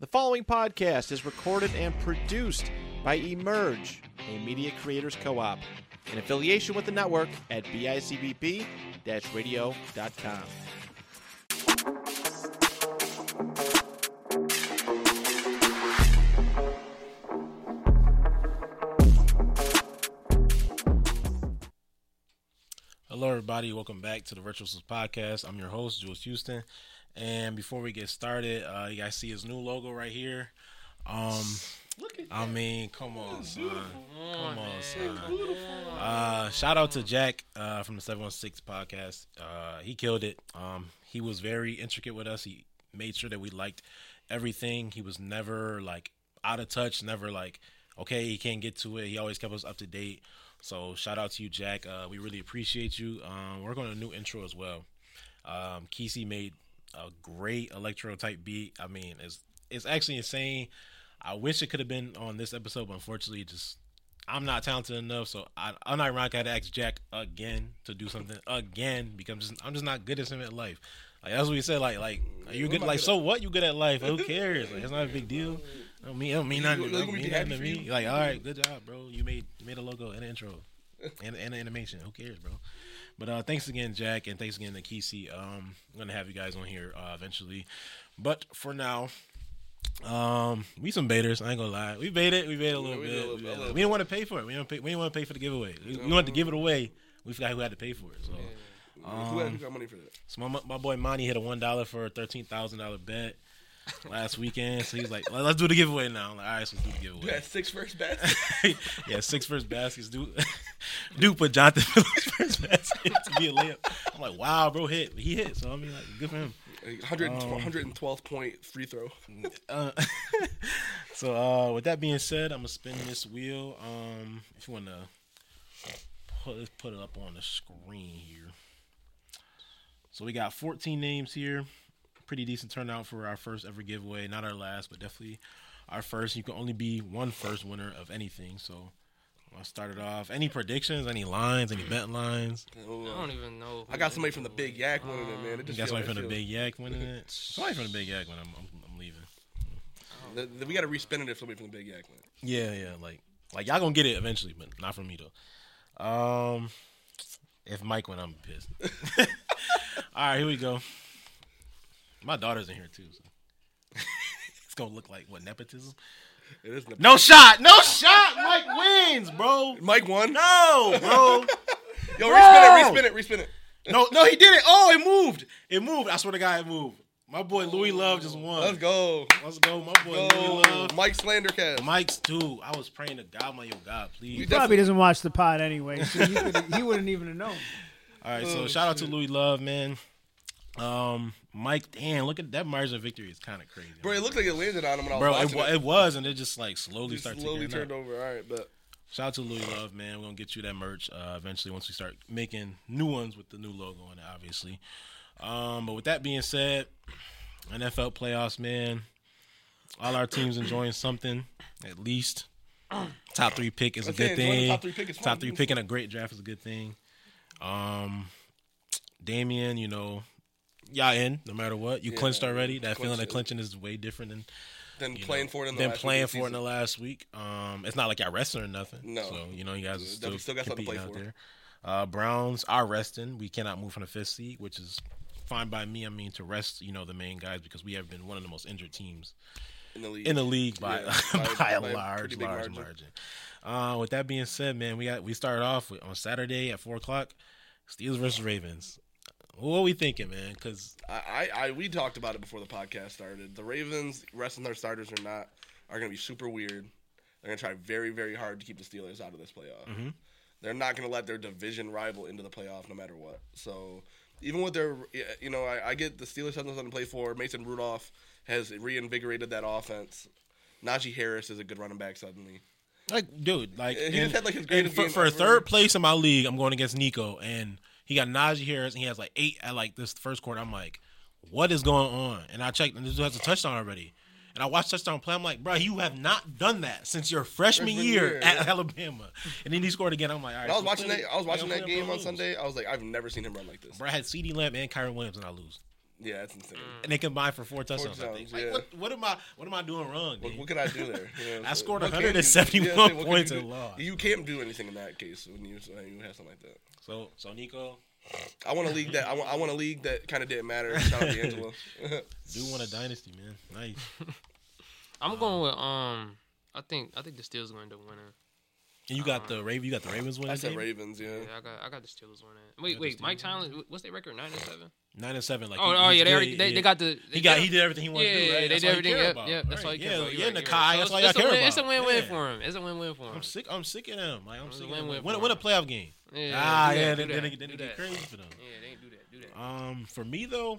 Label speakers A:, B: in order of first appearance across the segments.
A: The following podcast is recorded and produced by Emerge, a media creators co op, in affiliation with the network at bicbp radio.com.
B: Hello, everybody. Welcome back to the Virtual Souls Podcast. I'm your host, Jules Houston. And before we get started, uh, you guys see his new logo right here. Um,
C: Look at
B: I mean, come on, son.
C: Oh,
B: Come on, son. Uh, shout out to Jack uh, from the 716 podcast. Uh, he killed it. Um, he was very intricate with us. He made sure that we liked everything. He was never like out of touch, never like, okay, he can't get to it. He always kept us up to date. So shout out to you, Jack. Uh, we really appreciate you. Um, work on a new intro as well. Um, Kesey made a great electro type beat. I mean, it's it's actually insane. I wish it could have been on this episode, but unfortunately, it just I'm not talented enough. So I, unironic, I had to ask Jack again to do something again because I'm just, I'm just not good at him at life. Like that's what he said. Like like are you good? Like so what? You good at life? Who cares? Like it's not a big deal. I don't mean I don't mean nothing. I
C: Look,
B: don't
C: we
B: mean
C: be
B: nothing to
C: happy for
B: me.
C: you.
B: Like all right, good job, bro. You made you made a logo and an intro and, and an animation. Who cares, bro? But uh, thanks again, Jack, and thanks again to Kesey. Um, I'm gonna have you guys on here uh, eventually, but for now, um, we some baiters. I ain't gonna lie, we baited, we baited a little
C: we did
B: bit.
C: a little
B: We
C: bit, a
B: baited.
C: little
B: We didn't want to pay for it. We didn't pay, we didn't want to pay for the giveaway. We, we wanted to give it away. We forgot who had to pay for it. So,
C: Who had- who got money for that?
B: so my my boy Monty hit a one dollar for a thirteen thousand dollar bet last weekend. So he's like, "Let- "Let's do the giveaway now." I'm like, all right, so let's do the giveaway
C: You had six first bats.
B: yeah, six first baskets. Duke, Duke put Jonathan Phillips first basket to be a layup. I'm like, wow, bro, hit. He hit. So I mean, like, good for him. Um,
C: 112 point free throw.
B: Uh, so uh, with that being said, I'm gonna spin this wheel. Um, if you wanna put let's put it up on the screen here. So we got 14 names here. Pretty decent turnout for our first ever giveaway. Not our last, but definitely our first. You can only be one first winner of anything. So I started off. Any predictions? Any lines? Any bet lines?
C: Oh,
D: I don't even know.
C: I got somebody from the Big Yak winning it, man. It
B: You
C: just
B: got
C: feel-
B: somebody from the
C: it
B: Big Yak winning it. Somebody from the Big Yak when I'm, I'm, I'm leaving.
C: feel- th- th- We got to respin it if somebody from the Big Yak wins.
B: Yeah, yeah, like like y'all gonna get it eventually, but not from me though. Um, if Mike went, I'm pissed. All right, here we go. My daughter's in here too, so it's gonna look like what nepotism?
C: It is the-
B: No shot, no shot. Mike wins, bro.
C: Mike won.
B: No, bro.
C: Yo,
B: Bro!
C: respin it, respin it, respin it.
B: No, no, he did it. Oh, it moved. It moved. I swear to God, it moved. My boy Louis Love just won.
C: Oh, Let's go.
B: Let's go, my boy
C: Go.
B: Louis Love.
C: Mike Slandercast.
B: Mike's too. I was praying to God, my yo God, please.
C: You
E: Probably doesn't watch the pod anyway, so he, could, he wouldn't even have known.
B: All right,
C: Oh,
B: so shout out to Louis Love, man. Um, Mike, damn, look at that margin of victory is kind of crazy,
C: Bro, it looked like it landed on him when I was
B: Bro, it,
C: watching
B: wa-
C: it.
B: it was, and it just like slowly
C: Just
B: started
C: slowly
B: taking it
C: turned
B: up.
C: over. All right, but
B: Shout out to Louis Love, man. We're gonna get you that merch uh, eventually once we start making new ones with the new logo on it, obviously. Um, but with that being said, NFL playoffs, man. All our teams enjoying something at least. Top three pick is a
C: I'd say
B: good
C: enjoying the
B: thing.
C: top three pick is fun.
B: Top three pick in a great draft is a good thing. Um, Damien, you know, y'all in no matter what. You clinched already. That feeling of
C: clinched
B: clinching is way different than
C: then
B: you
C: playing
B: know,
C: for it in the
B: than
C: last week of
B: playing
C: the
B: for it in
C: season.
B: the last week. Um, it's not like y'all resting or nothing.
C: No.
B: so you know you guys are still,
C: Definitely still got something to
B: competing out
C: play for.
B: there. Uh, Browns are resting. We cannot move from the fifth seed, which is fine by me. I mean to rest, you know, the main guys because we have been one of the most injured teams
C: in the league.
B: in the league by
C: Yeah, by-
B: by, a
C: by a pretty
B: large,
C: big
B: large
C: margin.
B: margin. Uh, with that being said, man, we got we started off with, on Saturday at four o'clock, Steelers versus Ravens. What we thinking, man? Because
C: I, I, I we talked about it before the podcast started. The Ravens resting their starters or not are going to be super weird. They're going to try very very hard to keep the Steelers out of this playoff. They're not going to let their division rival into the playoff no matter what. So even with their you know I, I get the Steelers have nothing to play for. Mason Rudolph has reinvigorated that offense. Najee Harris is a good running back suddenly.
B: Like, dude, like,
C: He just
B: and-
C: had, like, his
B: and
C: greatest
B: for,
C: game
B: for
C: ever.
B: third place in my league. I'm going against Nico, and he got Najee Harris, and he has like eight at like this first quarter. I'm like, what is going on? And I checked, and this dude has a touchdown already. And I watched touchdown play. I'm like, bro, you have not done that since your freshman,
C: Freshman
B: year,
C: year,
B: at
C: yeah.
B: Alabama. And then he scored again. I'm like, all right.
C: And I was
B: so
C: watching that
B: clearly-
C: I was watching
B: yeah,
C: that
B: clearly
C: game on
B: lose.
C: Sunday. I was like I've never seen him run like this.
B: Bro, I had C.D. Lamb and Kyron Williams, and I lose.
C: Yeah, that's insane.
B: and they combined for four touchdowns. I think.
C: touchdowns,
B: Like,
C: yeah.
B: what, what am I? What am I doing wrong?
C: What,
B: dude?
C: what could I do there? You know what I'm
B: I
C: saying?
B: scored
C: What can
B: 171
C: you do? Yeah, what can
B: points
C: you do?
B: and lost.
C: You can't do anything in that case when you when you have something like that.
B: so, so Nico,
C: I want a league that I want, I want a league that kind of didn't matter. Shout out D'Angelo.
B: do win a dynasty, man. Nice.
D: I'm going with um. I think I think the Steelers going to win it.
B: And you
D: Uh,
B: got the Raven. You got the Ravens winning.
C: I said
B: team?
C: Ravens. Yeah.
D: Yeah, I got I got the Steelers winning. Wait,
B: the
D: wait, Mike
B: Steelers.
D: Tomlin, what's their record? Nine and seven.
B: Nine and seven. Like
D: Oh,
B: he-
D: oh
B: he's
D: yeah, they
B: good,
D: already they,
B: yeah.
D: they got the they
B: He got.
D: got-
B: He did everything he wanted
D: yeah,
B: to do.
D: yeah,
B: right?
D: yeah, they
B: That's
D: did
B: all you
D: everything.
B: care
D: Yep,
B: about.
D: yep, that's
B: Right,
D: all you care
B: yeah,
D: about. You're
B: Yeah,
D: right,
B: the
D: you're
B: Kai.
D: right.
B: That's
D: So
B: all
D: it's
B: y'all
D: a
B: care
D: win-
B: about.
D: It's a win-win
B: Yeah.
D: for him. It's a win-win for him.
B: I'm sick. I'm sick of them. Like I'm
D: It's
B: sick
D: a
B: of them.
D: win-win
B: Win,
D: for
B: win,
D: them.
B: a playoff game.
D: Yeah, yeah,
B: ah,
D: do
B: yeah,
D: that,
B: then
D: do
B: then
D: that,
B: it get- then
D: do
B: it get
D: that.
B: crazy for them.
D: Yeah, they ain't do that. Do that.
B: Um, for me though,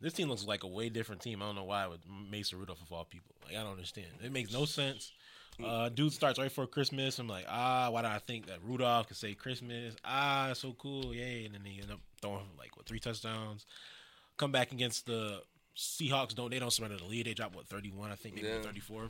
B: this team looks like a way different team. I don't know why with Mason Rudolph of all people. Like I don't understand. It makes no sense. Uh, dude starts right before Christmas. I'm like, ah, why do I think that Rudolph could say Christmas? Ah, so cool, yay! And then they end up throwing like what three touchdowns. Come back against the Seahawks. Don't they don't surrender the lead? They drop what 31. I think they
C: Yeah.
B: won 34.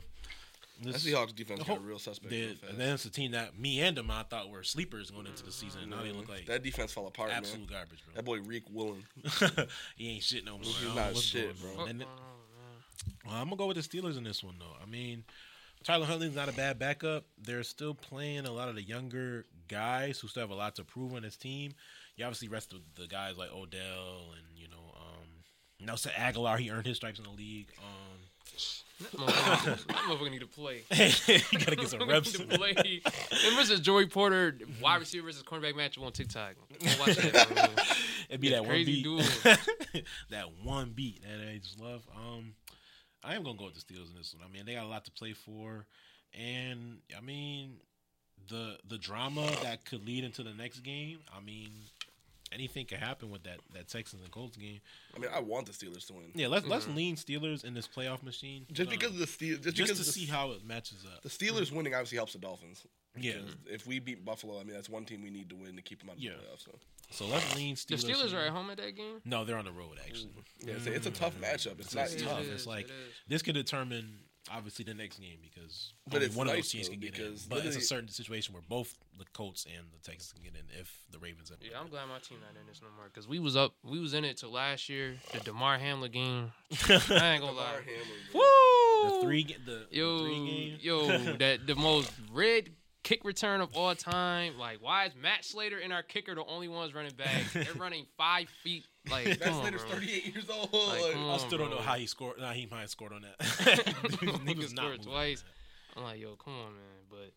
C: That
B: This-
C: Seahawks defense
B: Oh,
C: got real suspect. real
B: did,
C: fast.
B: and then it's a team that me and them I thought were sleepers going into the season. And now they look like
C: that defense fell apart,
B: absolute
C: Mm-hmm. man.
B: garbage, bro.
C: That boy Reek Willen.
B: he ain't shit no more.
C: He's
B: I don't know
C: not
B: what's
C: shit,
B: going on.
C: bro.
B: And it- well, I'm gonna go with the Steelers in this one though. I mean, Tyler Huntley's not a bad backup. They're still playing a lot of the younger guys who still have a lot to prove on this team. You obviously rest of the guys like Odell and you know um, Nelson Aguilar. He earned his stripes in the league. Um,
D: That motherfucker- that motherfucker need to play.
B: you gotta get
D: That
B: some
D: motherfucker
B: reps.
D: need to play. And versus Joey Porter, wide receiver versus cornerback matchup on TikTok. Go watch that. bro.
B: It'd be
D: It's
B: that one beat.
D: crazy duel.
B: that one beat that I just love. Um, I am gonna go with the Steelers in this one. I mean, they got a lot to play for, and I mean, the the drama that could lead into the next game. I mean, anything could happen with that that Texans and Colts game.
C: I mean, I want the Steelers to win.
B: Yeah, let's let's
D: Mm-hmm.
B: lean Steelers in this playoff machine.
C: Just
B: Um,
C: because of the Steelers,
B: just
C: just, because
B: to
C: the,
B: see how it matches up.
C: the Steelers winning obviously helps the Dolphins.
B: Yeah,
C: Because If we beat Buffalo, I mean that's one team we need to win to keep them out of
B: Yeah.
C: the playoffs.
B: so
C: So.
B: let's lean
D: The
B: Steelers.
D: Steelers
B: in.
D: are at home at that game.
B: No, they're on the road actually.
C: Yeah, it's, a, it's a tough matchup. It's, not
B: Mm. It's
C: easy.
B: tough.
D: is,
B: it's like
D: it is.
B: this could determine obviously the next game because
C: But
B: only
C: it's
B: one of
C: nice,
B: those teams
C: though,
B: can get in.
C: because
B: But it's a
C: literally-
B: certain situation where both the Colts and the Texans can get in if the Ravens. end up
D: Yeah, I'm glad my team not in this no more because we was up, we was in it till last year. The Demar Hamlin game, I ain't gonna lie.
C: Mark Hamlin, bro.
D: Woo!
B: the three ga- the, the
D: yo,
B: three games.
D: yo, that the most red kick return of all time. Like, why is Matt Slater and our kicker the only ones running back? They're running five feet. Like,
C: Matt
D: come on,
C: Slater's
D: bro.
C: 38 years old.
D: Like,
C: Like,
D: come
B: I
D: on,
B: still don't
D: bro.
B: know how he scored. Nah, he might have scored on that. he
D: Nigga
B: was not
D: scored
B: moving.
D: twice. I'm like, yo, come on, man. But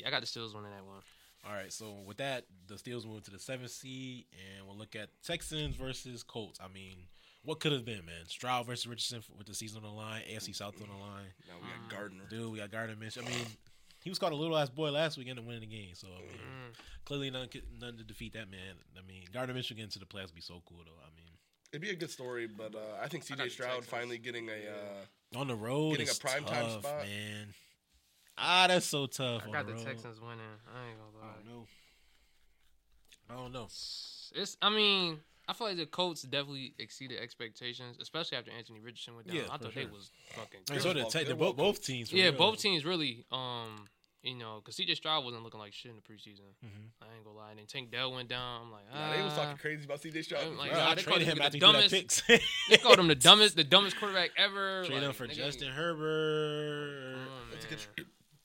D: yeah, I got the Steelers winning that one.
B: All right, so with that, the Steelers move to the seventh seed, and we'll look at Texans versus Colts. I mean, what could have been, man? Stroud versus Richardson f- with the season on the line, AFC South on the line.
C: now we
D: Mm.
C: got Gardner.
B: Dude, we got Gardner Minshew. I mean, he was called a little ass boy last weekend to win the game. So I mean,
D: Mm.
B: clearly none could- none to defeat that man. I mean, Gardner Minshew getting to the playoffs would be so cool though. I mean,
C: It'd be a good story, but uh, I think
D: I got
C: CJ
D: the
C: Stroud
D: Texans.
C: finally getting a. Uh,
B: on the road,
C: Getting a
B: it's
C: primetime
B: tough,
C: spot.
B: man. Ah, that's so tough.
D: I
B: on
D: got
B: the,
D: the
B: road.
D: Texans winning. I ain't gonna
B: I
D: lie.
B: don't know. I don't know.
D: It's. I mean, I feel like the Colts definitely exceeded expectations, especially after Anthony Richardson went down.
B: Yeah,
D: I
B: for
D: thought they
B: sure.
D: was fucking.
B: And
D: Crazy.
B: so did
C: well-
B: Te-
C: they're
B: they're
C: well
B: both, both teams. for
D: Yeah,
B: real.
D: both teams really. Um, you know, because CJ Stroud wasn't looking like shit in the preseason. I ain't gonna lie. And then Tank Dell went down. I'm like, ah.
C: Mm-hmm. nah, they was talking crazy about CJ Stroud.
D: I'm like,
B: Bro,
D: nah,
B: I
D: they
B: traded
D: called
B: him
D: him
B: after
D: the
B: he threw that
D: dumbest-
B: picks.
D: they called him the dumbest, the dumbest quarterback ever.
B: Trade
D: like,
B: up for
D: nigga, uh,
B: Justin
D: come
B: Herbert.
D: on,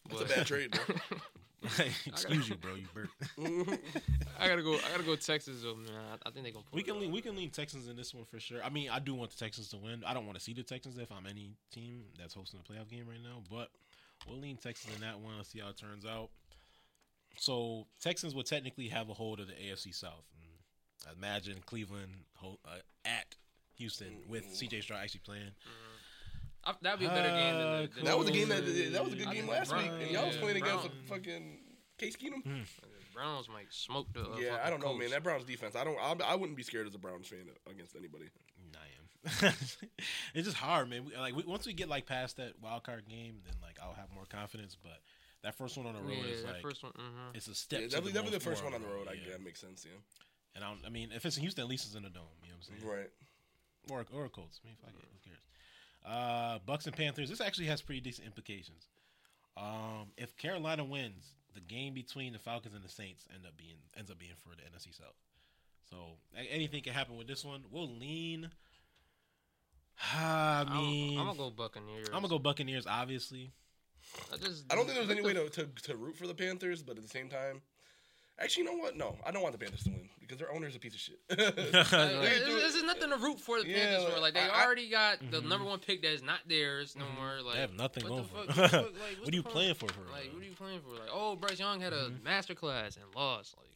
C: That's a good trade.
D: man.
C: That's a bad trade, bro.
B: Excuse you, bro. You burped.
D: I gotta go. I gotta go Texas though, man. I, I think they gonna. Pull
B: We
D: it
B: can
D: off.
B: lean, we can lean Texans in this one for sure. I mean, I do want the Texans to win. I don't want to see the Texans if I'm any team that's hosting a playoff game right now. But we'll lean Texans in that one. Let's see how it turns out. So Texans will technically have a hold of the AFC South. And I imagine Cleveland ho- uh, at Houston with CJ Stroud actually playing.
D: I, that'd be a better game than the,
B: Uh,
D: than
C: That was
D: the
C: a game that that was a
D: I
C: good game
D: think
C: last week,
D: Brown-
C: and y'all was
D: yeah,
C: playing against
D: Brown. Mm.
C: a fucking Case Keenum.
D: Browns might smoke the. Uh,
C: Yeah, I
D: fucking
C: don't know,
D: Colts.
C: man. That Browns defense, I don't, I, I wouldn't be scared as a Browns fan against anybody.
B: I am. it's just hard, man. We, like we, once we get like past that wild card game, then like I'll have more confidence. But that first one on the road
D: yeah,
B: is
D: that
B: like
D: first one. mhm.
B: it's a step.
C: Yeah,
B: to
C: definitely, definitely the
B: most
C: first
B: more
C: one on the road. I
B: yeah.
C: yeah, that makes sense. Yeah,
B: And I, don't, I mean, if it's in Houston, at least it's in the dome. You know what I'm saying?
C: right.
B: Or or Colts. I mean, fuck it, who cares? Uh, Bucks and Panthers. This actually has pretty decent implications. Um, if Carolina wins, the game between the Falcons and the Saints end up being ends up being for the NFC South. So a- anything can happen with this one. We'll lean
D: go Buccaneers.
B: I'm gonna go Buccaneers, obviously.
D: I, just,
C: I don't think there was any way to, to, to root for the Panthers, but at the same time, actually, you know what? No, I don't want the Panthers to win because their owner's a piece of shit.
D: Uh,
C: They
D: This
C: do-
D: this is nothing to root for the
C: Yeah,
D: Panthers for. Like they
C: I- I-
D: already got the number one pick that is not theirs no more. Like
B: Mm-hmm. They have nothing
D: what the
B: going for
D: fuck-
B: them.
D: what- like, what's
B: What
D: the
B: are you
D: point?
B: playing for? for
D: Like
B: real? Mm-hmm.
D: what are you playing for? Like oh, Bryce Young had a master class and lost. Like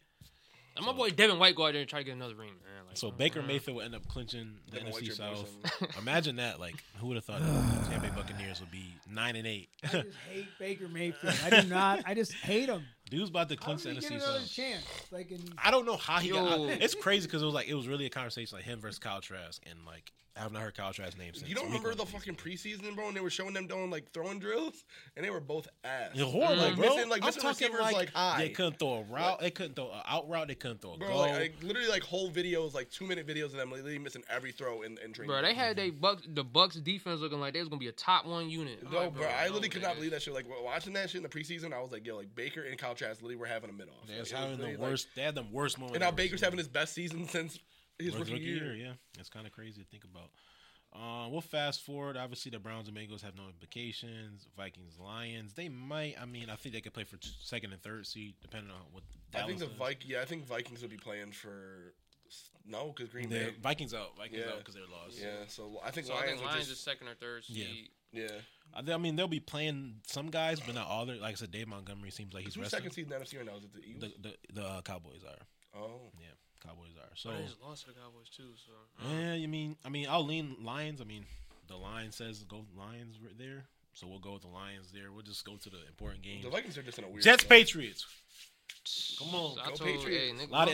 D: and my boy Devin White go out there and try to get another ring, man. Like,
B: So
D: come
B: Baker
D: on.
B: Mayfield will end up clinching the
C: Devin White's
B: NFC
C: your
B: South.
C: boy,
B: Imagine that! Like, who would have thought the Tampa Bay Buccaneers would be nine and eight?
E: I just hate Baker Mayfield. I do not. I just hate him.
B: Dude's about to
E: How
B: clinch the
E: did he get
B: NFC
E: another
B: South.
E: chance? Like in
B: I don't know how he got.
D: Yo.
B: I- it's crazy because it was like it was really a conversation like him versus Kyle Trask, and like I have not heard Kyle Trask's name since.
C: You don't
B: week
C: remember
B: one.
C: the fucking preseason, bro? And they were showing them doing like throwing drills, and they were both ass.
B: It's horrible,
C: Like,
B: Mm-hmm. bro.
C: Mm-hmm. missing- like,
B: I'm
C: missing
B: talking
C: receivers,
B: like,
C: like, high.
B: they couldn't throw a route, they couldn't throw a out route, they couldn't throw a
C: Bro,
B: goal.
C: like, like, literally like whole videos, like two minute videos of them literally missing every throw in, in training.
D: Bro, they had
B: Mm-hmm.
D: they Bucks, the Bucks defense looking like they was gonna be a top one unit. I'm
C: No,
D: like,
C: bro, I
D: no,
C: literally could
D: man.
C: not believe that shit. Like wa- watching that shit in the preseason, I was like, yo, like Baker and Kyle Trask literally were having a mid off.
B: they was having the worst. they had the worst moment.
C: and now
B: ever.
C: Baker's having his best season since his
B: Worst
C: rookie, year.
B: Yeah, it's kind of crazy to think about. Uh, we'll fast forward. Obviously, the Browns and Bengals have no implications. Vikings, Lions, they might. I mean, I think they could play for t- second and third seed, depending on what.
C: I
B: Dallas
C: think the
B: does.
C: Vikings. Yeah, I think Vikings would be playing for no, because Green
B: The
C: Bay.
B: Vikings out. Vikings
C: Yeah.
B: out because they're lost.
C: Yeah, so I think
D: So I
C: Lions.
D: think
C: would
D: Lions is
C: just,
D: second or third
B: Yeah.
D: seed.
C: yeah.
B: I, thi- I mean, they'll be playing some guys, but not all. Their, like I said, Dave Montgomery seems like he's
C: Who's
B: resting.
C: second seed in the NFC right now? Is it the
B: The
C: Eagles?
B: the, the uh, Cowboys are.
C: oh,
B: Yeah, Cowboys are. So
D: But They just lost to the Cowboys too. So
B: yeah, you mean I mean I'll lean Lions. I mean the line says go Lions right there, so we'll go with the Lions there. We'll just go to the important games.
C: the Vikings are just in a weird.
B: Jets
C: spot.
B: Patriots.
D: come on,
C: go Patriots.
B: A lot of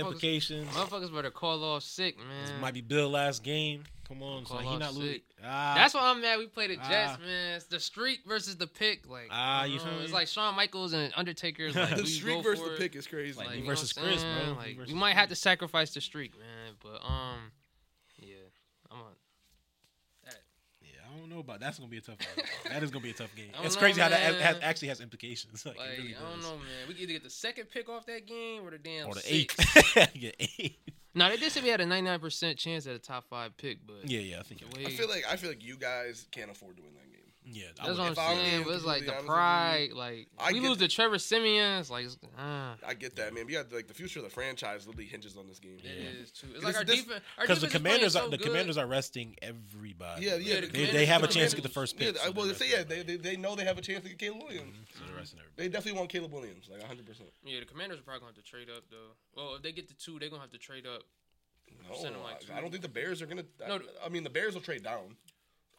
B: implications.
D: implications. Motherfuckers better call off sick,
B: This
D: man.
B: might be Bill last game. Come on, so
D: Call
B: he
D: off
B: not losing.
D: sick.
B: Ah,
D: That's why I'm mad. We play the Jets,
B: Ah.
D: man. It's the streak versus the pick. Like,
B: Ah,
D: you
B: you
D: know,
B: feel
D: It's
B: me?
D: like Shawn Michaels and Undertaker's. Like,
C: The
D: we go
C: streak versus
D: for
C: the
D: it.
C: pick is crazy.
D: Like,
B: Me
D: you know
B: versus
D: what I'm
B: Chris, bro.
D: saying?
B: Me
D: Like, we
B: versus
D: might have to
B: Chris.
D: sacrifice the streak, man. But um, yeah, I'm on.
B: yeah, I don't know about that's gonna be a tough. One. that is gonna be a tough game.
D: I don't
B: It's
D: know,
B: crazy how that
D: man.
B: has, actually has implications. Like, it
D: Like,
B: really
D: I don't
B: does.
D: know, man. We could either get the second pick off that game or the damn
B: Or the eight.
D: six.
B: yeah, eight.
D: no, they did say we had a 99 percent chance at a top five pick, but
B: Yeah, yeah. I think. it-
D: the way-
C: I feel like I feel like you guys can't afford to win that game.
B: Yeah, I
D: that's
B: would-
D: what I'm
C: if I was
D: saying.
C: being
D: But it's like the
C: completely honest with you,
D: pride. Like
C: I
D: we
C: get
D: lose
C: that.
D: to Trevor Simeon. It's like it's- ah.
C: I get that, man. But yeah, like the future of the franchise literally hinges on this game.
D: It is too. It's
C: This-
D: like our
C: this-
D: defense.
B: because the commanders
D: so
B: are the
D: good.
B: commanders are resting everybody.
C: Yeah, yeah,
D: the
B: They, they
D: Commanders-
B: have a
D: the
B: chance to get the
D: Commanders-
B: first
C: Yeah,
B: pick.
C: I,
B: so
C: well, they
B: they're
C: say yeah,
B: resting
C: they, they they know they have a chance to get Caleb Williams.
B: everybody. Mm, So they're resting everybody.
C: They definitely want Caleb Williams, like 100. percent
D: Yeah, the commanders are probably gonna have to trade up though. Well, if they get the two, they're gonna have to trade up. Send
C: No,
D: him, like,
C: I, I don't think the Bears are gonna. I,
D: No,
C: I mean the Bears will trade down.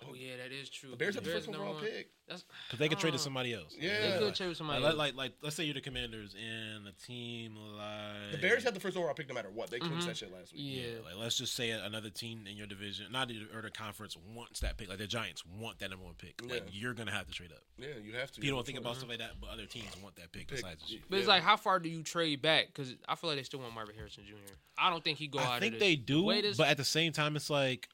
D: Oh yeah, that is true.
C: The Bears have the first
D: number
C: overall
D: one-
C: pick.
D: That's,
B: Because they could trade to
D: Ah.
B: somebody else.
C: Yeah.
D: They could
B: Uh, Like,
D: trade with somebody.
B: like,
D: else.
B: like, like, let's say you're the commanders and a team like
C: The Bears had the first overall pick no matter what. They clinched
D: Mhm.
C: that shit last week.
D: yeah.
B: Yeah, like let's just say another team in your division, not in or the conference, wants that pick. Like the Giants want that number one pick. Like
C: Yeah.
B: you're gonna have to trade up.
C: Yeah, you have to.
B: People don't think about stuff like that, but other teams want that pick,
C: Pick.
B: besides you.
D: But it's
C: Yeah.
D: like, how far do you trade back? Because I feel like they still want Marvin Harrison Jr. I don't think he go out.
B: I
D: of
B: think
D: this.
B: they do,
D: way this-
B: but at the same time, it's like,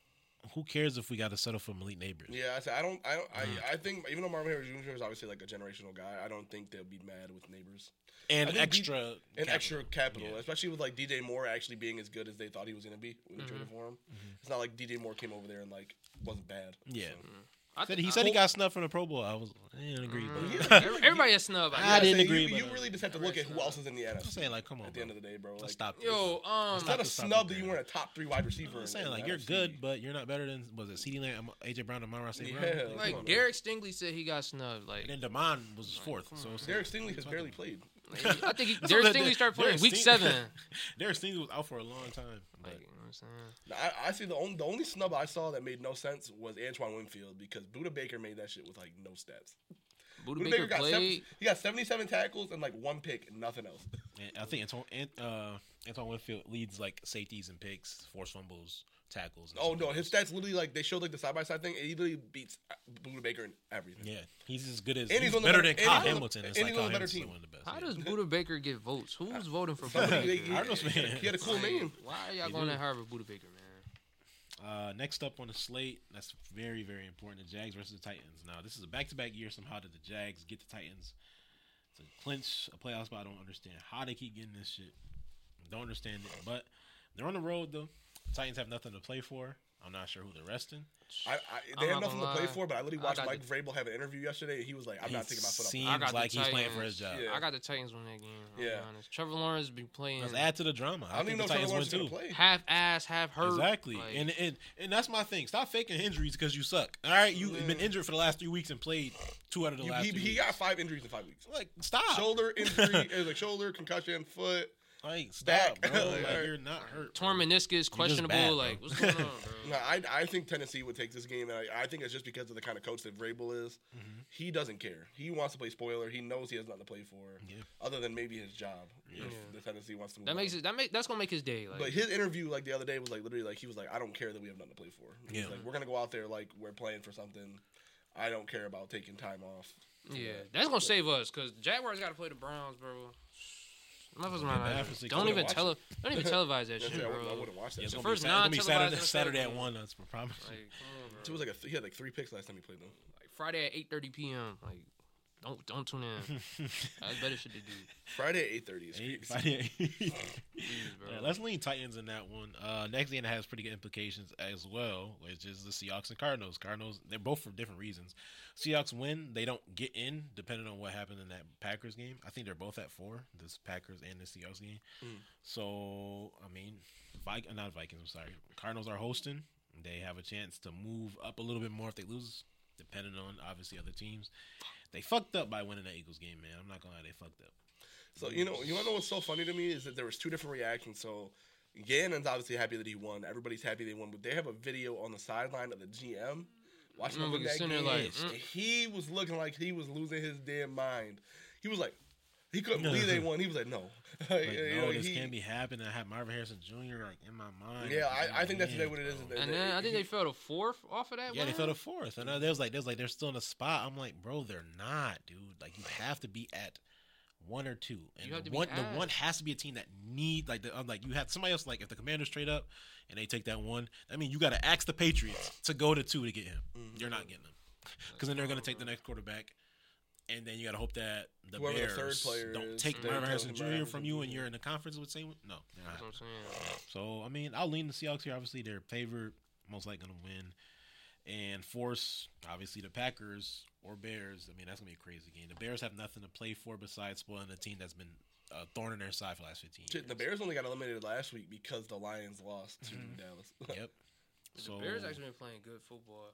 B: who cares if we got to settle for Malik Neighbors?
C: Yeah, I, said, I don't. I don't.
B: Mm.
C: I, I think even though Marvin Harris Jr. is obviously like a generational guy, I don't think they'll be mad with neighbors I
B: And
C: think we-
B: extra,
C: and
B: capital.
C: extra capital,
B: Yeah.
C: especially with like DJ Moore actually being as good as they thought he was gonna be when they traded
B: Mm-hmm.
C: for him. It's not like DJ Moore came over there and like wasn't bad.
B: Yeah. Mm.
C: So-
D: I
B: Said
D: think-
B: he
D: I-
B: said he got snubbed from the Pro Bowl. I was, I didn't agree.
D: Mm.
C: Mm-hmm.
B: But
D: Every- Everybody a snub. I
B: I
D: guess.
C: Yeah,
B: didn't
C: so
B: agree,
C: You, you
B: but-
C: really just have to look at who else is in the
B: I'm
C: NFC
B: saying, like, come on,
C: at the
B: bro.
C: end of the day, bro. Like,
B: Let's stop. this.
D: Yo, um,
C: It's not
B: Stop it,
C: a snub
B: stop it,
C: that you
B: man.
C: weren't a top three wide receiver.
B: I'm
C: in
B: saying
C: the
B: like you're
C: NFC.
B: good, but you're not better than was it CD Lamb, Am- AJ Brown, and Monroe St. Brown.
C: Yeah.
B: Like,
C: Come on,
D: like
C: man.
D: Derek Stingley said he got snubbed. Like
B: and then Demond was fourth. So it's
C: Derek Stingley has barely played.
D: Like, I think he,
B: That's
D: Derek
B: what
D: Stingley
B: the-
D: started playing
B: Derek
D: week
B: Sting-
D: seven.
B: Derek Stingley was out for a long time. but-
D: Like, you know what I'm saying?
C: Now, I, I see the only the only snub I saw that made no sense was Antoine Winfield because Buda Baker made that shit with like no stats.
D: Buda
C: Buda
D: Baker
C: got
D: played.
C: seven, he got seventy seven tackles and like one pick, and nothing else.
B: and I think Antoine Ant- uh, Antoine Winfield leads like safeties and picks, forced fumbles, tackles. and
C: Oh
B: stuff
C: no,
B: like
C: his
B: that.
C: stats literally like they showed like the side by side thing. And he literally beats Buda Baker in everything.
B: Yeah, he's as good as
C: And
B: he's,
C: he's on the
B: better
C: better-
B: than
C: and
B: Kyle
C: he's on the-
B: Hamilton. It's
C: and
B: like
C: he's on
B: Kyle
C: the
B: Hamilton's
C: better team.
B: one of the best.
D: How
B: yeah.
D: does Buda Baker get votes? Who's voting for Buda
C: Somebody-
D: Baker?
C: they-
B: I don't know, man.
C: He had a cool name.
D: Why are y'all
B: They
D: going
B: do.
D: that hard with Buda Baker, man?
B: Uh, next up on the slate, that's very, very important. The Jags versus the Titans. Now, this is a back-to-back year. Somehow, did the Jags get the Titans to clinch a playoff spot? I don't understand how they keep getting this shit. Don't understand it. But they're on the road though. Titans have nothing to play for. I'm not sure who they're resting.
C: I, I, they have
D: I'm not
C: nothing to
D: gonna
C: play
D: lie.
C: for, but I literally
D: I
C: watched
D: got
C: Mike Vrabel have an interview yesterday, and he was like, "I'm
B: he
C: not taking my foot off." the
D: I
B: seems
D: got the
B: like he's playing
D: Titans.
B: for his job.
C: Yeah.
D: I got the Titans win that game. I'll
C: Yeah.
D: be honest. Trevor Lawrence be playing
B: Let's add to the drama.
C: I don't even know if
B: think
C: Trevor
B: the
C: Lawrence is
B: Titans
C: going
B: won
C: to
B: too.
C: play.
D: half ass, half hurt.
B: Exactly,
D: Like,
B: and, and and that's my thing. Stop faking injuries because you suck. All right, you've been injured for the last three weeks and played two out of the
C: You-
B: last.
C: he,
B: three
C: he
B: weeks.
C: got five injuries in five weeks.
B: like stop.
C: Shoulder injury, uh, like shoulder concussion, foot.
B: like stop,
C: back.
B: bro.
C: Like,
B: Like,
C: all right.
B: you're not hurt. bro.
D: torn meniscus, questionable.
B: bad, bro.
D: like, what's going on, bro?
C: No, I, I think Tennessee would take this game, and I, I think it's just because of the kind of coach that Vrabel is. He doesn't care. He wants to play spoiler. He knows he has nothing to play for,
B: Yeah.
C: other than maybe his job. If
D: Yeah.
C: the Tennessee wants to, move
D: That makes
C: on.
D: it. That make that's gonna make his day. Like,
C: But his interview, like the other day, was like literally like he was like, "I don't care that we have nothing to play for. He's
B: Yeah.
C: like we're gonna go out there like we're playing for something. I don't care about taking time off.
D: yeah, that's gonna save us because Jaguars got to play the Browns, bro. Motherfuckers
B: bad
D: not
B: for six.
D: Don't
B: I
D: even
C: watched
D: tele. Don't even televise that
C: That's
D: shit,
C: it. I wouldn't- I
D: bro.
C: would have watched that.
B: Yeah, it's gonna
C: shit.
D: The first
B: be, Sat- it's gonna be Saturday,
D: non-televised NFL
B: Saturday at
D: game.
B: one. That's for promise.
D: Like, come on, bro.
C: It was like a th- he had like three picks last time he played them.
D: Like, Friday at eight thirty p.m. Like, don't don't tune in. that's better shit to do.
C: Friday at eight thirty is
B: Eight,
C: crazy.
D: Please, bro.
B: Yeah, let's lean Titans in that one. Uh, next game that has pretty good implications as well, which is the Seahawks and Cardinals. Cardinals, they're both for different reasons. Seahawks win, they don't get in, depending on what happened in that Packers game. I think they're both at four, this Packers and the Seahawks game.
C: Mm.
B: So, I mean, Vik- not Vikings, I'm sorry. Cardinals are hosting. They have a chance to move up a little bit more if they lose, depending on, obviously, other teams. They fucked up by winning that Eagles game, man. I'm not going to lie, they fucked up.
C: So you know, you wanna know what's so funny to me is that there was two different reactions. So Gannon's obviously happy that he won. Everybody's happy they won, but they have a video on the sideline of the GM watching him
D: Remember
C: win that
D: sitting there
C: game.
D: like,
C: and
D: mm.
C: He was looking like he was losing his damn mind. He was like, he couldn't believe they won. He was like, no,
B: Like,
C: You
B: no,
C: know,
B: this
C: he-
B: can't be happening. I had Marvin Harrison Jr. like in my mind.
C: Yeah,
B: Like,
C: I, I think that's
B: man,
C: today what it is.
B: bro.
C: is that
D: and then I think
C: he-
D: they fell to fourth off of that.
B: Yeah, they
D: one.
B: fell to fourth, and uh, they was like, they was like, they're still in a spot. I'm like, bro, they're not, dude. Like, you have to be at one or two, and
D: You have to be
B: one, the
D: at-
B: one has to be a team that need like, the, I'm like you have somebody else. Like, if the Commanders trade up and they take that one, I mean, you got to ask the Patriots to go to two to get him.
C: mm.
B: You're not getting him because then they're gonna take the next quarterback, and then you gotta hope that the
C: Whoever the
B: Bears
C: third player
B: don't
C: is,
B: take
C: they
B: Marvin
C: take
B: Harrison
C: Marvin
B: Jr. from you, and
C: Harrison
B: you're in the conference with same. No, they're not.
D: That's what I'm saying.
B: So I mean, I'll lean the Seahawks here. Obviously, they're favored, most likely going to win, and force obviously the Packers or Bears. I mean, that's going to be a crazy game. The Bears have nothing to play for besides spoiling a team that's been a thorn in their side for the last fifteen.
C: Shit, the
B: years.
C: Bears only got eliminated last week because the Lions lost to
B: Mm-hmm.
C: Dallas.
B: Yep. So
D: the Bears actually been playing good football,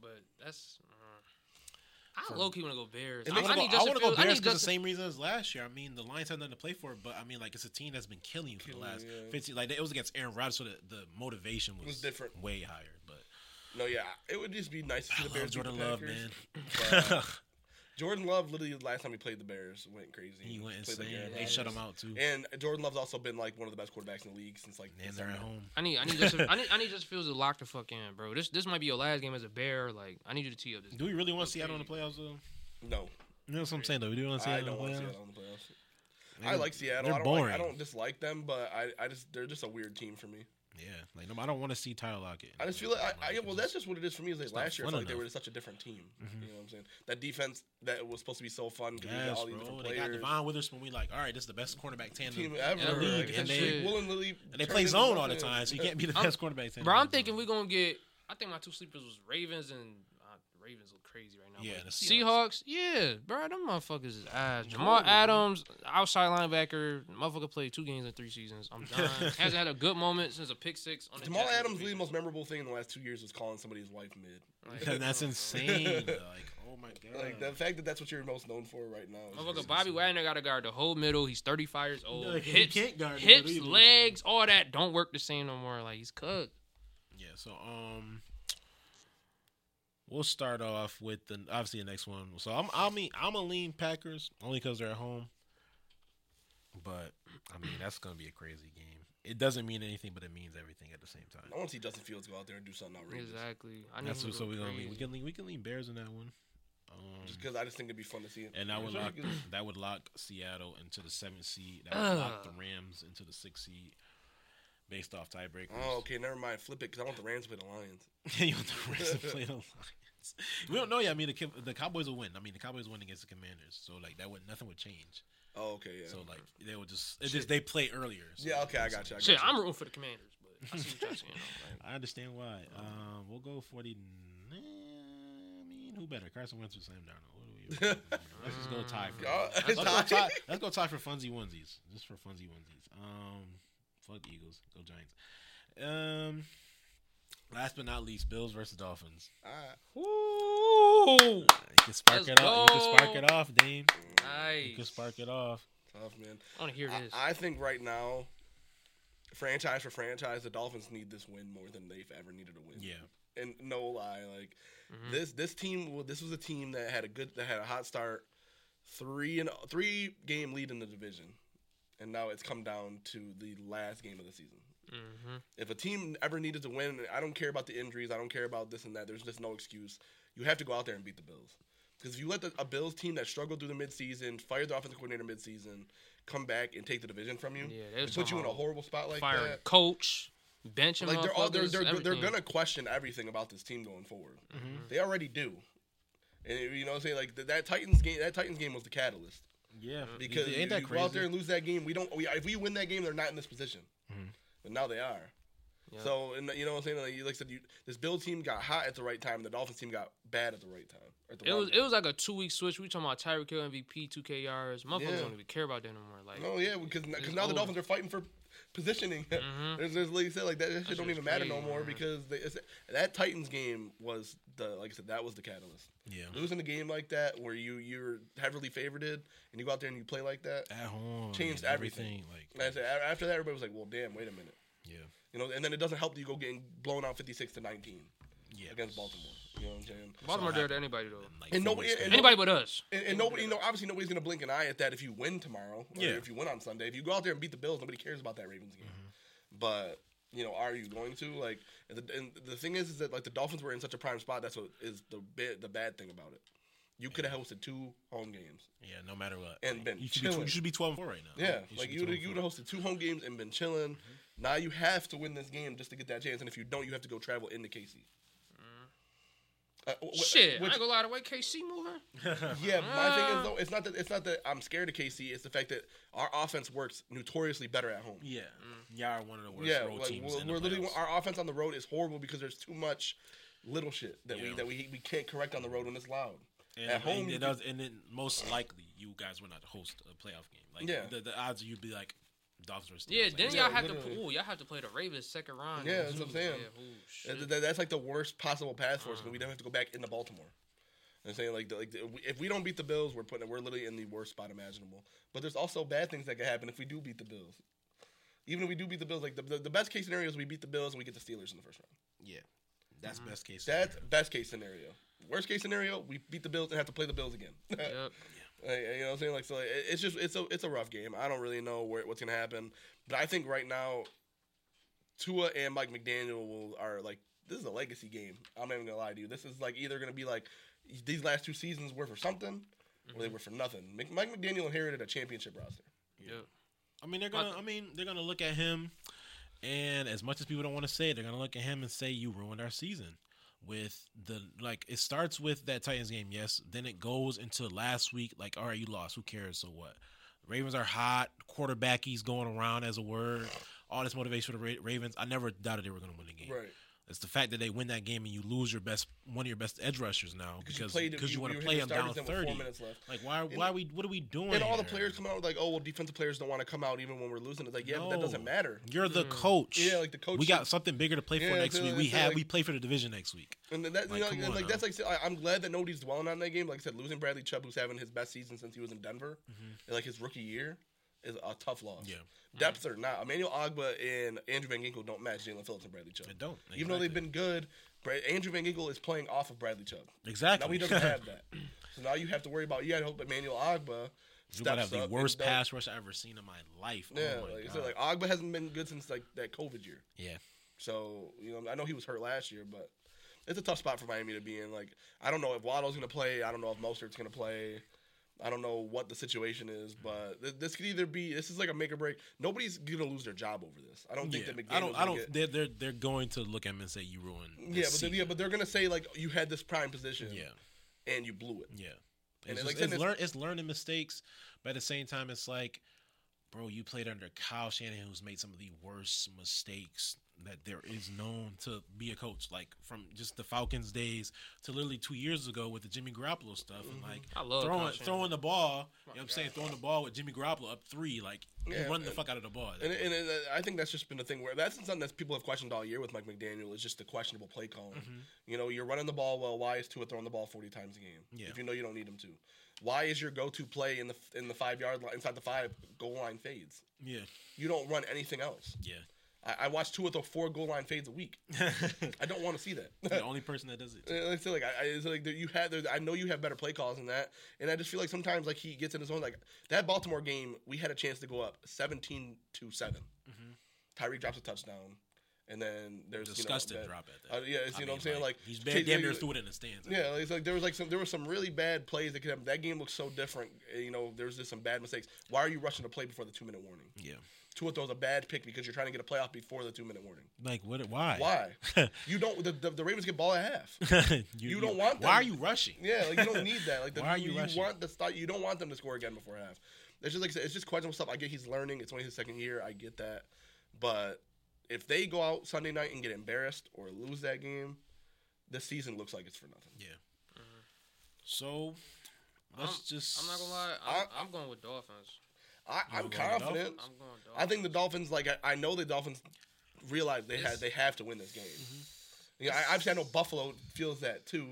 D: but that's. Uh, I
B: For-
D: low key want to go Bears.
B: I
D: I, I need Justin
B: want to go
D: Fields. I
B: Bears
D: need
B: because the
D: Justin.
B: same reason as last year. I mean, the Lions have nothing to play for, but I mean, like it's a team that's been killing you for
C: Killing
B: the
C: you,
B: last
C: yeah.
B: fifteen. Like it was against Aaron Rodgers, so the, the motivation was,
C: Was different.
B: way higher. But
C: No, yeah, it would just be nice to see
B: I
C: the
B: love
C: Bears beat
B: Jordan
C: the
B: Love,
C: Packers.
B: man.
C: but- uh, Jordan Love literally the last time he played the Bears went crazy.
B: he went
C: Played
B: insane.
C: like Aaron
B: they
C: Rodgers.
B: shut him out too.
C: And Jordan Love's also been like one of the best quarterbacks in the league since like.
B: And they're at home.
D: I need. I need Justin. I need. I need Justin Fields to lock the fuck in, bro. This. This might be your last game as a Bear. Like I need you to tee up this.
B: Do we really want to see out on the playoffs though?
C: No,
B: You know what I'm saying though. We do want to see
C: I
B: out on
C: don't
B: the
C: want to see
B: playoffs.
C: that on the playoffs. I like Seattle.
B: they're
C: I don't Like,
B: boring.
C: I don't dislike them, but I, I just they're just a weird team for me.
B: Yeah, like no, I don't want to see Tyler Lockett.
C: I just feel like I, I well that's just what it is for me. Is like
B: not
C: last year I
B: fun
C: felt like they
B: enough.
C: were such a different team. You know what I'm saying? That defense that was supposed to be so fun because you got
B: Mm-hmm. yes,
C: all these
B: bro.
C: different
B: They got
C: players.
B: Devon Witherspoon. We like, all right, this is the best cornerback tandem.
C: team ever.
D: Yeah,
C: like,
D: league,
C: that
B: and
C: shit
B: they-
C: willingly
B: And they
C: turned
B: play
C: into
B: zone all the
C: something.
B: time, so you can't be the
D: I'm-
B: best cornerback tandem.
D: Bro, I'm thinking we're gonna get. I think my two sleepers was Ravens and. uh, Ravens look crazy right now.
B: Yeah,
D: but
B: the
D: Seahawks. Yeah, bro, them motherfuckers is ass. Jamal Adams, outside linebacker, motherfucker played two games in three seasons. I'm done. Hasn't had a good moment since a pick six on the
C: Jamal
D: Jacksonville
C: Adams' the
D: Jaguars.
C: most memorable thing in the last two years was calling somebody his wife mid.
D: Like,
B: And that's
D: come on, bro.
B: insane. like, oh my god.
C: Like the fact that that's what you're most known for right now. is
D: Motherfucker,
C: crazy.
D: Bobby Wagner got to guard the whole middle. He's 35 years old.
B: No, he
D: hips,
B: can't guard the
D: hips,
B: middle either.
D: legs, all that don't work the same no more. Like he's cooked.
B: Yeah. So um, we'll start off with the obviously the next one. So I'm I mean I'm a lean Packers only because they're at home. But I mean that's gonna be a crazy game. It doesn't mean anything, but it means everything at the same
C: I
B: time.
C: want to see Justin Fields go out there and do something outrageous.
D: Exactly. I need
B: That's
D: him
B: what
D: to
B: so
D: go
B: we're gonna lean. We
D: crazy.
B: can lean we can lean Bears in that one. Um,
C: Just because I just think it'd be fun to see it.
B: and that would
C: Sure,
B: lock
C: you can-
B: that would lock Seattle into the seventh seed. That would lock the
D: Ugh.
B: Rams into the sixth seed based off tiebreakers.
C: Oh, okay. Never mind. Flip it because I want the Rams to play the Lions.
B: you want the Rams to play the Lions. We don't know yet. I mean, the, Cow- the Cowboys will win. I mean, the Cowboys win against the Commanders, so like that would nothing would change.
C: Oh, okay. Yeah.
B: So like they would just it just they play earlier. So
C: yeah. Okay. I got you. I got
D: Shit,
C: you.
D: I'm rooting for the Commanders, but I see what y'all saying. though, like,
B: I understand why. Um, we'll go 40. Nah, I mean, who better? Carson Wentz or Sam Darnold? What do we, let's just go tie for
C: Y'all-
B: let's, go
C: tie?
B: tie, let's go tie for funsy onesies. Just for funsy onesies. Um, fuck the Eagles. Go Giants. Um, last but not least, Bills versus Dolphins.
C: All right.
B: Ooh. You can spark it
D: Let's
B: off. You can
D: go.
B: spark it off, Dame. You can
D: Nice.
B: spark it off.
C: Tough, man.
D: I want to hear
C: I,
D: this.
C: I think right now, franchise for franchise, the Dolphins need this win more than they've ever needed a win.
B: Yeah.
C: and no lie, like
D: Mm-hmm, Mm.
C: this this team, well, this was a team that had a good, that had a hot start, three and three game lead in the division, and now it's come down to the last game of the season.
D: hmm
C: If a team ever needed to win, I don't care about the injuries, I don't care about this and that. There's just no excuse. You have to go out there and beat the Bills. Because if you let the, a Bills team that struggled through the midseason, fire the offensive coordinator midseason, come back and take the division from you,
D: Yeah, they
C: they
D: was
C: put
D: talking
C: you in a
D: about
C: horrible spot like
D: Firing
C: that.
D: coach, benching
C: Like they're all they're
D: motherfuckers,
C: they're, they're,
D: everything. Mm-hmm.
C: gonna question everything about this team going forward. They already do, and you know what I'm saying like th- that Titans game that Titans game was the catalyst
B: Yeah.
C: because Uh, you,
B: ain't that
C: you
B: crazy?
C: go out there and lose that game. We don't. We, if we win that game, they're not in this position. But now they are.
D: Mm-hmm. Yeah.
C: So and you know what I'm saying? Like, you- like I said, you, this Bill team got hot at the right time. The Dolphins team got bad at the right time. At the
D: It
C: wrong
D: was
C: time.
D: it was like a two week switch. We talking about Tyreek Hill MVP, two K yards. Motherfuckers
C: Yeah.
D: don't even care about that no more. Like
C: No, Oh, yeah, because
D: It's Mm-hmm.
C: because now the
D: over.
C: Dolphins are fighting for positioning. There's, there's like you said, like that, that shit don't
D: shit's
C: even matter no
D: crazy,
C: more
D: man.
C: because they, it's, that Titans game was the like I said that was the catalyst.
B: Yeah.
D: Mm-hmm.
C: Losing a game like that where you you're heavily favored and you go out there and you play like that.
B: At home.
C: Changed
B: and
C: everything. And I
B: Like,
C: said, a- after that, everybody was like, "Well, damn, wait a minute,"
B: yeah.
C: you know. And then it doesn't help that you go getting blown out 56 to 19
B: Yeah.
C: against Baltimore. You know what I'm saying?
D: Baltimore dare to anybody though.
B: Like,
C: And no-
B: forward
C: and-
B: span.
C: and-
D: Anybody but us.
C: And, and nobody, you know, obviously nobody's gonna blink an eye at that if you win tomorrow. Or
B: Yeah.
C: If you win on Sunday, if you go out there and beat the Bills, nobody cares about that Ravens game. But you know, are you going to like? And the, and the thing is, is that like the Dolphins were in such a prime spot. That's what is the bit the bad thing about it. You could have hosted two home games.
B: Yeah, no matter what.
C: And
B: Like,
C: been
B: you should, be,
C: chilling.
B: you should be 12 and 4 right now.
C: Yeah,
B: should
C: like
B: be 12
C: you would
B: and
C: you would
B: four.
C: have hosted two home games and been chilling. Now you have to win this game just to get that chance, and if you don't, you have to go travel into KC. Uh, wh- wh-
D: Shit,
C: which-
D: I ain't gonna lie. The way KC moving,
C: yeah, my thing
D: Ah.
C: is though, it's not that it's not that I'm scared of KC. It's the fact that our offense works notoriously better at home.
B: Yeah.
D: Mm.
B: Y'all are one of the worst
C: yeah,
B: road
C: like,
B: teams
C: we're,
B: in the
C: we're literally
B: playoffs.
C: our offense on the road is horrible because there's too much little shit that we
B: Yeah.
C: that we we can't correct on the road when it's loud.
B: and,
C: at home,
B: and,
C: you
B: it
C: can-
B: does, and then most likely you guys will not host a playoff game. Like
C: Yeah.
B: the, the odds you'd be like Dolphins versus
D: yeah.
B: Steelers.
D: Then
B: like,
D: y'all
C: Yeah,
D: have to,
C: literally.
D: ooh, y'all have to play the Ravens second round.
C: Yeah, that's what I'm
D: Ooh,
C: saying.
D: yeah, ooh, shit.
C: That- that- that's like the worst possible path for us,
B: Mm.
C: but we don't have to go back into Baltimore. I'm saying like the, like the, if we don't beat the Bills, we're putting we're literally in the worst spot imaginable. But there's also bad things that can happen if we do beat the Bills. Even if we do beat the Bills, like the, the, the best case scenario is we beat the Bills and we get the Steelers in the first round.
B: yeah. That's best case.
C: Mm-hmm. That's
B: scenario.
C: best case scenario. Worst case scenario, we beat the Bills and have to play the Bills again. like,
D: Yep.
C: you know what I'm saying? Like so, like, it- it's just it's a it's a rough game. I don't really know where what's gonna happen, but I think right now, Tua and Mike McDaniel will are like this is a legacy game. I'm not even gonna lie to you. This is like either gonna be like these last two seasons were for something or they were for nothing. Mc- Mike McDaniel inherited a championship roster.
D: Yep.
B: I mean, they're gonna. I mean, they're gonna look at him, and as much as people don't want to say it, they're gonna look at him and say, "You ruined our season." With the like, it starts with that Titans game, yes. Then it goes into last week. Like, all right, you lost. Who cares? So what? Ravens are hot. Quarterbackies going around as a word. All this motivation for the Ra- Ravens. I never doubted they were gonna win the game. It's the fact that they win that game and you lose your best one of your best edge rushers now because
C: played-
B: because you,
C: you-
B: want
C: you
B: to
C: hit
B: play
C: your
B: them down
C: starters and with four
B: thirty.
C: minutes left.
B: Like why why are we what are we doing?
C: And all the
B: here?
C: players come out with, like, oh well, defensive players don't want to come out even when we're losing. It's like, yeah, but that
B: No.
C: doesn't matter.
B: You're the coach.
C: Hmm. Yeah, like the coach
B: We got
C: should-
B: something bigger to play for
C: Yeah,
B: next
C: so
B: week.
C: it's
B: We have
C: like-
B: we play for the division next week.
C: And that,
B: Like,
C: you know,
B: come
C: and,
B: on
C: like
B: now.
C: that's like I- I'm glad that nobody's dwelling on that game. Like I said, losing Bradley Chubb, who's having his best season since he was in Denver, and, like his rookie year, is a tough loss.
B: Mm-hmm. Yeah.
C: depth or not, Emmanuel Ogba and Andrew Van Ginkle don't match Jalen Phillips and Bradley Chubb.
B: They don't,
C: even though they've
B: exactly.
C: been good. Bra- Andrew Van Ginkle is playing off of Bradley Chubb.
B: Exactly.
C: Now he doesn't have that, so now you have to worry about. You got to hope Emmanuel Ogba.
B: you might
C: steps
B: have the
C: up and
B: worst
C: does-
B: pass rush I've ever seen in my life.
C: Yeah,
B: oh my
C: like I
B: God.
C: said, like Ogba hasn't been good since like that COVID year.
B: yeah.
C: So you know, I know he was hurt last year, but it's a tough spot for Miami to be in. Like, I don't know if Waddle's gonna play. I don't know if Mostert's gonna play. I don't know what the situation is, but th- this could either be this is like a make or break. Nobody's gonna lose their job over this. I don't
B: Yeah.
C: think that McDaniel's
B: I don't I
C: gonna
B: don't
C: get-
B: they're, they're they're going to look at him and say you ruined this
C: yeah, but
B: season.
C: they, yeah, but they're gonna say like you had this prime position,
B: yeah.
C: and you blew it.
B: Yeah.
C: And
B: It's,
C: like
B: just, it's,
C: then it's-
B: learn, it's learning mistakes, but at the same time, it's like, bro, you played under Kyle Shanahan, who's made some of the worst mistakes that there is known to be a coach, like from just the Falcons days to literally two years ago with the Jimmy Garoppolo stuff, and
C: Mm-hmm.
B: like
D: I love
B: throwing
D: Kyle Shanahan.
B: throwing the ball. You know what I'm saying throwing the ball with Jimmy Garoppolo up three, like
C: Yeah,
B: you run the
C: and-
B: fuck out of the ball.
C: And, and, uh, I think that's just been the thing where that's something that people have questioned all year with Mike McDaniel is just the questionable play calling. You know, you're running the ball well. Why is Tua throwing the ball 40 times a game
B: Yeah.
C: if you know you don't need him to? Why is your go-to play in the in the five yard line inside the five goal line fades?
B: yeah,
C: You don't run anything else.
B: yeah.
C: I, I watch Tua throw four goal line fades a week. I don't want to see that.
B: the only person that does it.
C: Yeah, Like I said, like I, I it's like that you had. there- I know you have better play calls than that, and I just feel like sometimes like he gets in his own. Like that Baltimore game, we had a chance to go up seventeen to 7 Tyreek drops a touchdown, and then there's
B: Mm-hmm. Disgusted
C: you know, that-
B: drop at that.
C: Uh, yeah, it's, you
B: I
C: know what I'm
B: mean,
C: saying. Like
B: he's
C: Chase-
B: bad, damn near
C: like-
B: threw it in the stands.
C: yeah, it's like there was like some there were some really bad plays that could happen. That game looked so different. uh, You know, there was just some bad mistakes. Why are you rushing to play before the two minute warning?
B: yeah.
C: Tua throws a bad pick because you're trying to get a playoff before the two minute warning.
B: Like what? Why?
C: Why? you don't. The, the, the Ravens get ball at half.
B: you,
C: don't want
B: Why are
C: them.
B: you rushing?
C: Yeah, like you don't need that. Like the,
B: Why are
C: you,
B: you rushing?
C: want the start. You don't want them to score again before half. It's just like I said, it's just questionable stuff. I get he's learning. It's only his second year. I get that, but if they go out Sunday night and get embarrassed or lose that game, the season looks like it's for nothing.
B: Yeah. So let's just.
D: I'm not gonna lie. I'm, I, am going with Dolphins.
C: I, I'm
B: You wanna go
C: confident.
D: I'm going Dolphins.
C: I think the Dolphins. Like I, I know the Dolphins realize they
D: It's-
C: have they have to win this game.
B: Mm-hmm.
C: Yeah, I, obviously I know Buffalo feels that too.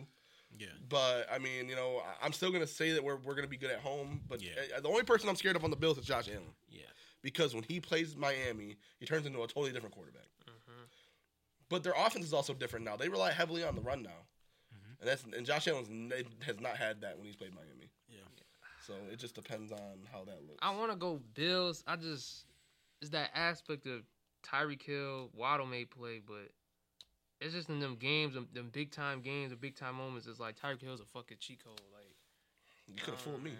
B: Yeah.
C: But I mean, you know, I, I'm still gonna say that we're we're gonna be good at home. But
B: Yeah.
C: uh, the only person I'm scared of on the Bills is Josh Allen.
B: Yeah.
C: because when he plays Miami, he turns into a totally different quarterback.
D: Mm-hmm.
C: But their offense is also different now. They rely heavily on the run now,
B: Mm-hmm.
C: and that's and Josh Allen's n- has not had that when he's played Miami.
B: Yeah.
C: So it just depends on how that looks.
D: I want to go Bills. I just it's that aspect of Tyreek Hill, Waddle may play, but it's just in them games, them, them big time games, the big time moments. It's like Tyreek Hill's a fucking cheat code. Like oh,
C: you could have fooled me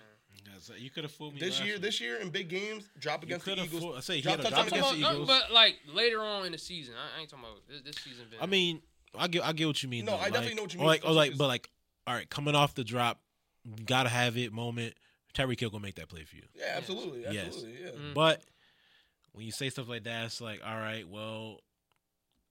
B: That's- You could have fooled me
C: this
B: last
C: year.
B: week.
C: This year in big games, drop
B: You
C: against
B: could
C: the
B: have
C: Eagles.
B: fooled. I say he
C: Drop
B: had a drop
C: touchdown
D: I'm
B: against
D: talking
B: the
D: about- no,
B: Eagles.
D: but like later on in the season, I, I ain't talking about this, this season. Been,
B: I mean, I get, I get what you mean.
C: No,
B: though.
C: I definitely
B: Like-
C: know what you
B: or
C: mean.
B: Like, or like,
C: It's-
B: but like, all right, coming off the drop, gotta have it moment. Tyreek Hill gonna make that play for you.
C: yeah, absolutely,
B: Yes.
C: absolutely, yeah.
D: Mm.
B: But when you say stuff like that, it's like, all right, well,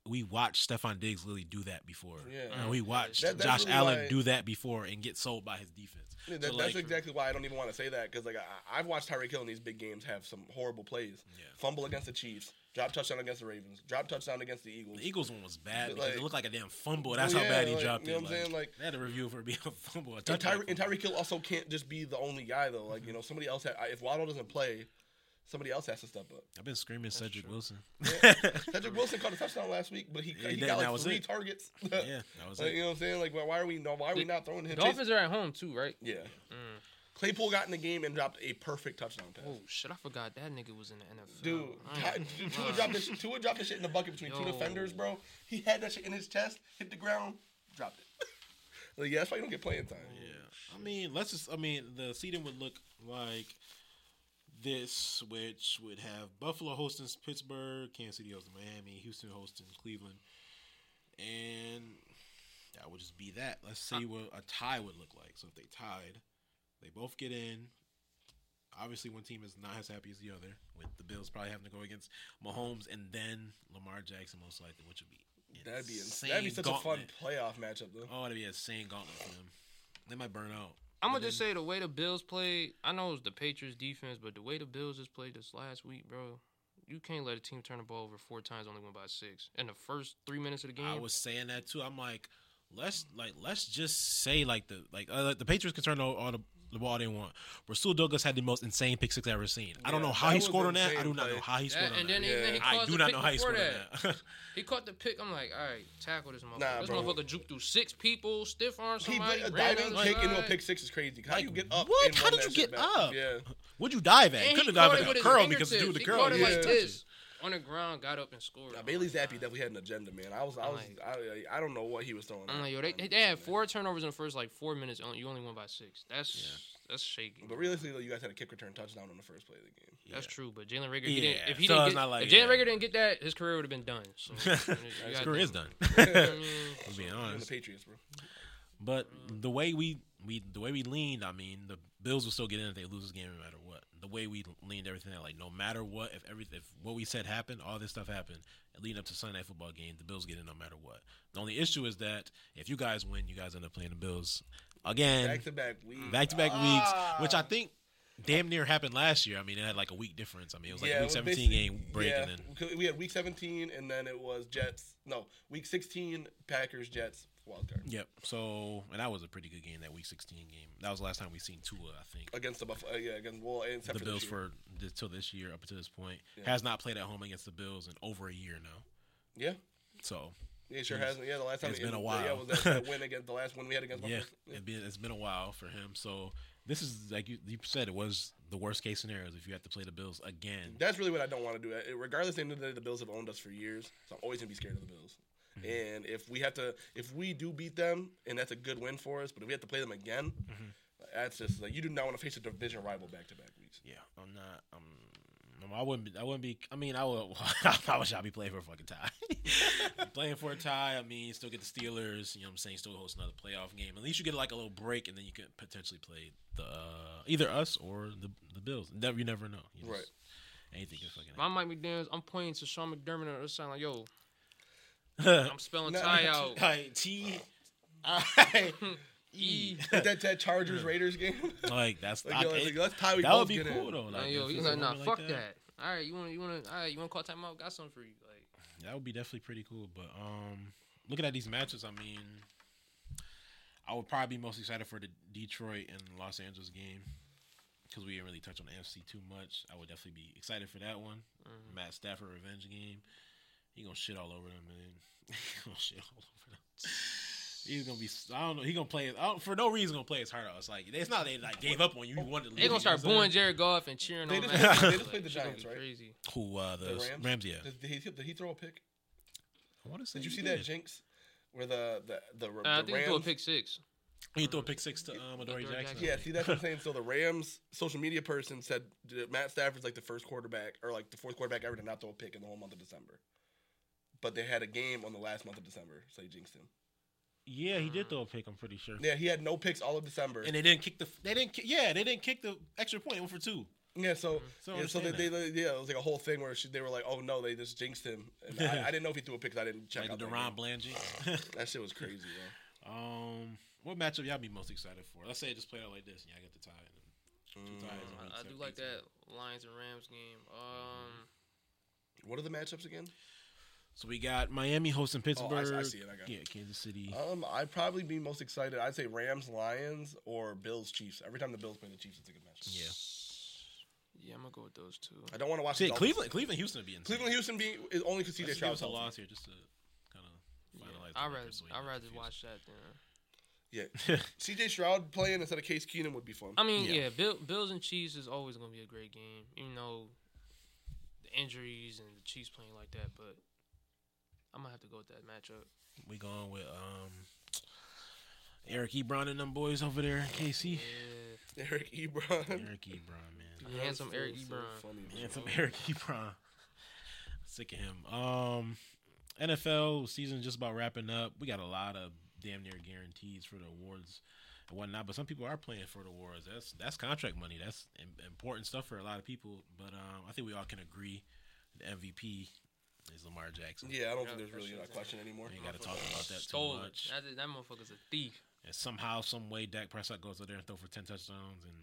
B: we watched Stephon Diggs literally do that before.
C: Yeah.
B: And we
D: Mm.
B: watched
C: That- that's
B: Josh
C: really
B: Allen
C: why-
B: do that before and get sold by his defense.
C: Yeah,
B: So,
C: that,
B: like,
C: that's exactly why I don't even want to say that because like I, I've watched Tyreek Hill in these big games have some horrible plays.
B: Yeah.
C: Fumble against the Chiefs, drop touchdown against the Ravens, drop touchdown against the Eagles.
B: The Eagles one was bad
C: But,
B: because
C: like-
B: it looked like a damn fumble. That's
C: Well,
B: how
C: yeah,
B: bad he
C: like,
B: dropped
C: you know
B: it.
C: what I'm saying? Like-
B: they had a review for being a fumble. A
C: And,
B: touchdown
C: Tyre- and
B: fumble.
C: Tyreek Hill also can't just be the only guy though. Like you
B: Mm-hmm.
C: know, somebody else. Ha- I- if Waddle doesn't play, somebody else has to step up.
B: I've been screaming Cedric Wilson.
C: Cedric Wilson caught a touchdown last week, but he,
B: Yeah,
C: he,
B: he did,
C: got
B: and that
C: like
B: was
C: three
B: it.
C: targets.
B: yeah, that was
C: Like, you
B: it.
C: know what I'm saying? Like why- why are we no? Why are we not throwing him?
D: Dolphins are at home too, right?
C: Chase- yeah.
B: Mm.
C: Claypool got in the game and dropped a perfect touchdown pass.
D: Oh shit, I forgot that nigga was in the NFL.
C: Dude,
B: oh,
D: I
C: Ty-
D: ain't
C: dude, Tua
D: lying.
C: dropped, this, Tua dropped this shit in the bucket between two
D: Yo.
C: defenders, bro. He had that shit in his chest, hit the ground, dropped it. like, yeah, that's why you don't get playing time.
B: Yeah, I mean, let's just. I mean, the seeding would look like this, which would have Buffalo hosting Pittsburgh, Kansas City hosting Miami, Houston hosting Cleveland, and that would just be that. Let's see what a tie would look like. So if they tied, they both get in. Obviously, one team is not as happy as the other. With the Bills probably having to go against Mahomes and then Lamar Jackson, most likely, which would be
C: That'd be insane. That'd be such
B: gauntlet.
C: a fun playoff matchup, though.
B: Oh, that'd be a insane gauntlet for them. They might burn out.
D: I'm gonna just say the way the Bills played. I know it's the Patriots defense, but the way the Bills just played this last week, bro, you can't let a team turn the ball over four times, only win by six in the first three minutes of the game.
B: I was saying that too. I'm like, let's like let's just say like the like uh, the Patriots can turn all, all the, the ball they want. Rasul Douglas had the most insane pick six I've ever seen. I don't
C: Yeah,
B: know how
C: that
B: he
C: was
B: scored on that. I
C: insane
B: do not
C: play.
B: know how he
D: That-
B: scored on
D: and then
B: that.
D: even he
C: Yeah.
D: caused
B: I do
D: the
B: not
D: pick
B: know how he
D: before
B: scored
D: that.
B: on that.
D: He caught the pick. I'm like, all right, tackle this motherfucker.
C: Nah,
D: this
C: bro.
D: motherfucker juked through six people, stiff arm
C: He
D: somebody.
C: did a
D: ran
C: diving
D: out of
C: kick into a
D: line.
C: pick six is crazy. How do you get up?
B: what?
C: and
B: How
C: run
B: did
C: that
B: you
C: shit
B: get
C: back?
B: up?
C: Yeah.
B: Would you dive at?
D: And
B: Couldn't
D: he
B: have dive
D: caught
B: at
D: it with
B: a
D: his
B: curl because the dude with
D: fingertips.
B: the
D: He
B: curl.
D: caught it
B: yeah.
D: like
C: Yeah.
D: this on the ground, got up and scored.
C: Now,
D: I'm
C: Bailey
D: like,
C: Zappi
D: nah.
C: definitely had an agenda, man. I was, I was, I, I don't know what he was throwing. um,
D: I'm
C: out.
D: like, yo, they, they they had four turnovers in the first like four minutes. Only you only won by six. That's that's shaky.
C: But realistically, though, you guys had a kick return touchdown on the first play of the game.
D: That's
B: Yeah.
D: true, but Jalen Rager, he
B: Yeah,
D: didn't, if he
B: so
D: didn't
B: it's
D: get,
B: not like-
D: if Jalen
B: yeah.
D: Rager didn't get that, his career would have been done. So
B: His career is done.
D: I mean,
B: I'm being
C: And the
B: honest.
C: Patriots, bro.
B: But the way we we the way we leaned, I mean, the Bills will still get in if they lose this game no matter what. The way we leaned everything out, like no matter what, if everything, if what we said happened, all this stuff happened leading up to Sunday night football game, the Bills get in no matter what. The only issue is that if you guys win, you guys end up playing the Bills again,
C: Back to back Ah. week.
B: back to back weeks, which I think damn near happened last year. I mean, it had like a week difference. I mean, it was like a
C: it
B: week
C: was
B: seventeen
C: basically-
B: game break,
C: yeah,
B: and then
C: because we had week 17, and then it was Jets. No, week 16, Packers, Jets, wild card
B: Yep. So, and that was a pretty good game that Week 16 game. That was the last time we seen Tua, I think.
C: against the Buffalo. yeah, against well, except
B: the
C: for
B: Bills
C: this year.
B: for the, till this year, up until this point, has not played at home against the Bills in over a year now.
C: yeah,
B: So,
C: yeah, it sure hasn't. Yeah, the last time
B: It's
C: it-
B: been a
C: Yeah,
B: while.
C: was that, that win against the last one we had against
B: yeah,
C: Buffalo.
B: it been, it's been a while for him. So, this is like you, you said, it was the worst case scenarios if you have to play the Bills again.
C: That's really what I don't want to do. Uh, Regardless, at the end of the day, the Bills have owned us for years, so I'm always gonna be scared of the Bills.
B: Mm-hmm.
C: And if we have to, if we do beat them, and that's a good win for us, but if we have to play them again,
B: Mm-hmm.
C: that's just like you do not want to face a division rival back to back weeks.
B: Yeah, I'm not. I'm. I'm- I wouldn't. Be, I wouldn't be. I mean, I would. I wish I'd be playing for a fucking tie. playing for a tie. I mean, still get the Steelers. You know, what I'm saying, still host another playoff game. At least you get like a little break, and then you can potentially play the uh, either us or the the Bills. Never, you never know. You
C: Right.
B: Anything can fucking.
D: If I'm Mike McDaniels, I'm pointing to Sean McDermott on the other side, like, yo,
B: happen.
D: I'm spelling
C: No.
D: tie out.
B: Like, T- I-
D: E.
C: Like that that Chargers Raiders game,
B: like that's
C: like, yo,
B: Mm. I-
C: it's like, let's tie. We
B: that
C: both
B: would be
C: get in.
B: cool though.
D: Nah,
B: Like,
D: yo,
B: if
D: he's
B: it's
D: like,
B: a
D: nah,
B: moment
D: fuck that. All right, you want to, you want to, all right, you want to call timeout? Got something for you. Like,
B: That would be definitely pretty cool. But um, looking at these matches, I mean, I would probably be most excited for the Detroit and Los Angeles game because we didn't really touch on the NFC too much. I would definitely be excited for that one.
D: Mm-hmm.
B: Matt Stafford revenge game. He gonna shit all over them, man. he gonna shit all over them. He's gonna be. I don't know. He gonna play. I don't, for no reason, gonna play his heart out. It's like it's not they like gave up on you. He wanted to
D: they gonna
B: leave, you know
D: start
B: what I'm
D: booing Jared Goff and cheering
C: They
D: on
C: just-
D: that.
C: they just played the
D: shit gonna
C: Giants,
D: be
C: right?
D: Crazy.
B: saying? Who uh, the,
C: The
B: Rams?
C: Rams?
B: Yeah.
C: Did, did he, did he throw a pick?
B: I want to say
C: Did you
B: he
C: see that jinx where the the the, the
D: Uh, I think he
C: Rams?
D: threw a pick six.
B: He threw a pick six to um, Adoree
D: Adoree
B: Jackson.
D: Jackson.
C: Yeah, see that's what I'm saying. So the Rams social media person said that Matt Stafford's like the first quarterback or like the fourth quarterback ever to not throw a pick in the whole month of December. But they had a game on the last month of December, so he jinxed him.
B: Yeah, he did throw a pick. I'm pretty sure.
C: Yeah, he had no picks all of December.
B: And they didn't kick the. They didn't. ki- Yeah, they didn't kick the extra point. One for two.
C: yeah, so
B: So Mm-hmm. I
C: yeah, so they, they,
B: understand
C: yeah, it was like a whole thing where she, they were like, "Oh no, they just jinxed him." And I, I didn't know if he threw a pick. 'cause I didn't check
B: Like
C: out
B: the
C: that,
B: Deron
C: game.
B: Blangy.
C: that shit was crazy. Yo.
B: um, what matchup y'all be most excited for? Let's say it just played out like this, and y'all get the tie. And
C: Mm.
B: then two ties.
D: I,
B: and
D: I do like that Lions and Rams game. Um,
C: What are the matchups again?
B: So we got Miami hosting Pittsburgh.
C: see it, I got it.
B: yeah, Kansas City.
C: Um, I'd probably be most excited. I'd say Rams, Lions, or Bills, Chiefs. Every time the Bills play the Chiefs, it's a good match.
B: yeah.
D: yeah, I'm gonna go with those two.
C: I don't want to watch
B: See,
C: the Dolphins.
B: Cleveland, Cleveland, Houston would be insane.
C: Cleveland Houston being is only because
B: Let's
C: CJ
B: just give
C: Stroud.
B: us a
C: fell.
B: loss here just to kind of finalize. the
D: I'd rather,
B: record so we
D: I'd
B: don't
D: rather
B: confuse.
D: watch that then.
C: Yeah, CJ Stroud playing instead of Case Keenum would be fun.
D: I mean,
B: Yeah.
D: yeah, Bill, Bills and Chiefs is always gonna be a great game, even though the injuries and the Chiefs playing like that. But I'm gonna have to go with that matchup.
B: We going with um. Eric Ebron and them boys over there, in KC.
D: Yeah,
C: Eric Ebron.
B: Eric Ebron, man.
D: handsome Eric
C: So- so
D: Ebron.
C: funny, man.
B: Man, some Eric Ebron. Sick of him. Um, NFL season just about wrapping up. We got a lot of damn near guarantees for the awards and whatnot, but some people are playing for the awards. That's that's contract money. That's im- important stuff for a lot of people. But um, I think we all can agree the MVP is Lamar Jackson.
C: Yeah, I don't think
D: Yeah,
C: there's really a
D: questions.
C: question anymore.
B: We ain't got to talk about that too
D: Stolen.
B: much.
D: That, that motherfucker's a thief.
B: And somehow, some way, Dak Prescott goes out there and throw for ten touchdowns and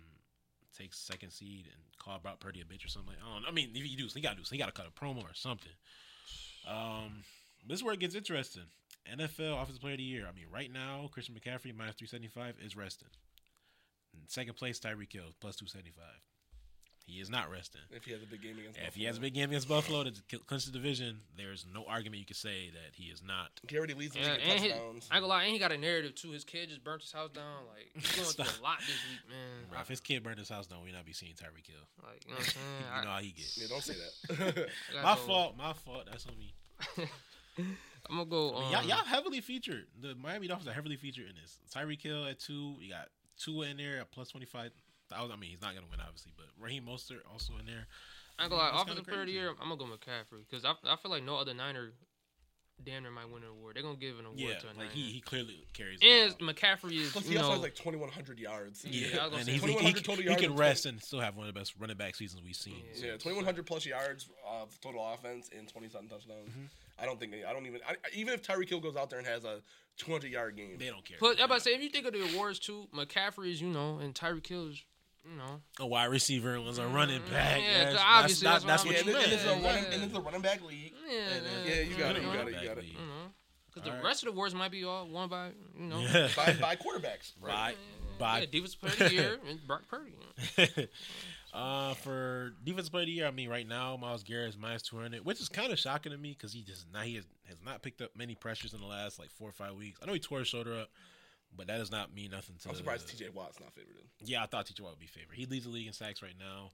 B: takes second seed and call Brock Purdy a bitch or something. Like, I don't. know. I mean, if you do, he got to do. He got to cut a promo or something. Um, this is where it gets interesting. NFL Offensive Player of the Year. I mean, right now, Christian McCaffrey minus three seventy five is resting. And second place, Tyreek Hill plus two seventy five. He is not resting.
C: If he has a big game against.
B: If he
C: Buffalo.
B: has a big game against Buffalo to clinch the division, there's no argument you can say that he is not
C: he already leads the
D: Yeah,
C: league in
D: and he, I
C: touchdowns.
D: ain't gonna lie, and he got a narrative too. His kid just burnt his house down. Like he's going through
B: Stop.
D: a lot this week, man.
B: Bro, if his kid burned his house down, we not be seeing Tyreek Hill.
D: Like you know what I'm saying?
B: You know how he gets.
C: Yeah, don't say that.
D: I gotta
B: My
D: go-
B: fault. My fault. That's on me.
D: I'm gonna go. Um,
B: y'all, y'all heavily featured. The Miami Dolphins are heavily featured in this. Tyreek Hill at two. You got two in there at plus twenty five thousand. I mean, he's not gonna win obviously, but Raheem Mostert also in there.
D: I ain't gonna lie,
B: That's kinda
D: offensive player of the
B: crazy.
D: year, I'm gonna go McCaffrey because I, I feel like no other Niner damn near might win an award. They're gonna give an award
B: Yeah,
D: to a
B: like
D: nine.
B: he, he clearly carries. the
D: and
B: ball.
D: McCaffrey is
C: Plus, he
D: you
C: also
D: know
C: has like 2,100 yards.
D: I
B: yeah,
D: was gonna
B: and
D: say
B: he's, he, he,
C: 2100 total
B: he
C: yards
B: can
C: and
B: rest and still have one of the best running back seasons we've seen.
D: Yeah.
B: So,
C: Yeah, 2,100 plus yards of total offense and 20 something touchdowns.
B: Mm-hmm.
C: I don't think they, I don't even, I, I- even if Tyreek Hill goes out there and has a 200 yard game,
B: They don't care.
D: But I'm about to say, if you think of the awards too, McCaffrey is, you know, and Tyreek Hill is, you know,
B: a wide receiver was a running back.
D: Mm, yeah,
B: Yeah,
D: 'cause
B: that's,
D: obviously
B: that's, that's,
D: that's what
C: yeah,
B: what
C: and,
B: you
D: I'm
B: meant.
C: this, and this is a
D: Yeah.
C: running, and this is a running back league.
D: yeah,
C: Yeah, you got it, you got it, you got it.
B: Back league.
D: Because the
B: All right.
D: rest of the awards might be all won by, you know, yeah,
B: Yeah.
C: by, by quarterbacks.
B: Bye.
D: yeah
B: Bye.
D: defensive player of the year and Brock Purdy.
B: uh, for defense player of the year, I mean, right now Miles Garrett is minus two hundred, which is kind of shocking to me because he just not he has, has not picked up many pressures in the last like four or five weeks. I know he tore his shoulder up, but that does not mean nothing to.
C: I'm surprised TJ Watt's not favored.
B: Yeah, I thought TJ Watt would be favored. He leads the league in sacks right now.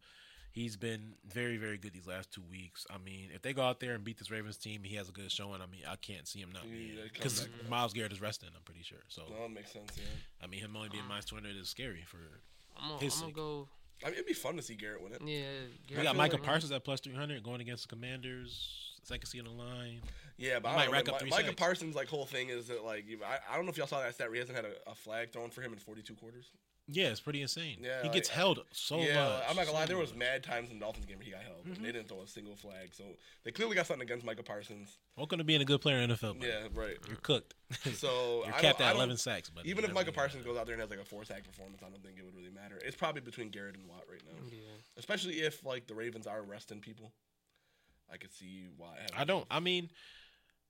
B: He's been very, very good these last two weeks. I mean, if they go out there and beat this Ravens team, he has a good showing. I mean, I can't see him not
C: Yeah,
B: being
C: they come
B: because
C: back.
B: Miles Garrett is resting. I'm pretty sure. So
C: No, that makes sense. Yeah,
B: I mean, him only
C: uh,
B: being minus 200 is scary for.
D: I'm gonna,
B: His
D: I'm gonna
B: sake.
D: go,
C: I mean, it'd be fun to see Garrett win it.
D: yeah.
B: We got
D: Garrett Hill,
B: Michael
D: man.
B: Parsons at plus 300 going against the Commanders. Second seed on the line.
C: Yeah, but I
B: Might
C: don't know,
B: rack
C: man.
B: up
C: Mi-
B: three
C: Micah
B: sacks.
C: Parsons' like whole thing is that like you- I, I don't know if y'all saw that stat. Where he hasn't had a, a flag thrown for him in 42 quarters.
B: Yeah, it's pretty insane.
C: Yeah,
B: he
C: like-
B: gets held so
C: yeah,
B: much.
C: I'm not gonna lie.
B: so
C: There was
B: much.
C: mad times in the Dolphins game where he got held. and They didn't throw a single flag, so they clearly got something against Micah Parsons.
B: Welcome to being a good player in the NFL. buddy.
C: Yeah, right.
B: You're cooked.
C: So
B: You're
C: I
B: capped
C: don't- I
B: at
C: don't-
B: 11 sacks. But
C: Even if Micah Parsons goes out there and has like a four sack performance, I don't think it would really matter. It's probably between Garrett and Watt right now,
D: Yeah.
C: especially if like the Ravens are resting people. I could see why.
B: I don't. I mean,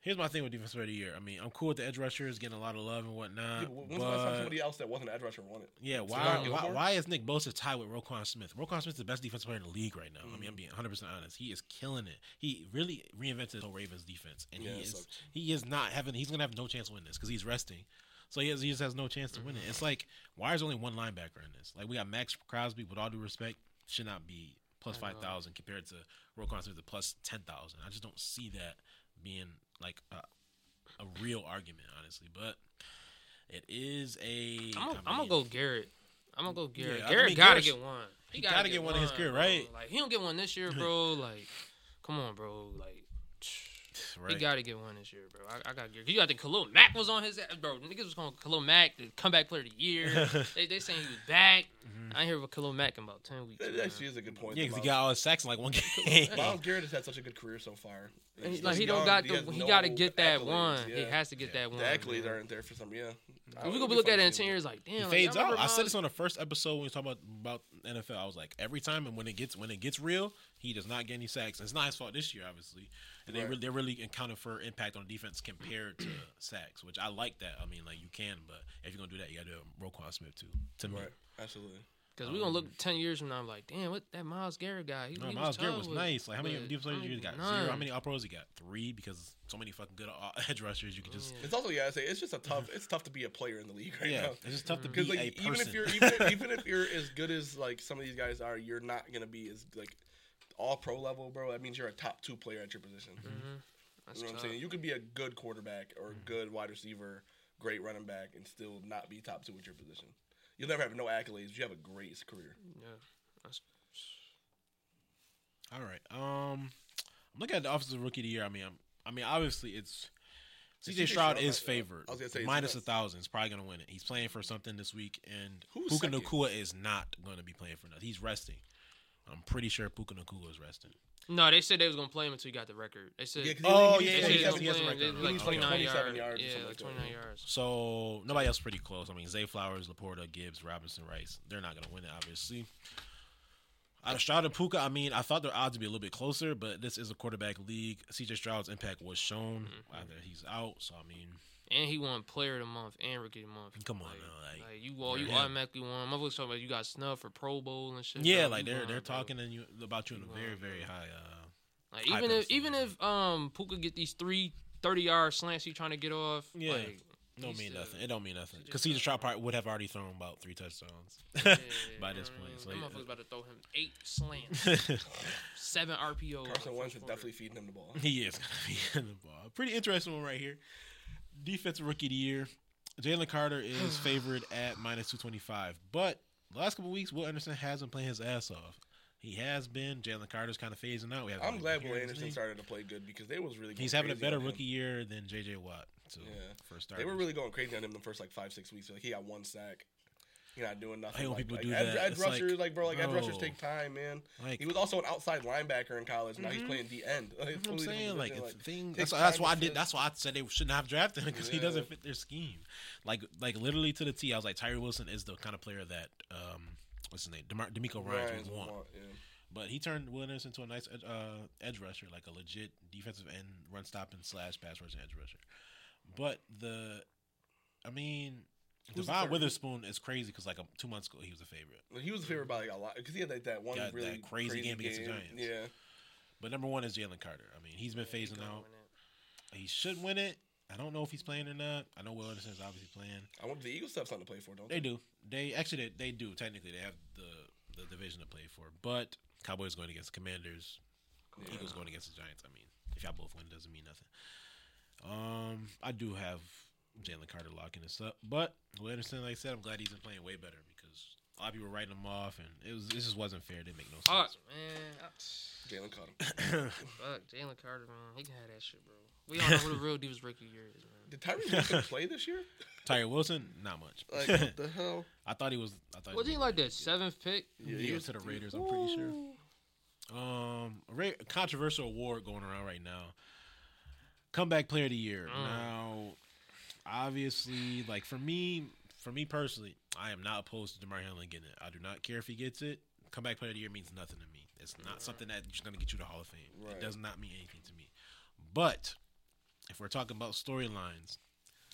B: here's my thing with defense player of the year. I mean, I'm cool with the edge rushers getting a lot of love and whatnot.
C: Yeah, but when's the last time
B: but
C: somebody else that wasn't an edge rusher won it?
B: yeah, why,
C: Stephon
B: why
C: Gilmore?
B: why is Nick Bosa tied with Roquan Smith? Roquan Smith's the best defensive player in the league right now. I
D: Mm.
B: mean, I'm being 100 percent honest. He is killing it. He really reinvented the whole Ravens defense, and
C: Yeah,
B: he
C: it
B: is
C: sucks.
B: he is not having. He's gonna have no chance to win this because he's resting. So he, has, he just has no chance to win it.
D: Mm-hmm.
B: It's like why is only one linebacker in this? Like we got Max Crosby. With all due respect, should not be plus
D: I know.
B: five thousand compared to Roquan Smith at plus ten thousand. I just don't see that being like a, a real argument, honestly. But it is a.
D: I'm gonna,
B: I
D: I'm gonna
B: mean,
D: go Garrett. I'm gonna go Garrett.
B: Yeah, I
D: Garrett
B: mean,
D: gotta
B: Garrett's-
D: get one.
B: he gotta get one in his career,
D: bro.
B: right?
D: Like he don't get one this year, bro. Like, come on, bro. Like,
B: Right.
D: he gotta get one this year, bro. I, I got Garrett. You got the Khalil Mack was on his ass, bro. Niggas was calling Khalil Mack the comeback player of the year. they they saying he was back.
B: Mm-hmm.
D: I ain't hear about Khalil Mack in about ten weeks.
C: That
D: man.
C: actually is a good point.
B: Yeah,
C: though,
B: because he
C: Miles-
B: got all his sacks in like one game.
C: Miles Garrett has had such a good career so far.
D: And he-
C: He's
D: like he
C: young,
D: don't got
C: but
D: the
C: has
D: he
C: no
D: gotta get that
C: accolades,
D: one. He
C: yeah.
D: has to get that one.
C: The accolades
D: man.
C: aren't there for some. Yeah, I-
D: We
C: it'd
D: gonna be
C: fun
D: looking at
C: to
D: it in
C: see
D: ten
C: him.
D: years like damn.
B: He
D: like,
B: fades out.
D: y'all remember
B: I said
D: Miles-
B: this on the first episode when we talk about about NFL. I was like, every time, and when it gets when it gets real, he does not get any sacks. It's not his fault this year, obviously. And they
C: Right.
B: really, they really accounted for impact on defense compared to sacks, which I like that. I mean, like you can, but if you're gonna do that, you gotta do it with Roquan Smith too. To me,
C: Right, absolutely.
D: Because we're going to look 10 years from now and be like, damn, what that Miles Garrett guy. He,
B: no,
D: he
B: Miles Garrett
D: tough
B: was
D: with-
B: nice. Like how many
D: but
B: defensive players you
D: none.
B: got? Zero. How many All Pros you got? Three, because so many fucking good uh, edge rushers. You could just
C: It's also yeah, I say it's just a tough. It's tough to be a player in the
D: Oh,
C: league right
B: yeah,
C: now.
B: it's just tough to be
C: Because like
B: a person.
C: even if you're even, even if you're as good as like some of these guys are, you're not gonna be as like all pro level, bro. That means you're a top two player at your position.
B: Mm-hmm.
D: That's
C: You know what I'm
D: tough.
C: saying? You could be a good quarterback or a good wide receiver, great running back, and still not be top two at your position. You'll never have no accolades. but You have a great career.
D: Yeah. That's-
B: All right. Um, I'm looking at the offensive rookie of the year. I mean, I'm, I mean, obviously it's
C: Is
B: CJ Stroud
C: CJ Stroud
B: is
C: not-
B: favored.
C: I was gonna say, it's
B: minus a
C: nuts.
B: thousand. He's probably gonna win it. He's playing for something this week, and
C: Who's
B: Puka
C: second?
B: Nakua is not gonna be playing for nothing. He's resting. I'm pretty sure Puka Nakua is resting.
D: No, they said they was going to play him until he got the record. They said.
C: Yeah, 'cause
B: Oh,
C: he,
B: yeah,
D: they
B: yeah,
D: said
B: he
D: he
B: has-
D: was
B: he has the
D: playing-
B: record.
D: it was
B: He
D: like
B: needs, like,
D: 29
C: 27
D: yards.
C: yards or
D: Yeah,
C: something
D: like
C: like that.
D: 29 yards.
B: So nobody else pretty close. I mean, Zay Flowers, Laporta, Gibbs, Robinson, Rice. They're not gonna win it, obviously. Out of Stroud and Puka, I mean, I thought their odds would be a little bit closer, but this is a quarterback league. CJ Stroud's impact was shown.
C: Mm-hmm.
B: Either he's out, so I mean,
D: And he won Player of the Month and Rookie of the Month.
B: Come on
D: like,
B: now, like,
D: like, you all you
B: yeah.
D: automatically won. My book's talking about you got snubbed for Pro Bowl and shit.
B: Yeah,
D: bro.
B: like
D: You
B: they're
D: won,
B: they're
D: bro.
B: talking and you, about you in a very
D: Wow.
B: very high. Uh,
D: Like
B: high
D: even if
B: pedestal,
D: even
B: man.
D: if um Puka get these three 30 yard slants he trying to get off.
B: Yeah.
D: Like,
B: don't
D: he's
B: mean
D: still-
B: nothing. It don't mean nothing
D: just
B: because CJ
D: not-
B: Stroud probably would have already thrown about three touchdowns by this point. uh, So,
D: I'm
B: yeah.
D: about to throw him eight slants, seven RPO.
C: Carson Wentz is definitely feeding him the ball.
B: he is gonna be in the ball. Pretty interesting one right here. Defensive rookie of the year. Jalen Carter is favored at minus two twenty five, but the last couple weeks, Will Anderson has been playing his ass off. He has been. Jalen Carter's kind of phasing out. We haven't
C: I'm
B: really
C: glad
B: been
C: Will
B: hearing his
C: Anderson
B: name.
C: started to play good because they was really.
B: He's
C: going
B: having a
C: crazy
B: better
C: on him.
B: rookie year than J.J. Watt. So
C: Yeah.
B: first start,
C: They were really going crazy on him the first like five six weeks. Like he got one sack. You're not doing nothing.
B: hate when
C: like,
B: people
C: like,
B: do
C: edge,
B: that.
C: edge
B: It's
C: rushers,
B: like,
C: like bro, like edge
B: bro.
C: rushers take time, man.
B: like Mm-hmm.
C: He was also an outside linebacker in college. Now he's playing D end. Like,
B: That's what I'm
C: totally
B: saying.
C: different
B: Like,
C: position,
B: it's things.
C: takes
B: That's, that's
C: time
B: why I
C: to
B: did.
C: fit.
B: That's why I said they shouldn't have drafted him because he
C: Yeah.
B: doesn't fit their scheme. Like, like literally to the T. I was like, Tyree Wilson is the kind of player that um, what's his name, Demar- D'Amico Ryan's,
C: Ryan's
B: would want.
C: want, yeah.
B: But he turned Will Anderson into a nice edge- uh, edge rusher, like a legit defensive end, run stopping slash pass rushing edge rusher. But the, I mean,
C: Who's the
B: Devon
C: third?
B: Witherspoon is crazy because like um, two months ago he was a favorite.
C: Well, He was favored by like a lot because he had like that one
B: Got
C: really
B: that crazy game against the Giants.
C: Yeah,
B: But number one is Jalen Carter. I mean, he's been phasing out. He should win it. I don't know if he's playing or not. I know Will Anderson's obviously playing.
C: I want the Eagles to have something to play for, don't
B: They
C: they?
B: do. They actually they, they do technically. They have the the division to play for. But Cowboys going against the Commanders.
C: Yeah.
B: Eagles going against the Giants. I mean, if y'all both win, it doesn't mean nothing. Um, I do have Jalen Carter locking this up, but Will Anderson, like I said, I'm glad he's been playing way better because a lot of people were writing him off, and it was it just wasn't fair. It didn't make no sense.
D: Hot man. I-
C: Jalen caught him.
D: Fuck, Jalen Carter, man. He can have that shit, bro. We all know who the real Divas rookie year is, man.
C: Did Tyree Wilson play this year?
B: Tyree Wilson, not much.
C: Like what the hell?
B: I thought he was. I thought
D: Was
B: was
D: he like the seventh pick?
B: Yeah,
C: he was-
B: to the Raiders, I'm pretty sure. Um, a ra- controversial award going around right now. Comeback Player of the Year.
D: Mm.
B: Now, obviously, like for me, for me personally, I am not opposed to Demar Hamlin getting it. I do not care if he gets it. Comeback Player of the Year means nothing to me. It's not something that's going to get you the Hall of Fame.
C: Right.
B: It does not mean anything to me. But if we're talking about storylines,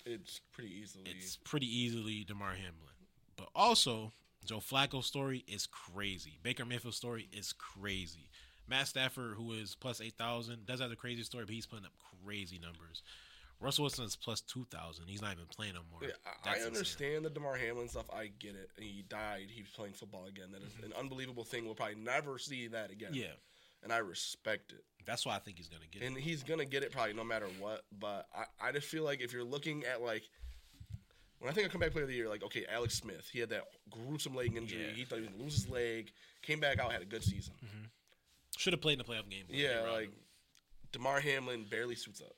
C: It's pretty easily.
B: it's pretty easily DeMar Hamlin. But also, Joe Flacco's story is crazy. Baker Mayfield's story is crazy. Matt Stafford, who is plus 8,000, does have the crazy story, but he's putting up crazy numbers. Russell Wilson is plus 2,000. He's not even playing no more.
C: Yeah, I, I
B: That's insane.
C: understand the Demar Hamlin stuff. I get it. And he died. He was playing football again. That is an unbelievable thing. We'll probably never see that again.
B: Mm-hmm. Yeah,
C: and I respect it.
B: that's why I think he's going to get
C: and
B: it.
C: he's gonna get it probably no matter what. But I, I just feel like if you're looking at like when I think of comeback player of the year, like okay, Alex Smith, he had that gruesome leg injury.
B: Yeah. Mm-hmm.
C: He thought he was gonna lose his leg, came back out, had a good season.
B: Should have played in the playoff game. but they
C: Yeah,
B: robbed
C: like
B: him.
C: Demar Hamlin barely suits up,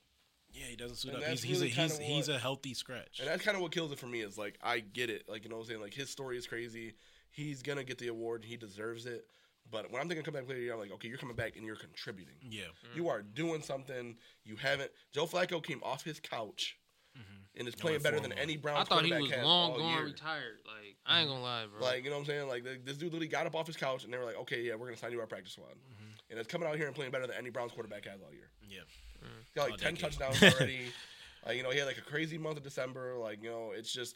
B: yeah, he doesn't suit
C: and
B: up.
C: that's
B: He's, he's,
C: really
B: a, he's,
C: kinda
B: he's
C: what-
B: a healthy scratch.
C: and that's kind of what kills it for me. Is like I get it, like you know what I'm saying. Like his story is crazy. He's gonna get the award. He deserves it. But when I'm thinking comeback player of the year, I'm like, okay, you're coming back and you're contributing.
B: yeah,
D: Mm-hmm.
C: You are doing something you haven't. Joe Flacco came off his couch and is playing
B: went
C: better
B: four
C: than
B: and one.
C: any Browns
D: Mm-hmm. I thought he
C: quarterback
D: was
C: has
D: long
C: all
D: gone
C: year.
D: retired. Like, I ain't gonna lie, bro.
C: Like you know what I'm saying? Like th- this dude literally got up off his couch and they were like, "Okay, yeah, we're gonna sign you to our practice squad,"
D: Mm-hmm.
C: and it's coming out here and playing better than any Browns quarterback has all year.
B: yeah.
C: He got like
B: All
C: ten
B: decade.
C: touchdowns already. like you know, he had like a crazy month of December. Like you know, it's just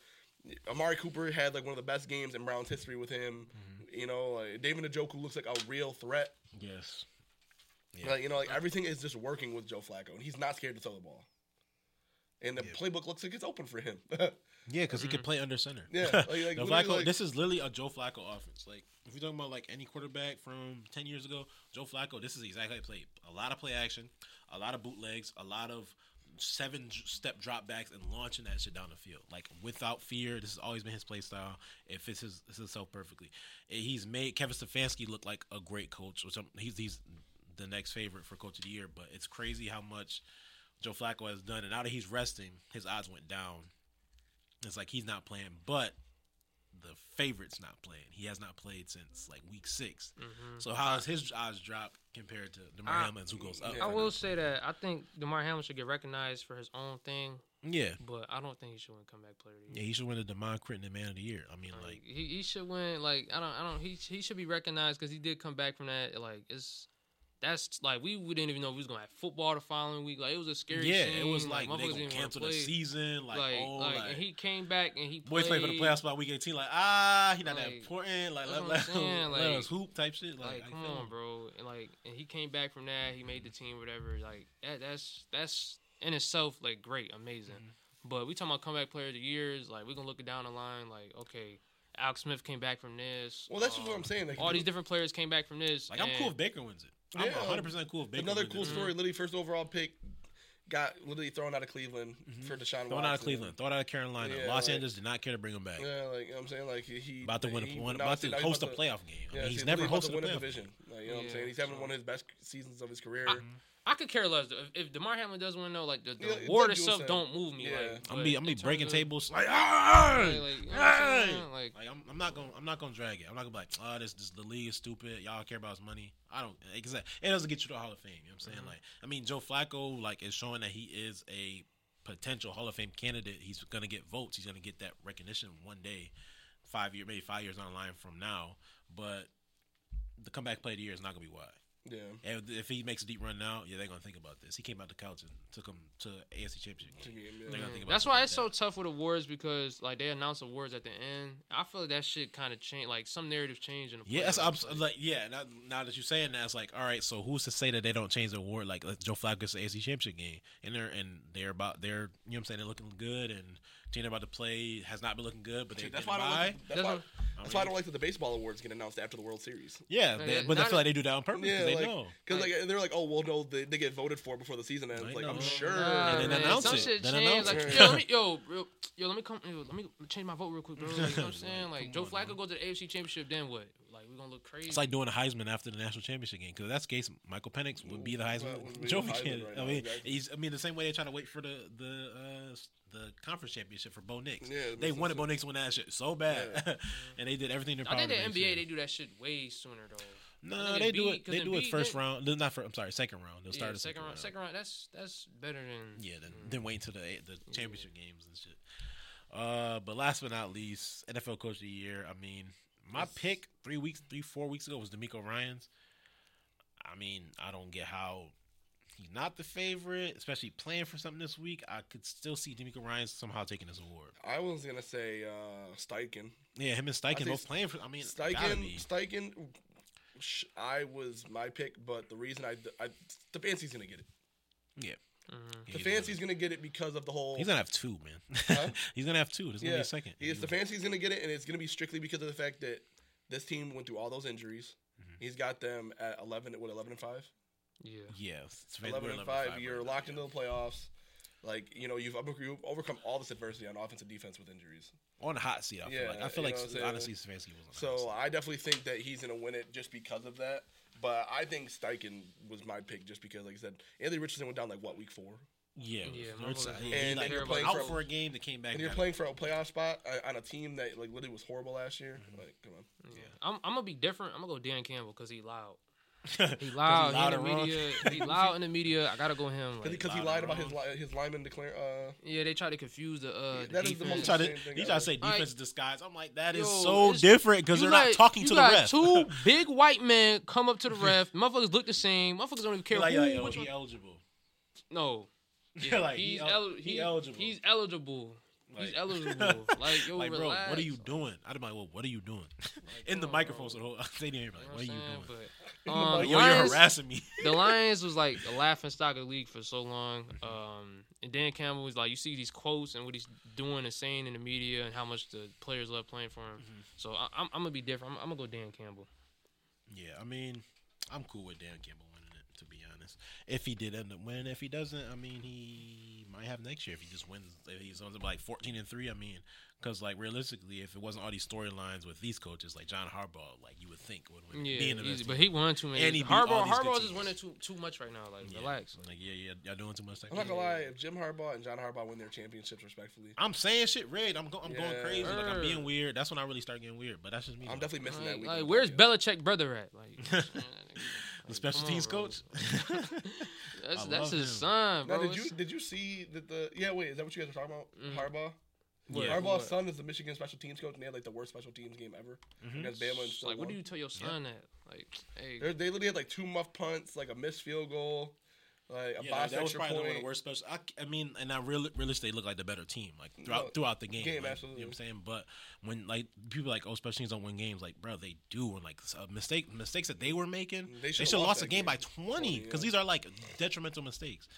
C: Amari Cooper had like one of the best games in Browns history with him.
B: Mm-hmm.
C: You know, like, David Njoku looks like a real threat.
B: Yes. Yeah.
C: Like you know, like everything is just working with Joe Flacco, and he's not scared to throw the ball. And the
B: Yeah.
C: playbook looks like it's open for him.
B: Yeah, because he could play under center.
C: Yeah, like- like,
B: The
C: literally,
B: Flacco-
C: like-
B: this is literally a Joe Flacco offense. Like if we're talking about like any quarterback from ten years ago, Joe Flacco, this is exactly how he played. A lot of play action, a lot of bootlegs, a lot of seven j- step drop backs and launching that shit down the field like without fear. This has always been his play style. It fits his, his himself perfectly. And he's made Kevin Stefanski look like a great coach. Which I'm, he's he's the next favorite for coach of the year. But it's crazy how much. Joe Flacco has done, and now that he's resting, his odds went down it's like he's not playing, but the favorite's not playing. He has not played since like week 6 So how is his odds drop compared to Demar
D: Mm-hmm. I-
B: Hamlin's, who goes up?
C: I
D: I
B: right
D: will
B: now?
D: say that I think DeMar Hamlin should get recognized for his own thing,
B: Yeah,
D: but I don't think he should win comeback player of the
B: yeah.
D: year.
B: He should win the Demond Critton Man of the Year. I mean,
D: Like,
B: like,
D: he, he should win. Like I don't I don't he he should be recognized because he did come back from that. Like it's that's like we, we didn't even know we was gonna have football the following week. Like it was a scary.
B: yeah,
D: scene.
B: it was like,
D: motherfuckers
B: they
D: didn't
B: gonna
D: wanna
B: cancel the
D: play.
B: season. Like,
D: Like, like,
B: oh, like,
D: and he came back and he
B: boys playing for the playoffs by week eighteen. Like, ah, he not that
D: Like,
B: important. Like,
D: that's
B: let,
D: what I'm
B: let,
D: saying,
B: let
D: like-
B: us hoop type shit. Like,
D: Like,
B: I
D: come
B: feel
D: on,
B: him.
D: bro, and like, and he came back from that. He made the team, whatever. Like that, that's that's in itself like great, amazing.
C: Mm-hmm.
D: But we talking about comeback player of the years. Like we're gonna look it down the line. Like okay, Alex Smith came back from this.
C: well, that's just
D: um,
B: Oh.
C: what I'm saying. Like,
D: All these different players came back from this.
B: Like, I'm cool
D: and-
B: if Baker wins it. I'm
C: Yeah.
B: 100 percent cool if Baker.
C: another
B: wins
C: cool
B: it.
C: story. Literally, first overall pick. got literally thrown out of Cleveland for Deshaun.
B: Mm-hmm. Thrown
C: Watson.
B: out of Cleveland, thrown out of Carolina.
C: Yeah,
B: Los
C: like-
B: Angeles did not care to bring him back.
C: Yeah, like you know what I'm saying, like he- he
B: about to win,
C: he-
B: a, win
C: now
B: about
C: see,
B: to
C: now he's
B: host a
C: about to-
B: playoff game. I mean,
C: yeah,
B: he's
C: see,
B: never
C: about to
B: hosted a
C: win
B: playoff game.
C: division. Like, you know what I'm
D: Yeah,
C: saying? He's having
D: so- Uh,
C: one of his best seasons of his career.
D: I could care less if, if Demar Hamlin does win though. Like the, the
C: Yeah, it's
D: award
C: like you were
D: itself
C: saying.
D: don't move me.
C: Yeah.
D: Like,
B: I'm
D: but
B: be, I'm
D: in
B: be
D: terms
B: breaking
D: of-
B: tables like,
D: Like,
B: "Arr!"
D: like, you know what I'm
B: Hey!
D: saying? Like,
B: Like I'm, I'm not gonna I'm not gonna drag it. I'm not gonna be like, oh, this, this the league is stupid. Y'all care about his money. I don't. Exactly. It doesn't get you to the Hall of Fame. You know what I'm
C: Mm-hmm.
B: saying? Like, I mean, Joe Flacco like is showing that he is a potential Hall of Fame candidate. He's gonna get votes. He's gonna get that recognition one day, five year maybe five years down the line from now. But the comeback play of the year is not gonna be wide.
C: Yeah,
B: If, if he makes a deep run now, yeah, they're gonna think about this. He came out the couch and took him to AFC Championship.
C: To
B: Game.
C: me,
B: They're
C: yeah.
B: gonna think about
D: That's
B: something
D: why it's so
B: like
D: tough with awards because like they announce awards at the end. I feel like that shit kind of changed. Like some narratives change in the
B: Yeah, that's
D: playoffs,
B: abs- like yeah. Now, now that you're saying that, it's like all right. So who's to say that they don't change the award? Like, like Joe Flacco gets the AFC Championship game, and they're and they're about they're you know what I'm saying they're looking good, and team about to play has not been looking good, but they that's
C: that's why I don't
B: why.
C: like, that's, why,
D: Doesn't-
C: that's why I don't like that the baseball awards get announced after the World Series.
B: Yeah,
D: Yeah,
B: they-
D: yeah,
B: but I
D: not
B: feel
D: a-
B: like they do that on purpose because
C: Yeah,
B: they
C: like,
B: know.
C: because like they're like, oh well, no, they, they get voted for before the season ends.
B: I
C: Like
B: know.
C: I'm sure.
D: Nah,
B: And then
D: man,
B: announce
D: some
B: it.
D: shit
B: Then
D: changed.
B: announce
C: it.
D: like, Yo, let me, yo, real, yo, let me come. Yo, let me change my vote real quick, bro. Like, you know what I'm saying? Like, Joe
B: Come on,
D: Flacco goes to the AFC Championship, then what? Like, we gonna look crazy.
B: It's like doing a Heisman after the national championship game because that's the case. Michael Penix would be the
C: Well,
B: Heisman
C: would be
B: trophy
C: the Heisman
B: candidate.
C: right
B: I
C: now,
B: mean,
C: exactly.
B: he's. I mean, the same way they're trying to wait for the the uh, s- the conference championship for Bo Nix.
C: Yeah, it
B: they
C: makes
B: wanted
C: sense.
B: Bo Nix to win that shit so bad, and they did everything. in Their
D: I think the
B: power to
D: NBA
B: make sure.
D: they do that shit way sooner though. I
B: No,
D: think
B: they
D: Embiid-
B: do it.
D: 'cause
B: They do it
D: Embiid
B: first
D: did-
B: round. no, Not for. I'm sorry, second round. They'll
D: Yeah,
B: start
D: second,
B: the
D: round, second round. That's that's better than
B: Yeah, then
C: Mm-hmm.
B: then wait until the the championship games and shit. Uh, but last but not least, NFL Coach of the Year. I mean, my pick three weeks, three four weeks ago was D'Amico Ryan's. I mean, I don't get how he's not the favorite, especially playing for something this week. I could still see D'Amico Ryan's somehow taking this award.
C: I was gonna say uh, Steichen.
B: Yeah, him and Steichen
C: think
B: both playing for. I mean, gotta
C: Steichen.
B: be.
C: Steichen. sh- I was my pick, but the reason I, I the fancy's gonna get it.
B: yeah.
D: mm-hmm,
C: The
B: He's gonna-
C: fancy's gonna get it because of the whole.
B: He's gonna have two, man. he's gonna have two. There's gonna be a second.
C: It's the fancy's gonna get it, and it's gonna be strictly because of the fact that this team went through all those injuries. He's got them at eleven. What eleven and five?
D: yeah.
B: Yeah, it's we're
C: Eleven and
B: 11
C: five. You're
B: right now,
C: locked
B: yeah.
C: into the playoffs. Like you know, you've over- you've overcome all this adversity on offense and defense with injuries.
B: on the hot seat. I feel
C: Yeah,
B: like I feel
C: you
B: like
C: know what I'm saying?
B: honestly, Stefanski was on the hot
C: So
B: seat.
C: I definitely think that he's gonna win it just because of that. But I think Steichen was my pick just because, like I said, Anthony Richardson went down like what week four,
B: Yeah,
D: Yeah,
B: yeah,
D: my brother's
B: side.
D: on
B: yeah, he
C: And
B: like
C: you're
B: was
C: playing
B: out
C: for-
B: for a game that came back.
C: and you're
B: got it.
C: playing for a playoff spot uh, on a team that like literally was horrible last year. Like, come on.
D: I'm, I'm gonna be different. I'm gonna go Dan Campbell because he loud. He
B: 'Cause
D: loud,
B: he loud
D: he in
B: and
D: the
B: wrong.
D: media. he loud in the media. I gotta go him. Like,
C: Because he
B: Loud
C: lied
B: and
C: about his
B: wrong.
C: li- his lineman declare. Uh,
D: yeah, they try to confuse the uh.
C: Yeah,
D: the
C: that is the
D: defense.
B: He
C: most
B: tried to,
C: Same thing
B: he tried
C: ever.
B: to say
D: All right.
B: defense disguise. I'm like, that is
D: Yo,
B: so
D: it's-
B: different because
D: You
B: they're
D: got-
B: not talking
D: you
B: to the
D: got
B: ref.
D: Two big white men come up to the ref. Motherfuckers look the same. Motherfuckers don't even care
B: like,
D: who.
B: like, yo,
D: which
B: he
D: one-
B: eligible.
D: no,
B: Yeah, like
D: he's
B: he, el-
D: eli-
B: he
D: he-
B: eligible.
D: He's eligible. he's
B: Like-
D: eligible. Like yo,
B: like, bro,
D: relax.
B: what are you doing? I'd be like, well, what are you doing? In the
D: come on,
B: microphone,
D: bro.
B: so the whole stadium, like, what are you
D: You know
B: doing?
D: what I'm saying? But, um,
B: Like,
D: the
B: yo, you're
D: Lions,
B: harassing me.
D: the Lions was like a laughing stock of the league for so long. Um, and Dan Campbell was like, you see these quotes and what he's doing and saying in the media and how much the players love playing for him.
B: Mm-hmm.
D: So I, I'm, I'm gonna be different. I'm, I'm gonna go Dan Campbell.
B: Yeah, I mean, I'm cool with Dan Campbell winning it, to be honest. If he did end up winning, if he doesn't, I mean, he might have next year if he just wins. If he's on to like 14 and three, I mean, because like realistically, if it wasn't all these storylines with these coaches, like John Harbaugh, like you would think would win.
D: Yeah,
B: being the
D: easy,
B: best
D: but
B: team.
D: he won too
B: And he
D: many.
B: beat all
D: Harbaugh,
B: these good
D: Harbaugh's is
B: teams.
D: winning too too much right now. Like,
B: Yeah.
D: relax.
B: Like, yeah, yeah, y'all doing too much.
C: I'm not gonna lie, if Jim Harbaugh and John Harbaugh win their championships respectfully,
B: I'm saying shit red. I'm, go- I'm going
C: Yeah.
B: crazy. Like I'm being
D: Err.
B: weird. That's when I really start getting weird. But that's just me.
C: I'm
B: though.
C: definitely missing that
D: Like,
C: week.
D: like, where's
C: Yeah.
D: Belichick brother at? Like,
B: the special
D: come on,
B: teams
D: bro.
B: coach.
D: that's
B: I
D: that's
B: love
D: his
B: him.
D: son,
C: Now, did
D: bro.
C: you
D: It's- Mm-hmm.
C: did you see that the yeah wait is that what you guys are talking about Harbaugh?
B: Yeah.
C: Harbaugh's
D: What?
C: son is the Michigan special teams coach, and they had like the worst special teams game ever
B: Mm-hmm.
C: against Bama. And
D: it's
C: still
D: like, what
C: won.
D: do you tell your son that? Like, hey,
C: They're- they literally had like two muff punts, like a missed field goal, like a
B: Yeah,
C: box
B: that was
C: extra
B: probably one
C: point.
B: of the worst special. I, I mean, and I real, realistically looked like the better team, like throughout
C: No,
B: throughout the game.
C: game,
B: like,
C: absolutely.
B: You know what I'm saying? But when like people are like, oh, special teams don't win games, like bro, they do. And like a mistake mistakes that they were making,
C: They
B: they
C: should've
B: should have
C: lost
B: lost
C: that
B: the game,
C: game.
B: by 20 because
C: yeah.
B: these are like detrimental mistakes.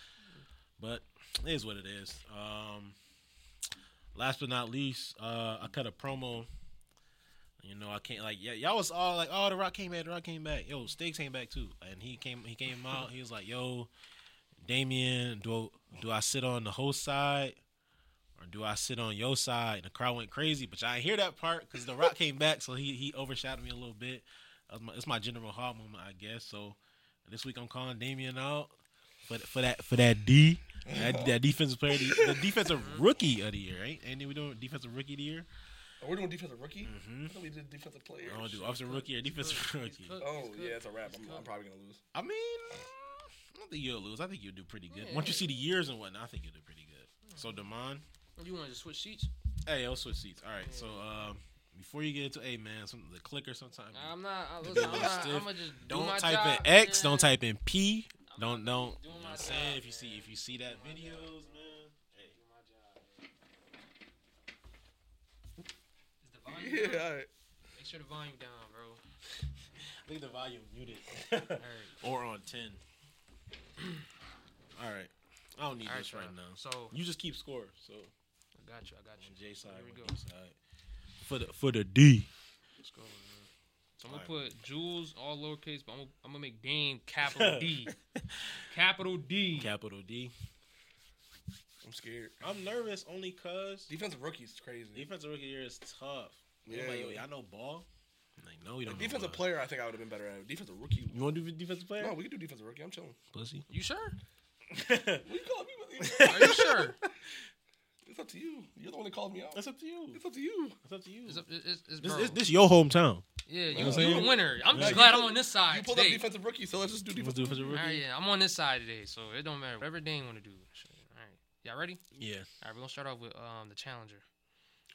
B: But it is what it is. Um, last but not least, uh, I cut a promo. You know, I can't like yeah, y'all was all like, Oh, the rock came back, the rock came back. Yo, Stiggs came back too. And he came he came out, he was like, Yo, Damien, do do I sit on the host side or do I sit on your side? And the crowd went crazy, but I hear that part because The Rock came back, so he he overshadowed me a little bit. That was my, it's my General Hall moment, I guess. So this week I'm calling Damien out for for that for that D. That, that defensive player, of the, the defensive rookie of the year, right? And then we doing defensive rookie of the year.
C: Oh, we're doing defensive rookie. I thought we did defensive player.
B: Mm-hmm. I don't do offensive rookie or defensive rookie.
D: cooked.
C: Oh
D: He's
C: yeah,
D: cooked.
C: it's a wrap.
D: He's
C: I'm, I'm
D: cooked.
C: probably gonna lose.
B: I mean, I don't think you'll lose. I think you'll do pretty good. Once you see the years and whatnot, I think you'll do pretty good. So Demond,
D: You want to just switch seats?
B: hey, I'll switch seats. All right, so um, before you get into, hey man, some the clicker sometimes.
D: I'm not. I, listen, I'm not.
B: stiff.
D: I'm gonna just do
B: Don't
D: my
B: type
D: job.
B: in X.
D: Yeah.
B: Don't type in P. Don't don't.
D: doing
B: You know
D: my
B: what I'm saying
D: job,
B: if you see if you see that videos, man.
D: Is the volume down?
C: Yeah, all right.
D: Make sure the volume down, bro.
B: I think the volume muted
D: All right.
B: or on ten. All right, I don't need
D: All right,
B: this right
D: so-
B: now.
D: So
B: You just keep score. So
D: I got you. I got
B: on
D: you.
B: J side,
D: Here we
B: on
D: go.
B: D side. For the for the D.
D: Let's go. Man. So I'm gonna put Jules all lowercase, but I'm gonna, I'm gonna make Dame capital D, capital D.
B: Capital D.
C: I'm scared.
B: I'm nervous only cause
C: Defensive rookie's crazy.
B: defensive rookie year is tough. Yeah,
C: Yeah.
B: like, yo, y'all know ball. I'm like no, you don't. know
C: defensive
B: ball.
C: player, I think I would have been better at. Defensive rookie.
B: You want to do defensive player?
C: No, we can do defensive rookie. I'm chilling.
B: Pussy.
D: You sure?
C: What you calling me?
D: Are you sure?
C: It's up to you. You're the one that called me out.
B: That's up to you.
C: It's up to you.
B: That's up to you.
D: It's, it's, it's,
B: This,
D: bro.
B: this, this your hometown.
D: yeah,
C: know what I'm
D: you, you a
C: saying?
D: winner. I'm
B: Yeah,
D: just
B: you
D: glad
C: pulled-
D: I'm on this side
C: You pulled
D: today.
C: up defensive rookie, so let's just do
B: Let's
C: defensive.
B: do defensive
D: All
B: rookie.
D: right, yeah, I'm on this side today, so it don't matter. Whatever Dame want to do. Shit. All right, y'all ready?
B: Yeah.
D: All right, we're gonna start off with um the challenger.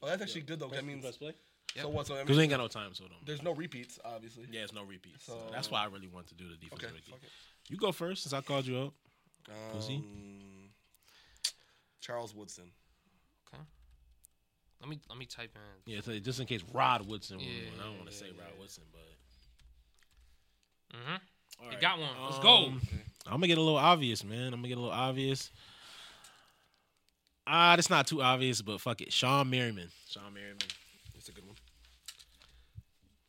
C: Oh, that's actually good though. 'cause That means
B: let's play.
D: Yep.
C: so what? So I
B: Because
C: mean,
B: we ain't got no time, so don't.
C: there's no repeats, obviously.
B: Yeah, it's no repeats. So,
C: So-
B: that's why I really want to do the defensive
C: Okay.
B: rookie.
C: Fuck it.
B: You go first since I called you up. Pussy.
C: Um, Charles Woodson.
D: Let me let me type in.
B: Yeah, so just in case Rod Woodson. was
D: Yeah,
B: one. I don't want to
D: yeah,
B: say
D: yeah.
B: Rod Woodson, but
D: Mm-hmm.
B: all
D: You
B: right.
D: got one. Let's go.
B: Um, I'm gonna get a little obvious, man. I'm gonna get a little obvious. Ah, that's not too obvious, but fuck it. Sean Merriman. Sean Merriman.
C: That's a good one.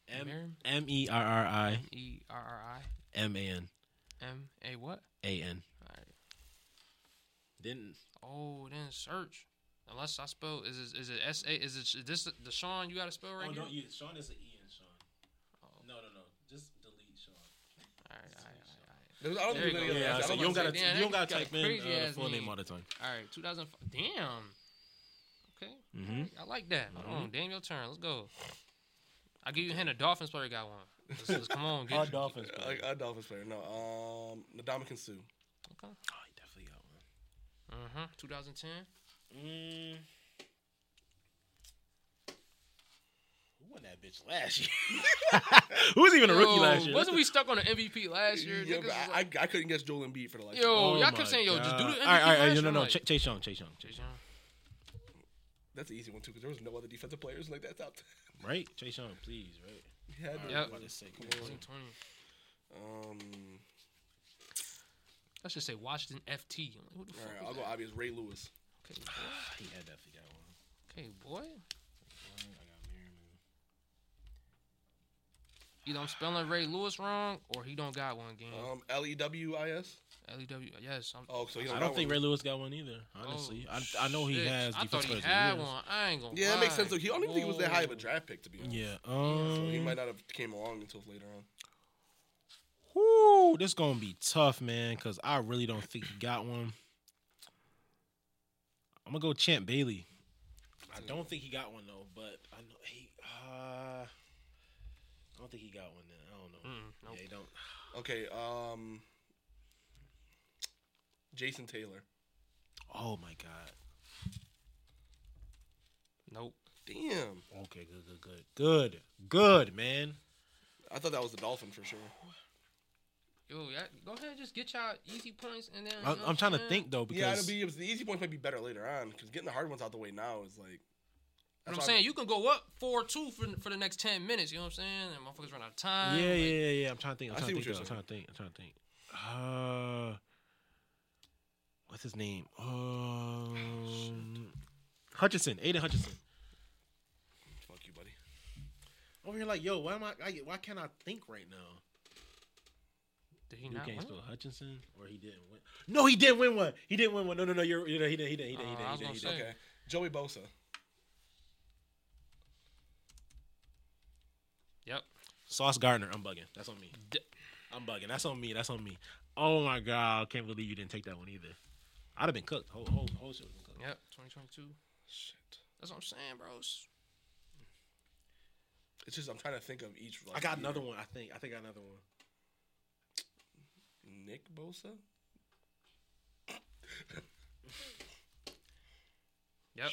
B: M
D: Merriman?
B: M E R R I
D: E R R
B: M A N
D: I M A what?
B: A N.
D: All right.
B: Didn't
D: Oh, then search. Unless I spell is it is it S A is it is this the Sean you got to spell right
C: Oh,
D: here?
B: you Oh, Sean is an E in Sean.
D: Oh.
B: No, no, no. Just delete Sean.
D: All right, all right,
C: There's- I don't
D: There
C: think
D: you
C: there's
D: go.
C: any
B: Oh, Yeah,
C: other- I
B: so
C: don't
B: you don't
C: think-
B: gotta
D: Damn,
B: you don't
D: that
B: gotta
D: got a
B: type in
D: crazy
B: uh, the
D: ass
B: full
D: name.
B: name all the time.
D: all right. All right, 2005. Damn. Okay.
B: Mm-hmm.
D: I like that. Come on, damn your turn. Let's go. I'll give you a hint. A Dolphins player got one. Let's, let's- come on. Get it.
B: Dolphins.
C: Like a Dolphins player. No. Um, Ndamukong Suh.
D: Okay.
B: Oh, he definitely got one.
D: Uh-huh. 2010.
B: Mm. Who won that bitch last year? Who was even a rookie
D: Yo,
B: last year?
D: Wasn't we stuck on the MVP last year?
C: Yeah,
D: Niggas
C: but
D: was
C: I,
D: like,
C: I couldn't guess Joel Embiid for the life. of
D: Yo.
C: me.
D: y'all kept saying, yo,
B: Oh my
D: just do the
B: God.
D: MVP
B: All right, all
D: last
B: right, no,
D: year,
B: no, no.
D: like-
B: Ch- Chase Young, Chase Young, Chase
D: Jason,
C: That's an easy one too, because there was no other defensive players like that top.
B: Young. Right? Chase Young, please, right?
C: Yeah.
D: Yep.
B: For the sake of-
D: 2020.
C: Um.
D: Let's just say Washington FT. I'm like, who
C: All
D: the fuck
C: right,
D: is
C: I'll go
D: that?
C: obvious. Ray Lewis.
D: Okay,
B: He had definitely got one.
D: Okay, boy.
B: I got Merriman.
D: Either I'm spelling Ray Lewis wrong or he don't got one game.
C: Um. L e w i s.
D: L E W. Yes. I'm, oh,
C: Oh, so you
B: I
C: got
B: don't think
C: one.
B: Ray Lewis got one either. Honestly, I, I know he
D: shit.
B: has.
D: I thought
B: defensive player
D: he
B: of the
D: had
B: year.
D: one. I ain't gonna.
C: Yeah, it makes
D: lie.
C: sense. though. He, I don't even think he was that high of a
D: Whoa.
C: draft pick to be honest.
B: Yeah.
C: So
B: Um,
C: he might not have came along until later on.
B: whew, this gonna be tough, man. Cause I really don't think he got one. I'm gonna go Champ Bailey. I don't think he got one though, but I know he. Uh, I don't think he got one. Then I don't know.
D: Mm, nope.
B: Yeah, he don't.
C: Okay. Um. Jason Taylor.
B: Oh my god.
D: Nope.
C: Damn.
B: Okay, good, good, good, good, good, man.
C: I thought that was the Dolphin for sure.
D: Yo, yeah, go ahead and just get y'all easy points and then.
B: I'm,
D: you know
B: I'm
D: what
B: trying to
D: saying?
B: think though
C: yeah,
B: because
C: it'll be it was, the easy points might be better later on because getting the hard ones out the way now is like.
D: But
C: That's
D: I'm
C: why
D: saying you can go up four two for for the next ten minutes. You know what I'm saying? And motherfuckers run out of time.
B: Yeah,
D: like,
B: yeah, yeah, yeah. I'm trying to think. I'm
C: I
B: trying to
C: see
B: think.
C: what
B: though. I'm
C: you're
B: trying to think. I'm trying to think. Uh, what's his name? Um, Hutchinson. Aiden Hutchinson.
C: Fuck you, buddy.
B: Over here, like, yo, why am I? I why can't I think right now?
D: Did he
B: Duke
D: not
B: Kane
D: win?
B: still Hutchinson, or he didn't win. No, he didn't win one. He didn't win one. No, no, no. You're, you know, he didn't. He didn't. He didn't.
D: Oh, I
B: He
D: was
B: didn't. He
D: gonna
B: didn't.
D: say.
C: Okay. Joey Bosa.
D: Yep.
B: Sauce Gardner. I'm bugging. That's on me.
D: D-
B: I'm bugging. That's on me. That's on me. Oh my god! I can't believe you didn't take that one either. I'd have been cooked. Whole whole whole show. Been cooked.
D: Yep. 2022.
C: Shit.
D: That's what I'm saying, bros.
C: It's just I'm trying to think of each. Like,
B: I got
C: year.
B: another one. I think. I think I got another one.
C: Nick Bosa.
D: Yep.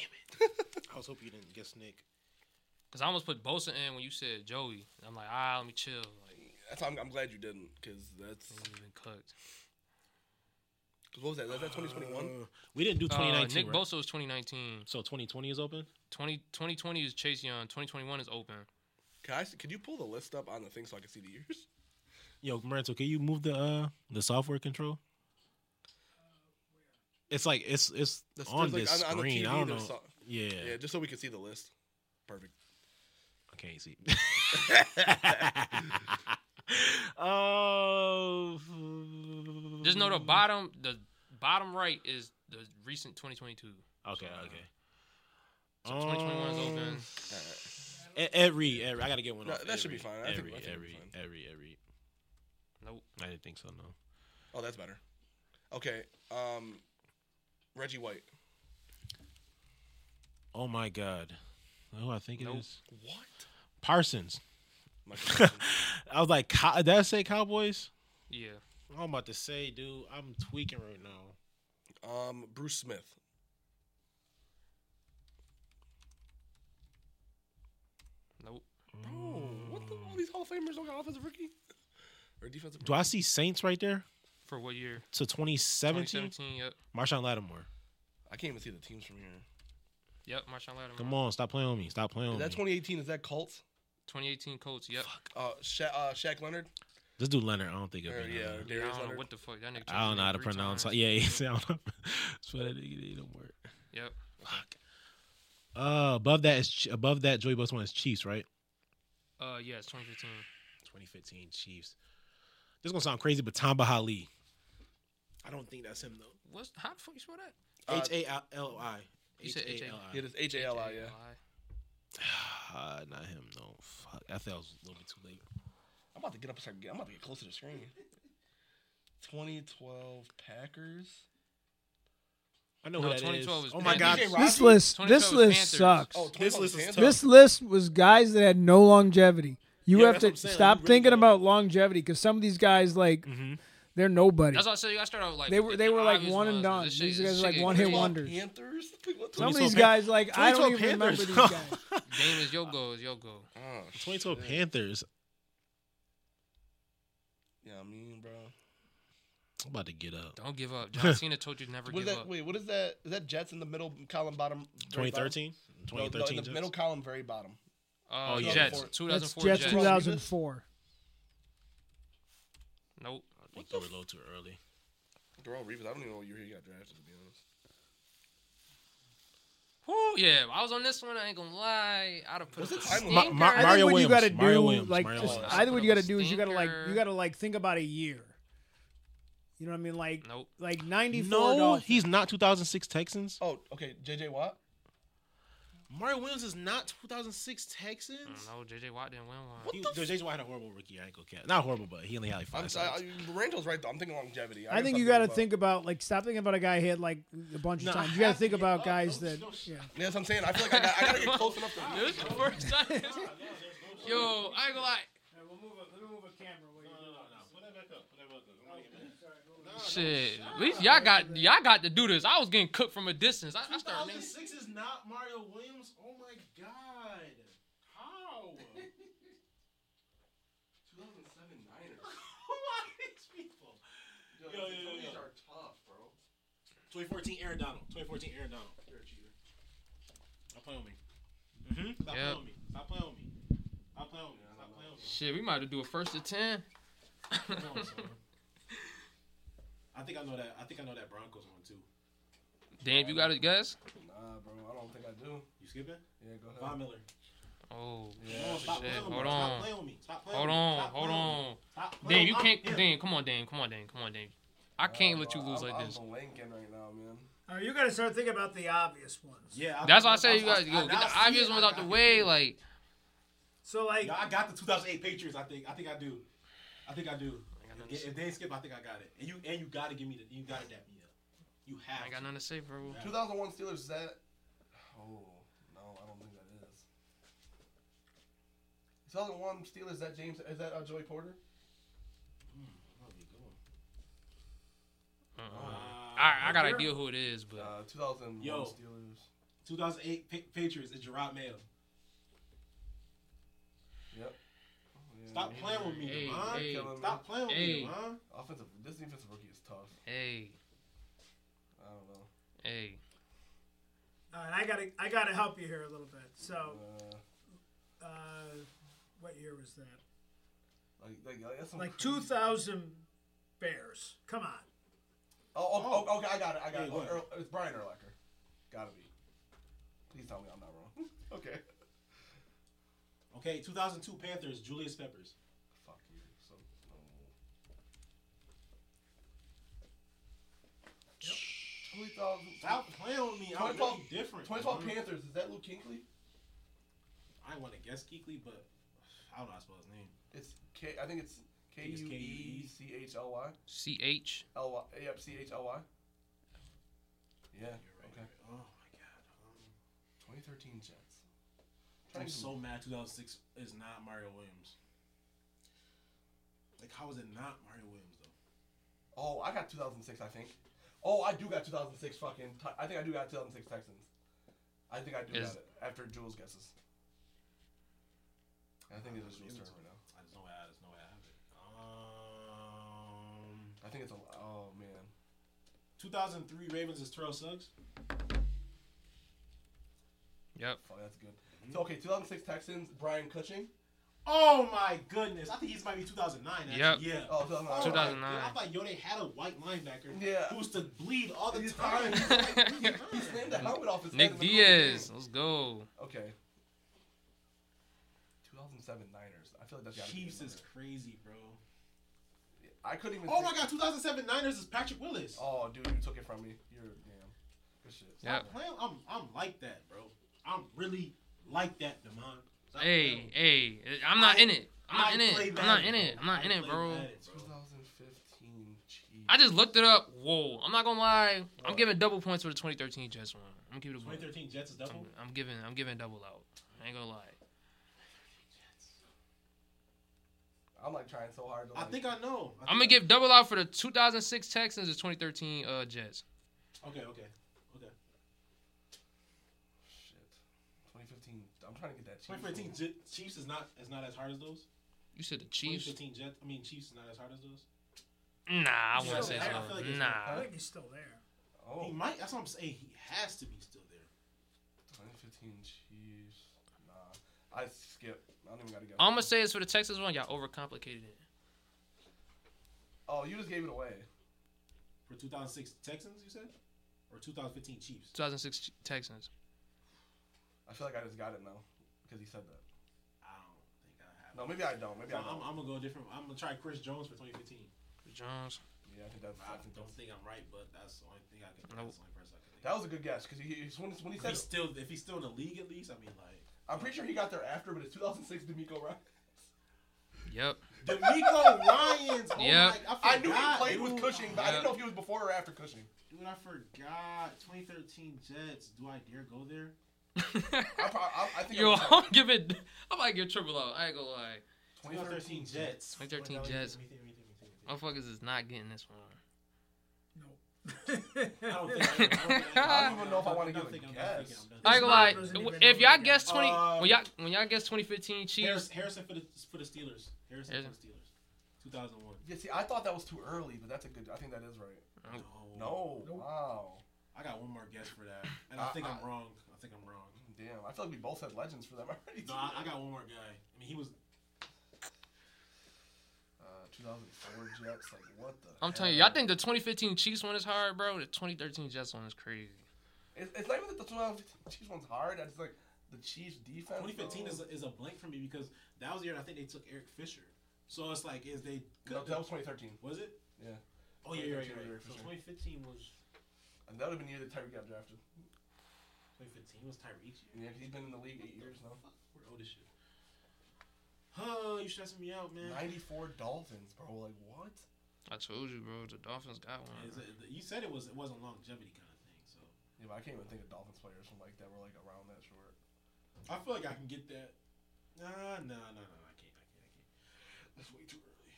B: I was hoping you didn't guess Nick.
D: Because I almost put Bosa in when you said Joey. And I'm like, ah, let me chill. Like,
C: That's I'm, I'm glad you didn't because that's
D: he's been cooked.
C: cause what was that? Was that 2021?
B: Uh, we didn't do
D: Uh,
B: 2019.
D: Nick
B: right?
D: Bosa was 2019.
B: So 2020 is open.
D: 20, 2020 is Chase Young. 2021 is open.
C: Can I? Can you pull the list up on the thing so I can see the years?
B: Yo, Marantz, can you move the uh the software control? It's like it's it's
C: That's-
B: on
C: there's,
B: this
C: like, on- on the
B: screen.
C: TV,
B: I don't know.
C: there's so-
B: yeah,
C: Yeah, just so we can see the list. Perfect.
B: I can't see. Oh,
D: Just know the
B: Mm-hmm.
D: bottom, the bottom right is the recent 2022.
B: Okay,
D: So,
B: okay.
D: So 2021 is open.
B: open. E-, Every, every, I gotta get one.
C: No,
B: off.
C: that should be
B: Ed Reed,
C: fine. I
B: Ed
C: think- I
B: Reed,
C: think
B: Ed
C: it'll be
B: Reed,
C: fine.
B: Ed Reed, Ed Reed.
D: Nope.
B: I didn't think so. No.
C: Oh, that's better. Okay. Um, Reggie White.
B: Oh my god. Oh, I think it is
D: Nope.
C: What?
B: Parsons.
C: Michael Parsons.
B: I was like, "Cow- did I say Cowboys?
D: Yeah.
B: I'm about to say, dude, I'm tweaking right now.
C: um, Bruce Smith.
D: Nope.
C: Bro, what the? All these Hall of Famers don't got offensive rookie or defensive.
B: Do I see Saints right there
D: For what year?
B: to 2017?
D: 2017. Yep.
B: Marshawn Lattimore.
C: I can't even see the teams from here.
D: Yep. Marshawn Lattimore.
B: Come on, stop playing on me. Stop playing on
C: Is that
B: me.
C: 2018? Is that Colts?
D: 2018 Colts. Yep.
C: Uh, Sha- uh Shaq Leonard.
B: Let's do Leonard. I don't think it'll
C: Or,
B: be.
C: yeah,
B: Leonard.
D: Yeah, I
C: Darius
D: don't know
C: Leonard.
D: what the fuck that nigga.
B: I don't know how to
D: changed his name
B: pronounce.
D: three
B: Yeah, yeah, I don't know. That's what I think it don't work.
D: times. Yep.
B: Fuck. Uh, above that is Ch- above that Joey Bosa one is Chiefs, right?
D: Uh, yeah, it's 2015.
B: 2015 Chiefs. This is gonna sound crazy, but Tamba Hali. I don't think that's him though.
D: What's how the fuck you spell that?
C: Uh,
B: H a l i.
D: You said H-A-L-I.
C: It is H A L I. Yeah.
B: Ah, not him. No, fuck. I thought I was a little bit too late.
C: I'm about to get up and start. Getting, I'm about to get close to the screen. 2012 Packers.
B: I know
D: No,
B: who that is.
D: 2012 is
B: Oh my
D: Panthers.
B: god,
C: DJ
E: This
C: Rocky?
E: list,
D: 2012
E: this list
D: Panthers.
E: sucks.
C: Oh,
B: This
C: 2012
B: list is
C: Panthers?
B: tough.
E: This list was guys that had no longevity. You
B: Yeah,
E: have
B: that's what
E: to
B: I'm saying.
E: stop
B: You really
E: thinking
B: don't- Mm-hmm.
E: about longevity because some of these guys, like, they're nobody.
D: That's why I said you gotta start out like
E: They were-
D: the-
E: they
D: the
E: were like
D: obvious
E: one and
D: ones,
E: done.
D: this
E: These
D: this
E: guys are like
D: is
E: one hit
D: crazy.
C: 2012
E: wonders.
C: Panthers. What the-
E: some of
B: 2012
E: these guys, like, I don't
B: 2012
E: even remember
B: Panthers,
E: these
B: though.
E: guys.
D: Dame is Yogo is Yogo.
C: Oh,
B: 2012
C: shit.
B: Panthers.
C: Yeah, I mean, bro.
B: I'm about to get up.
D: Don't give up. John Cena told you to never
C: What is
D: give
C: that?
D: up.
C: Wait, what is that? Is that Jets in the middle column, bottom? very bottom?
B: 2013.
C: No, no,
B: 2013.
C: in the
B: Jets.
C: middle column, very bottom.
D: Uh,
B: Oh, yeah.
D: Jets.
C: 2004.
E: That's
D: 2004
E: Jets
D: Jets.
E: 2004.
D: Nope.
B: I think you were a little too early.
C: Darrell Reeves. I don't even know what year he got drafted. To be honest,
D: Whew, yeah, I was on this one. I ain't gonna lie. I'd have put
C: Was
D: up
C: it
D: a
C: timeless?
D: stinker.
B: Ma-
E: I
B: Ma- Mario
E: think what you
B: Williams,
E: gotta
B: Mario
E: do,
B: Williams,
E: like,
B: Mario
E: just,
B: Williams.
E: I think what you gotta do is you gotta like,
D: Stinker.
E: you gotta like think about a year. You know what I mean? Like,
D: Nope.
E: like ninety four.
B: No, he's not 2006 Texans.
C: oh, okay, JJ Watt.
B: Mario Williams is not 2006 Texans.
D: No, JJ Watt didn't win one.
C: What
B: He,
C: the?
B: the Jason White had a horrible rookie. I ain't gonna cap. Not horrible, but he only had like
C: i I'm,
B: five.
C: I,
B: sacks.
C: I, Randall's right though. I'm thinking longevity.
E: I think
C: gotta
E: you
C: stop
E: gotta
C: thinking
E: think about like stop thinking about a guy hit like a bunch of
B: No, I
E: times. You gotta
B: have
E: think
B: to get
E: about
D: Oh,
B: up.
E: guys
B: Don't-
E: that.
B: don't-
E: yeah.
C: about- Yeah, that's what I'm saying. I feel like I, got, I gotta get close enough to.
D: This is the first time. Yo, I ain't gonna lie. Shit, at least y'all got y'all got to do this. I was getting cooked from a distance. I, I started. niggas-
B: is not Mario Williams. Oh my god! How? Yo, yo, yo, yo. 2014 Aaron Donald. 2014 Aaron Donald. You're a cheater. Stop playing with me. Mm-hmm. Stop
D: Yep.
B: playing with me. Stop playing with me. Stop playing with me. Stop playing with me.
D: Shit, we might have to do a first to ten.
B: Come on, son. I think I know that. I think I know that Broncos one too.
D: Damn, you got to guess.
C: Nah, bro. I don't think I do.
B: You skipping?
C: Yeah, go ahead.
B: Von Miller.
D: Oh,
F: Yeah.
D: Stop playing with me. Hold Stop on. playing
G: Stop
D: hold on, hold on. Dame, you can't. Dame, come on, Dame, come on, Dame, come on, Dame. I can't let you lose
C: I'm,
D: like
C: I'm
D: this.
C: blanking right now, man.
E: All right, you gotta start thinking about the obvious ones.
B: Yeah, I-
D: That's why I
B: I-
D: say you
B: I-
D: guys
B: I-
D: yo,
B: I-
D: get the
B: I-
D: obvious ones
B: I-
D: out the way. Like,
E: So like,
B: Yeah, I got the 2008 Patriots. I think. I think I do. I think I do. If, if they ain't skip, I think I got it. And you and you gotta give me the. You gotta dap me up. You
D: I
B: have.
D: ain't got
B: to.
D: nothing to say, bro.
C: 2001 Steelers is that? Oh no, I don't think that is. 2001 Steelers is that James? Is that uh, Joey Porter?
B: That'd be a good one.
D: Uh-uh. I, I got
B: Here.
D: an idea who it is, but
C: Uh, 2001
B: Yo.
C: Steelers.
B: Uh, 2008 pa- Patriots is Gerard Mayo.
C: Yep. Oh, yeah.
B: Stop
D: Mm-hmm.
B: playing with me,
D: Hey,
B: Devon.
D: hey.
B: Stop playing with
D: Hey.
B: me, Devon.
C: Offensive. This defensive rookie is tough.
D: hey,
C: I don't know.
D: hey,
E: all right, I gotta, I gotta help you here a little bit. So,
C: Uh,
E: uh, what year was that?
C: like, like, like, that's some
E: Like
C: crazy-
E: 2000 Bears. Come on.
C: Oh, oh, oh, okay, I got it. I got
B: Hey,
C: it.
B: what?
C: Oh, Earl- it's Brian Erlacher. Gotta be. Please tell me I'm not wrong. okay.
B: Okay, 2002 Panthers, Julius Peppers.
C: Fuck you. So, no. 2012,
B: Stop playing with me. I'm
C: 2012
B: really different.
C: 2012
B: Devon.
C: Panthers. Is that Luke Kinkley?
B: I want to guess Keekly, but I don't know how to spell his name.
C: It's K. I think it's K
B: think it's
C: U E C H L Y
D: CH.
C: L Y. Yep, C H L Y.
B: You're
C: Yeah.
B: right.
C: Okay.
B: Oh my god.
C: 2013 Jets.
B: Um,
C: Trying
B: I'm
C: to-
B: so mad. 2006 is not Mario Williams. Like, how is it not Mario Williams though?
C: Oh, I got 2006, I think. Oh, I do got 2006 fucking. Te- I think I do got 2006 Texans. I think I do got
D: Is-
C: it after Jules guesses. I think it is Jules' turn right now.
B: I just know I, there's no way I have it. Um,
C: I think it's a. Oh man,
B: 2003 Ravens is Terrell Suggs.
D: Yep.
C: fuck that's good. So okay, 2006 Texans, Brian Cushing.
B: Oh my goodness! I think he's might be 2009. Actually.
D: Yep.
B: Yeah.
C: Oh, 2009.
B: my
D: 2009.
B: God, I thought Yo, they had a white linebacker
C: Yeah.
B: who used to bleed all the
C: He's
B: time.
C: fine. He slammed the helmet off his head
D: Nick
C: in the middle of the game.
D: Diaz, let's go.
C: Okay. 2007 Niners. I feel like that's gotta be
B: Chiefs
C: in
B: is
C: there.
B: crazy, bro.
C: I couldn't even.
B: Oh my
C: think-
B: god, 2007 Niners is Patrick Willis.
C: Oh dude, you took it from me. You're damn. Good shit.
D: Yep.
B: Stop playing- I'm, I'm like that, bro. I'm really like that, Demond. Stop
D: Hey,
B: playing.
D: hey, I'm not
B: I-
D: in it. I'm
B: I
D: not in
B: play
D: it. I'm not in
B: Madden,
D: it. I'm not
B: I
D: in it,
B: play
D: bro.
B: Madden,
C: 2015 Chiefs.
D: I just looked it up. Whoa, I'm not gonna lie. I'm
C: What?
D: giving double points for the 2013 Jets one. I'm giving.
B: 2013 Jets is double.
D: I'm, I'm giving. I'm giving double out. I ain't gonna lie.
C: I'm like trying so hard. To,
B: I
C: like,
B: think I know. I
D: I'm gonna
B: think
D: give double out for the 2006 Texans and 2013 uh, Jets.
B: I- Okay, okay, okay.
C: Shit. 2015. I'm trying to get that. Chiefs
B: 2015
C: one.
B: J- Chiefs is not is not as hard as those.
D: You said the Chiefs?
B: 2015 Jets. I mean Chiefs is not as hard as those.
D: Nah, I
B: He's
D: wouldn't
B: still
D: say
B: there. I feel
D: so.
B: like he's
E: I
D: Nah.
E: think he's still there.
C: Oh.
B: He might. That's what I'm saying. He has to be still there.
C: 2015 Chiefs. Nah. I skip. I don't even gotta go.
D: I'm gonna say it's for the Texans one. Y'all overcomplicated it.
C: Oh, you just gave it away.
B: For 2006 Texans, you said, or 2015 Chiefs.
D: 2006 Texans.
C: I feel like I just got it now because he said that.
B: I don't think I have.
C: No, maybe I don't. Maybe
B: So
C: I don't.
B: I'm, I'm gonna go different. I'm gonna try Chris Jones for 2015.
D: Jones.
C: yeah, I think that's.
B: I
C: I think
B: don't
C: that's
B: think I'm right, but that's the only thing I can.
D: Nope.
B: That's the only person I can think.
C: that was a good guess because he, he, when, when he
B: If
C: said,
B: he's still, if he's still in the league, at least I mean, like
C: I'm pretty sure he got there after, but it's 2006 D'Amico Ryan.
D: Yep.
B: D'Amico Ryan's. Oh
D: Yeah.
B: my,
C: I knew he
B: forgot,
C: played with
B: dude.
C: Cushing, but I
D: Yeah.
C: didn't know if he was before or after Cushing.
B: Dude, I forgot. 2013 Jets. Do I dare go there?
C: I, pro- I, I think I
D: Yo,
C: was-
D: I'm giving. I might give triple out. I ain't gonna lie.
C: 2013 Jets.
B: Jets.
D: 2013
B: Wait, no,
D: Jets. Oh.
B: let me think, let me think, let me think, let me
D: Motherfuckers is not getting this one.
B: think. I don't think I- I don't think
D: I
C: don't even know if I wanna
B: I'm done
C: give a
B: thinking, I'm done
C: guess.
B: thinking, I'm done thinking.
D: I ain't
E: This
D: gonna lie.
E: doesn't
D: w-
E: even
D: If
E: know
D: y'all
E: that.
D: guess 20,
B: Um,
D: when y'all when y'all guess 2015 Chiefs,
B: Harris, Harrison for the for the Steelers. Harrison for the Steelers. 2001.
C: Yeah, see, I thought that was too early, but that's a good. I think that is right. No,
E: Nope.
C: wow,
B: I got one more guess for that, and I
C: I-
B: think I, am
C: I-
B: wrong. I think I'm wrong.
C: damn. I feel like we both said legends for them already.
B: No, I, I got one more guy. I mean, he was.
C: Uh, 2004 Jets. Like what the?
D: I'm telling you,
C: hell?
D: y'all think the 2015 Chiefs one is hard, bro. The 2013 Jets one is crazy.
C: it's, it's not even that the 2015 Chiefs one's hard. I just like the Chiefs defense.
B: 2015
C: though?
B: is a, is a blank for me because that was the year I think they took Eric Fisher. So it's like, is they
C: no, that was 2013.
B: was it?
C: Yeah.
B: Oh yeah, yeah, yeah.
C: 2013 was
B: yeah.
C: Eric
B: So
C: Fisher.
B: 2015 was
C: And that would have been the year that Tyreek got drafted.
B: 2015 was Tyreek's year.
C: Yeah, 'cause he's been in the league eight years now.
B: We're old as shit. Huh? You stressing me out, man.
C: 94 Dolphins, bro. Like what?
D: I told you, bro. The Dolphins got one.
B: Is it- You said it was it wasn't longevity kind of thing. So
C: Yeah, but I can't even think of Dolphins players from like that were like around that short.
B: I feel like I can get that. Nah, nah, nah, nah. I can't. I can't. I can't. That's way too early.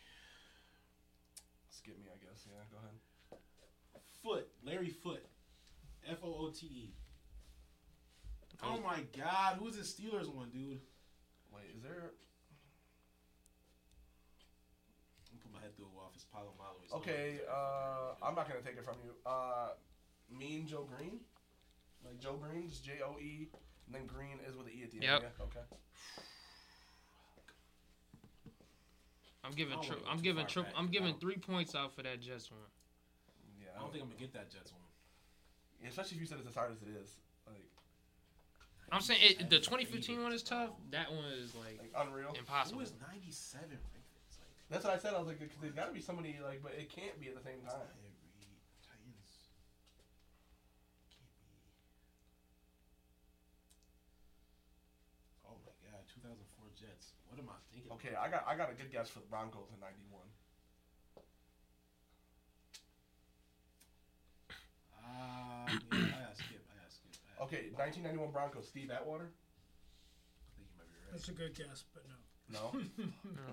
C: Skip me, I guess. Yeah, go ahead.
B: Foot, Larry Foot, F O O T E. Oh my God, who's the Steelers one, dude?
C: Wait, is there?
B: I'm gonna put my head through a wall. if It's Palomalo. It's
C: Okay, uh, I'm not gonna take it from you. Uh, mean Joe Green, like Joe Green, just J O E, and then Green is with an E at the end.
D: Yep.
C: Yeah. Okay.
D: I'm giving.
B: I don't
D: Tri-
B: wanna go
D: I'm
B: too
D: giving.
B: far
D: Tri-
B: back.
D: I'm
B: I
D: giving
B: don't-
D: three points out for that Jets one.
C: Yeah.
B: I don't think I'm gonna get that Jets one.
C: yeah, especially if you said it's as hard as it is, like,
D: I'm saying it, the 2015 one is tough. That one is like
C: like unreal.
B: Who
D: impossible.
B: is 97 Ravens? Like
C: That's what I said. I was like, there's gotta be somebody like, but it can't be at the same time.
B: Tyree Titans. Can't be. Oh my God, 2004 Jets. What am I thinking?
C: Okay, I got I got a good guess for the Broncos in '91.
B: Ah, yeah, I gotta skip. I gotta skip. I gotta
C: Okay, 1991 Broncos, Steve Atwater.
B: I think you might be right.
E: That's a good guess, but no.
C: No.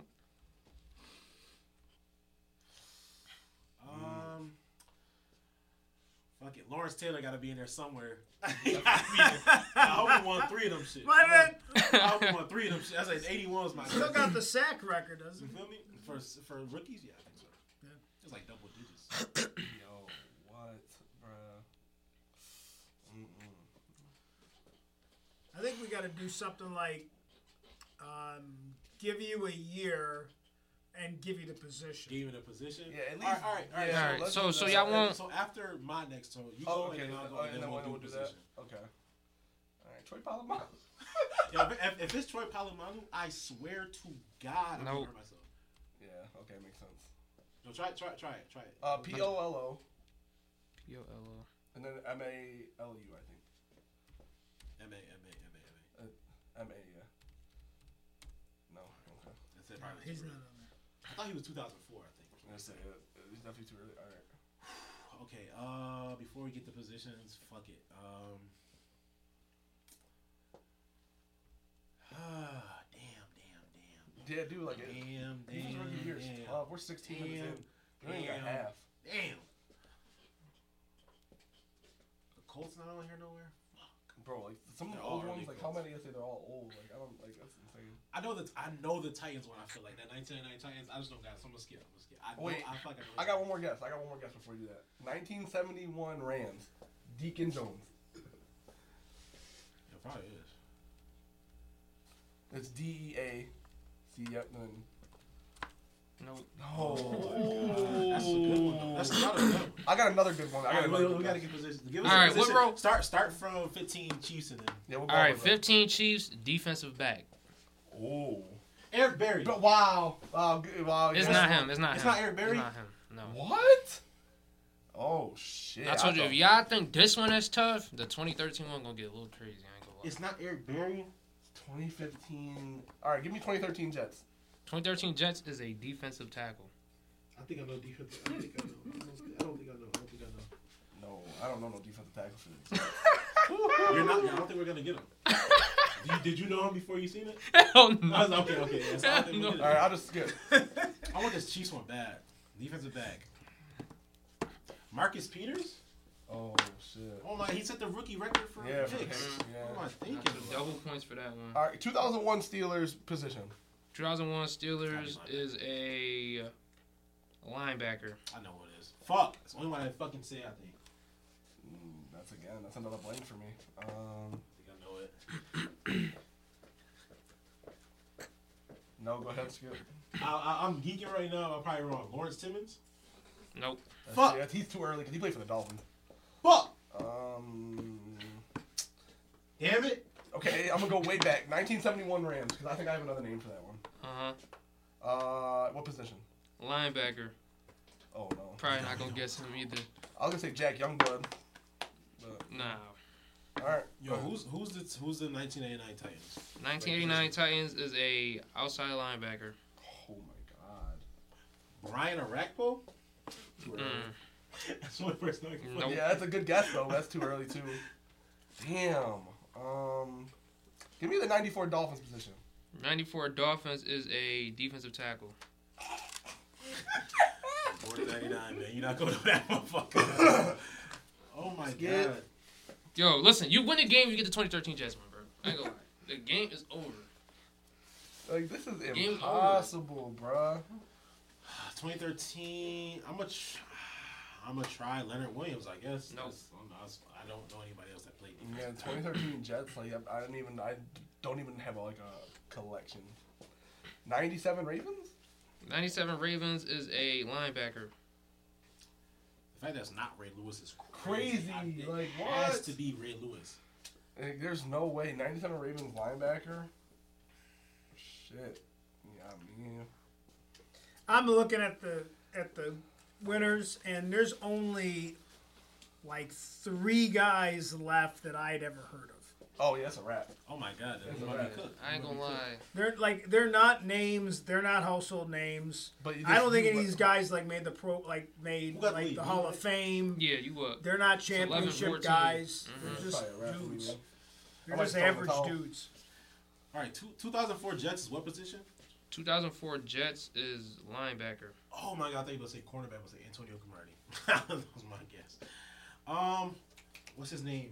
B: Um. Fuck it, Lawrence Taylor got to be in there somewhere. I hope he won three of them shit.
E: My
B: I
E: bad.
B: hope- I hope he won three of them shit. I said 81 is my.
E: Still got the sack record,
B: You
E: doesn't it?
B: feel me? For for rookies, yeah, I think so.
E: Yeah.
B: It's like double digits.
C: Yo, what, bruh? Mm-mm.
E: I think we got to do something like um, give you a year and give you the position.
B: Gave in a position.
C: Yeah, at least.
B: All right, all right, all right.
C: yeah,
D: All right,
C: let's
D: so-
C: do
D: so
C: that.
B: So,
D: y'all want-
B: so after my next turn, you
C: Oh,
B: go
C: okay.
B: and then I'll go
C: oh,
B: and then we'll do
C: do that.
B: position.
C: Okay. All right, Troy Polamalu.
B: Yo, if, if- if it's Troy Polamalu, I swear to God, I'm gonna
D: Nope.
B: hurt myself.
C: yeah. Okay, makes sense.
B: No, try it, try it, try it, try it.
C: Uh, P O L O
D: Yo, LL.
C: and then M A L U, I think.
B: M A M A M A M A.
C: M A. Yeah. No. Okay.
B: That's it.
E: No,
B: Probably
E: he's
B: too
E: not
B: early.
E: on there.
B: I thought he was 2004. I think.
C: That's it. It's uh, definitely too early. All right.
B: Okay. Uh, before we get the positions, fuck it. Um. Ah, damn, damn,
C: Yeah, dude. Like,
B: damn,
C: it,
B: damn,
C: these
B: damn,
C: rookie years.
B: damn.
C: Uh, we're 16 minutes
B: Damn.
C: in. We ain't got
B: Damn.
C: half.
B: Damn. The Colts not on here nowhere. Fuck.
C: Bro, like some of the
B: They're
C: old
B: all
C: ones,
B: early
C: like how
B: goals.
C: many of say they're all old? Like I don't like that's insane.
B: I know that I know the Titans one. I feel like that 1999 Titans. I just don't got. It, so I'm gonna skip. I'm gonna skip. I know,
C: Wait,
B: I, feel like know
C: I got one more guess. I got one more guess before you do that. 1971 Rams, Deacon Jones.
B: It probably is.
C: It's D E A C. Yep. Then.
D: Nope.
C: Oh.
B: That's a good one. Though. That's not a good one.
C: I got another good one. I got
B: Alright,
C: another.
B: we, we
C: good
B: gotta
C: guess.
B: get position. Give us
D: All
B: a
D: right, what
B: position.
D: row?
B: Start start from 15 Chiefs and then
C: Yeah, we'll
D: All right,
C: go with
D: 15 Chiefs defensive back.
C: that. Oh.
B: Eric Berry.
C: But wow, wow, good, wow.
D: It's
C: yeah.
D: not him. It's not
B: It's
D: him.
B: not Eric Berry?
D: It's not him. No.
C: What? Oh shit!
D: I told you, if
C: thought-
D: y'all think this one is tough, the 2013 one gonna get a little crazy. I ain't gonna lie.
B: It's not Eric Berry.
C: 2015. All right, give me 2013 Jets.
D: 2013 Jets is a defensive tackle.
B: I think I know defense. I think I know. I don't think I know. I don't think I
C: No, I don't know no defensive tackle for this.
B: know. You're not. I don't think we're gonna get him. Did you, did you know him before you seen it?
D: Hell
B: I
D: no.
B: was like, okay, okay. That's all I think we
D: No.
B: did.
C: All right, I'll just skip.
B: I want this Chiefs one bad. Defensive back. Marcus Peters?
C: Oh shit.
B: Oh my, he set the rookie record for
C: Yeah, for
B: picks.
C: picks, yeah.
B: What am I
D: I
B: thinking?
D: took
B: bro?
D: double points for that one.
C: All right, 2001 Steelers position.
D: 2001 Steelers
B: Gotta be
D: is a linebacker.
B: I know what it is. Fuck. It's the only one I fucking say, I think.
C: Mm, that's again, that's another blank for me. Um,
B: I think I know it.
C: no, go ahead, skip.
B: I, I, I'm geeking right now. I'm probably wrong. Lawrence Timmons?
D: Nope.
C: That's-
B: Fuck.
C: yeah, he's too early because he played for the Dolphins.
B: Fuck.
C: Um,
B: Damn it.
C: Okay, I'm gonna go way back. 1971 Rams, because I think I have another name for that one.
D: Uh huh.
C: Uh, what position?
D: Linebacker.
C: Oh no.
D: Probably not gonna guess him either.
C: I was gonna say Jack Youngblood.
D: Nah.
C: All right.
H: Yo, who's who's the who's the 1989 Titans?
D: 1989 Titans is a outside linebacker.
H: Oh my God, Brian Arakpo.
D: Mm.
H: That's the only person I can.
D: Nope.
C: Yeah, that's a good guess though. That's too early too. Damn. Um, give me the 94 Dolphins position.
D: 94 Dolphins is a defensive tackle.
H: Border 99, man. You're not going to that motherfucker. oh my
C: Skip.
H: God.
D: Yo, listen, you win the game, you get the 2013 Jets, my bro. I ain't gonna lie. The game is over.
C: Like this is
D: over.
C: impossible, bruh.
H: 2013. I'm gonna. Tr- I'm gonna try Leonard Williams, I guess.
D: No.
H: That's- I'm not- I don't know anybody else that played.
C: Yeah, 2013 Jets. Like I, I don't even. I don't even have like a collection. 97 Ravens.
D: 97 Ravens is a linebacker.
H: The fact that's not Ray Lewis is crazy.
C: Crazy.
H: I- it
C: Like
H: has
C: what?
H: to be Ray Lewis.
C: Like, there's no way. 97 Ravens linebacker. Shit. Yeah, I mean,
E: I'm looking at the at the winners, and there's only like three guys left that I'd ever heard of.
C: oh yeah, that's a wrap.
H: Oh my God,
C: That's
H: that's
C: a
H: Bobby
C: rat.
H: Cook.
D: I ain't gonna lie.
E: They're like they're not names. They're not household names.
C: But
E: I don't think
C: you-
E: any of these guys like made the pro like made
H: Who got
E: like
H: lead?
E: the
H: You
E: Hall
H: got
E: of Fame.
D: Yeah, you up.
E: They're not
D: 11,
E: championship
D: 14.
E: guys.
C: That's
E: They're just
C: probably a wrap.
E: dudes.
C: I
E: They're
C: might
E: just
C: throw in the
E: average
C: towel.
E: dudes.
H: All right, two, 2004 Jets is what position?
D: 2004 Jets is linebacker.
H: Oh my God, I thought you were gonna say cornerback was like Antonio Cromartie. that was my guess. Um, what's his name?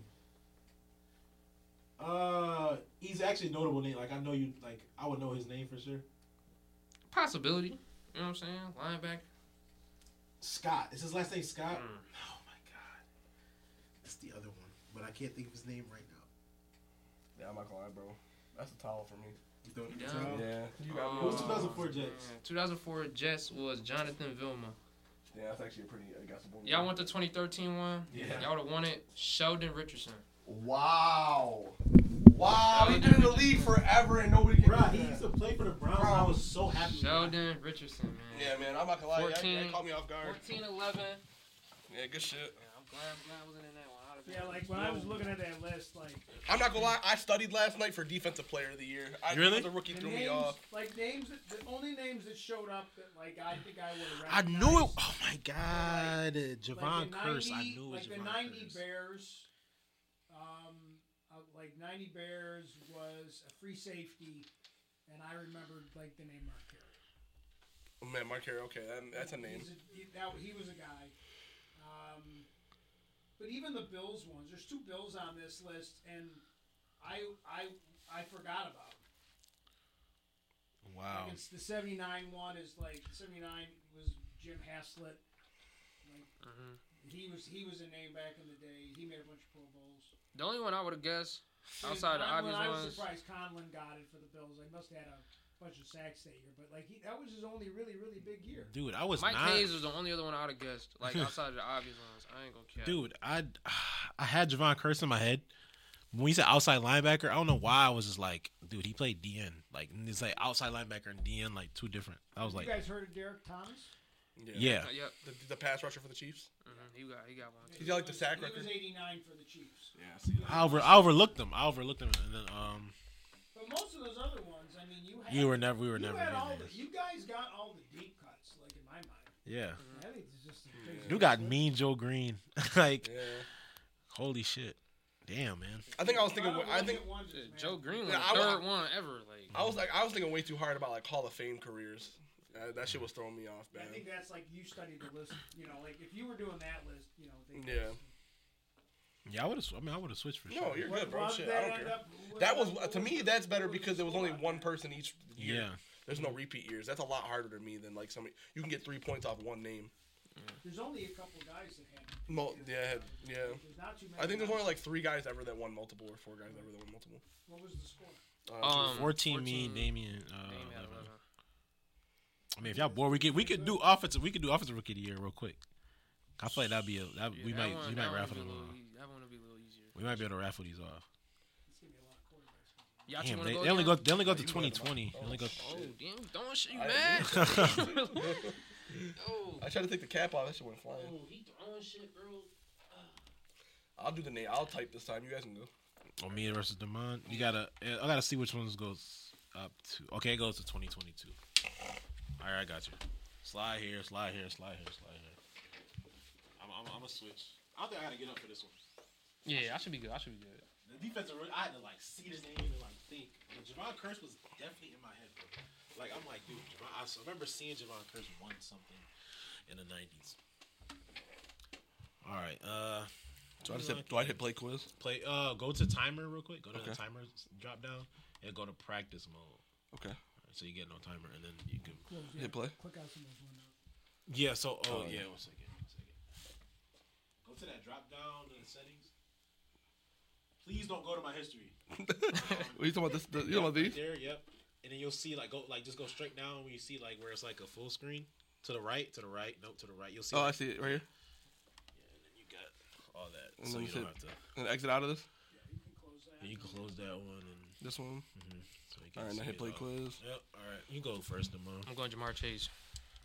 H: Uh, he's actually a notable name. Like I know you, like I would know his name for sure.
D: Possibility. You know what I'm saying? Linebacker.
H: Scott. Is his last name Scott?
D: Mm.
H: Oh my God, that's the other one. But I can't think of his name right now.
C: Yeah, I'm not gonna lie, bro. That's a towel for me.
H: You throwing it
D: Yeah.
B: Oh,
H: down?
C: Yeah, you
B: Um,
C: got me.
H: Who's 2004 Jets?
D: Oh, man. 2004 Jets was Jonathan Vilma.
C: Yeah, that's actually a pretty uh, guessable.
D: Y'all want the 2013 one?
H: Yeah.
D: Y'all would have wanted Sheldon Richardson.
C: Wow. Wow. He's been in the league forever and nobody can.
H: Bruh, he used to play for the Browns. and I was so happy. with that.
D: Sheldon Richardson, man.
C: Yeah, man. I'm not gonna lie. Y'all- Y'all,
D: 14.
C: caught me off guard.
D: 14 11.
C: Yeah, good shit.
D: Yeah, I'm glad, I'm glad I wasn't in that one. I'd have been-
E: Yeah, like when I was looking at that list, like
C: I'm not gonna lie. I studied last night for defensive player of the year. I,
B: Really?
C: The rookie
E: the
C: threw me
E: names-
C: off.
E: like names, that, the only names that showed up that like I think I would
B: I
E: have.
B: knew it. Oh my God, Javon Curse. I knew it
E: Like
B: was
E: the
B: Javon
E: '90
B: Curse.
E: Bears, um, uh, like '90 Bears was a free safety, and I remembered like the name Mark Carey.
C: Oh, man, Mark Harry. Okay, that, that's a name.
E: He's a- he, that, he was a guy. Um, but even the Bills ones, there's two Bills on this list, and I I I forgot about. 'em.
B: Wow. Oh.
E: Like it's the 79 one is like 79 was Jim Haslett. Like,
D: Mhm.
E: He was he was a name back in the day. He made a bunch of Pro Bowls.
D: The only one I would have guessed
E: I mean,
D: outside the
E: Conlon-
D: obvious
E: I was
D: ones.
E: surprised Conlon got it for the Bills. They must have had a bunch of sacks that year, but like he, that was his only really really big year.
B: Dude, I was
D: Mike
B: not.
D: Hayes was the only other one I would have guessed. Like outside of the obvious ones, I ain't gonna care.
B: Dude, I I had Javon Curse in my head. When you said outside linebacker, I don't know why I was just like, dude, he played DN. Like it's like outside linebacker and DN, like two different. I was like,
E: you guys heard of Derek Thomas?
B: yeah,
D: Uh, yep.
C: The, the pass rusher for the Chiefs.
D: Mhm, He got he got one.
C: He's got like the sack
E: he was
C: record.
E: 89 for the Chiefs.
C: Yeah, I see
B: I over I overlooked him. I overlooked him, and then um,
E: But most of those other ones, I mean, you had,
B: you were never, we were
E: you
B: never.
E: had
B: getting
E: all
B: there.
E: the, you guys got all the deep cuts, like in my mind.
B: Yeah,
E: I think it's just the biggest
B: you got
E: mistake.
B: Mean Joe Green. like
C: Yeah.
B: holy shit, damn man.
C: I think I was thinking.
E: Probably
C: I think
E: wasn't ones,
D: Yeah,
E: man.
D: Joe Green was
C: Yeah, I
D: the
C: wa-
D: third one ever. Like
C: I was like I was thinking way too hard about like Hall of Fame careers. Uh, that shit was throwing me off,
E: I
C: man.
E: think that's like you studied the list. You know, like if you were doing that list, you know. They,
C: Yeah.
B: Yeah, I would have. I mean, I would have switched for
C: No,
B: sure.
C: you're
E: What-
C: good, bro.
E: what
C: Shit,
E: did
C: I
E: that
C: don't
E: end
C: care.
E: up- what-
C: That was uh,
E: what- what
C: to me.
E: the
C: That's better
E: score
C: because there was only
E: on
C: one
E: that?
C: person each year.
B: Yeah,
C: There's no repeat years. That's a lot harder to me than like somebody you can get three points off one name.
E: There's only a couple guys that had.
C: Mul- yeah, Mm, yeah.
E: There's not too many.
C: I think there's
E: guys.
C: only like three guys ever that won multiple, or four guys ever that won multiple.
E: What was the score?
C: Uh,
D: Um,
B: fourteen, me,
D: 14,
B: Damien. Uh,
D: Damian had
B: 11.
D: 11.
B: I mean, if y'all bored, we could we could do offensive. We could do offensive rookie of the year real quick. I feel like that'd be a that,
D: Yeah,
B: we
D: that
B: might
D: one-
B: we
D: that
B: might
D: one would
B: raffle
D: be a
B: them
D: little
B: off.
D: e- That one would be a little easier.
B: We might be able to raffle these off.
E: It's gonna be a lot of quarterbacks.
D: Y'all two
B: Damn,
D: wanna
B: they,
D: go Oh,
B: they only go.
D: again?
B: They only go to 2020. They only go.
D: Oh, damn, throwing shit, you mad? oh,
C: I tried to take the cap off. That shit went flying.
D: oh, he throwing shit, bro.
C: I'll do the name. I'll type this time. You guys can go.
B: Oh, Mia versus Demond. You gotta. eh, I gotta see which ones goes up to. Okay, it goes to 2022. All right, I got you. Slide here, slide here, slide here, slide here. I'm. I'm. I'm a switch.
H: I don't think I gotta get up for this one.
D: Yeah, I should be good. I should be good.
H: The defense, really, I had to like see this name and like think. But Javon Curse was definitely in my head. Bro. Like I'm like, dude, Javon, I s- I remember seeing Javon Curse won something in the '90s.
B: All right. Uh,
C: Do I, just hit, do I hit play quiz?
B: play. Uh, go to timer real quick. Go to
C: Okay.
B: the timer drop down and go to practice mode.
C: Okay.
B: So you get no timer, and then you can.
C: Hit play.
E: Click out some of those windows.
B: Yeah. So. Oh,
C: yeah.
B: yeah. One second. One second.
H: Go to that drop down in the settings. Please don't go to my history.
C: What you talking about? This? The, you talking about
B: Right
C: these?
B: there, yep. And then you'll see like go like just go straight down when you see like where it's like a full screen to the right, to the right, nope, to the right. You'll see.
C: Oh, I
B: like,
C: see it right here.
B: and then you got all that,
C: And
B: so
C: then
B: you
C: you
B: don't
C: said-
B: have to.
C: And exit out of this.
B: You can close that one and.
C: This one.
B: So you can
C: All right.
B: see
C: Now hit
B: it
C: play
B: all.
C: quiz.
B: Yep. All right. You go first, Demon.
D: I'm going Jamar Chase.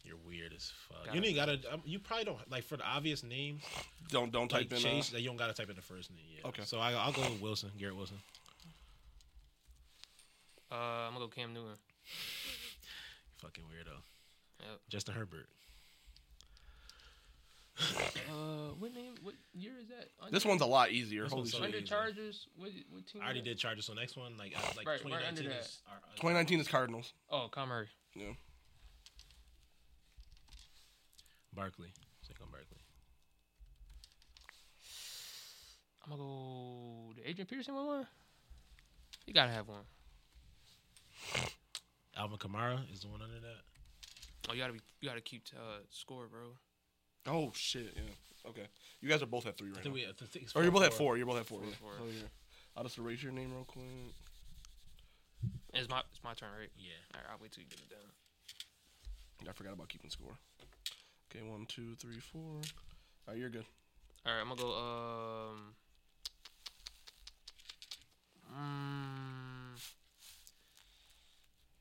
B: You're weird as fuck.
D: Gotta
B: you ain't gotta. Um, you probably don't like for the obvious names.
C: Don't don't
B: Like
C: type in.
B: Chase,
C: Uh,
B: that you don't gotta type in the first name. Yeah.
C: Okay.
B: So I, I'll go with Wilson, Garrett Wilson.
D: Uh, I'm gonna go Cam Newton.
B: Fucking weirdo.
D: Yep.
B: Justin Herbert.
D: Uh, what name? What year is that? Under,
C: this one's a lot easier.
B: This
C: Holy
B: one's
C: shit.
B: so
D: under
B: easy.
D: Chargers. What, what team?
B: I already
D: is that?
B: did Chargers. So next one, like I, like
D: Right, right
B: 2019
D: under that.
B: is. our- uh, our-
C: 2019 is Cardinals.
D: Oh, Kyle Murray.
C: Yeah.
B: Barkley. Take on Barkley.
D: I'm gonna go. Did Adrian Peterson win one? You gotta have one.
B: Alvin Kamara is the one under that.
D: Oh, you gotta be. You gotta keep uh, score, bro.
C: Oh shit. Yeah. Okay. You guys are both at three
B: I
C: right
B: think
C: now.
B: we. I think it's
C: Or Oh, you're both at four. You're both at four.
D: Four,
C: yeah.
D: four.
C: Oh, yeah. I'll just erase your name real quick.
D: It's my. It's my turn, right?
B: Yeah.
D: All right, I'll wait till you get it down.
C: I forgot about keeping score. Okay, one, two, three, four. All right, you're good.
D: All right, I'm gonna go. Um. Mm,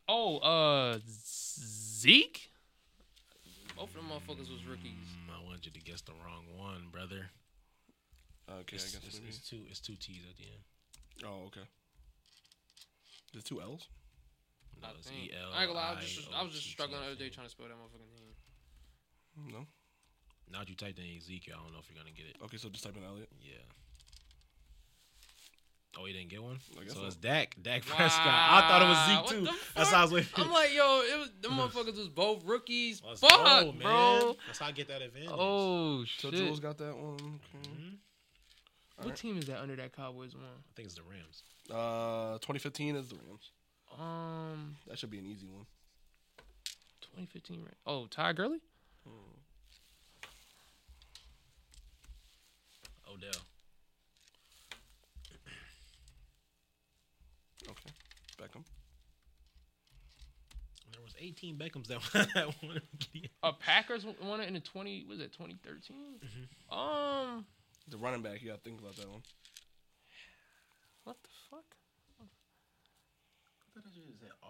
D: oh, uh, Zeke. Both of them motherfuckers was rookies.
B: Um, I wanted you to guess the wrong one, brother.
C: Okay,
B: It's,
C: I guess
B: it's,
C: maybe.
B: it's two. It's two T's at the end.
C: Oh, okay. The two L's.
B: No,
D: I
B: it's E
D: think.
B: E-L-I-O-T-T.
D: I ain't gonna lie, I was just, I was just struggling the other day trying to spell that motherfucking name.
C: No.
B: Now that you typed in Ezekiel, I don't know if you're gonna get it.
C: Okay, so just type in Elliot.
B: Yeah. Oh, he didn't get one.
C: I guess
B: so
C: so.
B: it's Dak. Dak Prescott. I thought
D: Wow,
B: it was Zeke
D: what
B: too.
D: the
B: That's how I
D: fuck?
B: was waiting.
D: I'm like, yo, it was them motherfuckers was both rookies.
B: Let's
D: Fuck,
B: go, man.
D: bro.
B: That's how I get that advantage.
D: Oh
C: So
D: shit.
C: Jules got that one. Okay.
B: Mhm.
D: what team is that under that Cowboys one?
B: I think it's the Rams.
C: Uh, 2015 is the Rams.
D: Um,
C: That should be an easy one.
D: 2015, right? Oh, Ty Gurley.
C: Hmm.
B: Odell.
C: Okay. Beckham.
B: There was 18 Beckham's that won that one.
D: Uh, Packers w- won it in the 20. Was it 2013?
C: Mm-hmm.
D: Um,
C: The running back. You gotta think about that one.
D: what the fuck?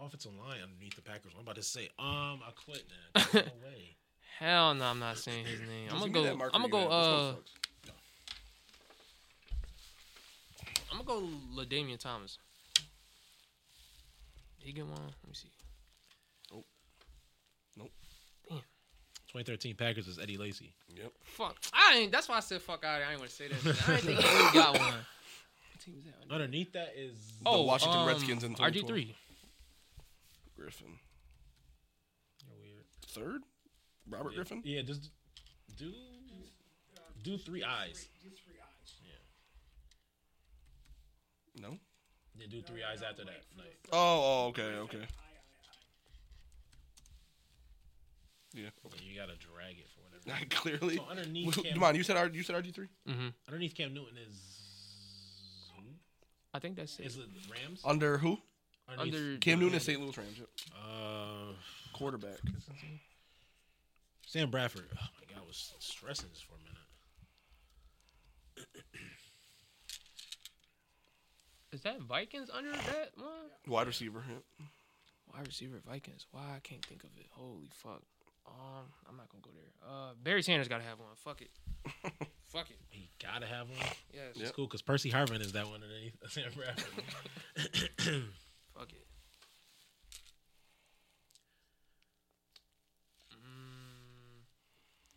B: offensive line underneath the Packers. I'm about to say, um, I quit now. No way.
D: Hell no, I'm not saying his name. I'm
C: Just give me
D: gonna go.
C: that marker
D: I'm gonna
C: you had.
D: go.
C: This
D: Uh,
C: one sucks.
D: I'm gonna go. Ladainian Thomas. He get one. Let me see.
C: Nope.
B: 2013 Packers is Eddie Lacy.
C: Yep.
D: Fuck. I ain't. That's why I said fuck out. I ain't want to say that. Shit. I ain't think he got one. What team is that? under?
B: Underneath that is
D: Oh,
C: Washington
D: um,
C: Redskins in
D: RG three.
C: Griffin.
B: You're weird.
C: Third. Robert Griffin.
B: Yeah, just do do three eyes.
E: Do three eyes.
C: No.
B: Yeah, do three eyes after that. Like,
C: Oh. oh okay. Okay.
E: Eye, eye,
C: Yeah.
B: you gotta drag it for whatever.
C: Okay. Clearly.
B: So underneath Cam,
C: Come on. You said R. You said RG three.
D: Mm-hmm.
B: underneath Cam Newton is
D: I think that's it.
B: is it Rams?
C: Under who?
D: Under
C: Cam Newton is St. Louis Rams. Yep.
B: Uh,
C: Quarterback.
B: Sam Bradford. Oh my god, I was stressing this for a minute.
D: Is that Vikings under that one?
C: Wide receiver. yeah.
D: Wide receiver Vikings. Why I can't think of it. Holy fuck. Um, I'm not gonna go there. Uh, Barry Sanders gotta have one. Fuck it. fuck it.
B: He gotta have one.
D: Yes.
B: It's cool because Percy Harvin is that one underneath Sam Bradford.
D: Fuck it. Mm,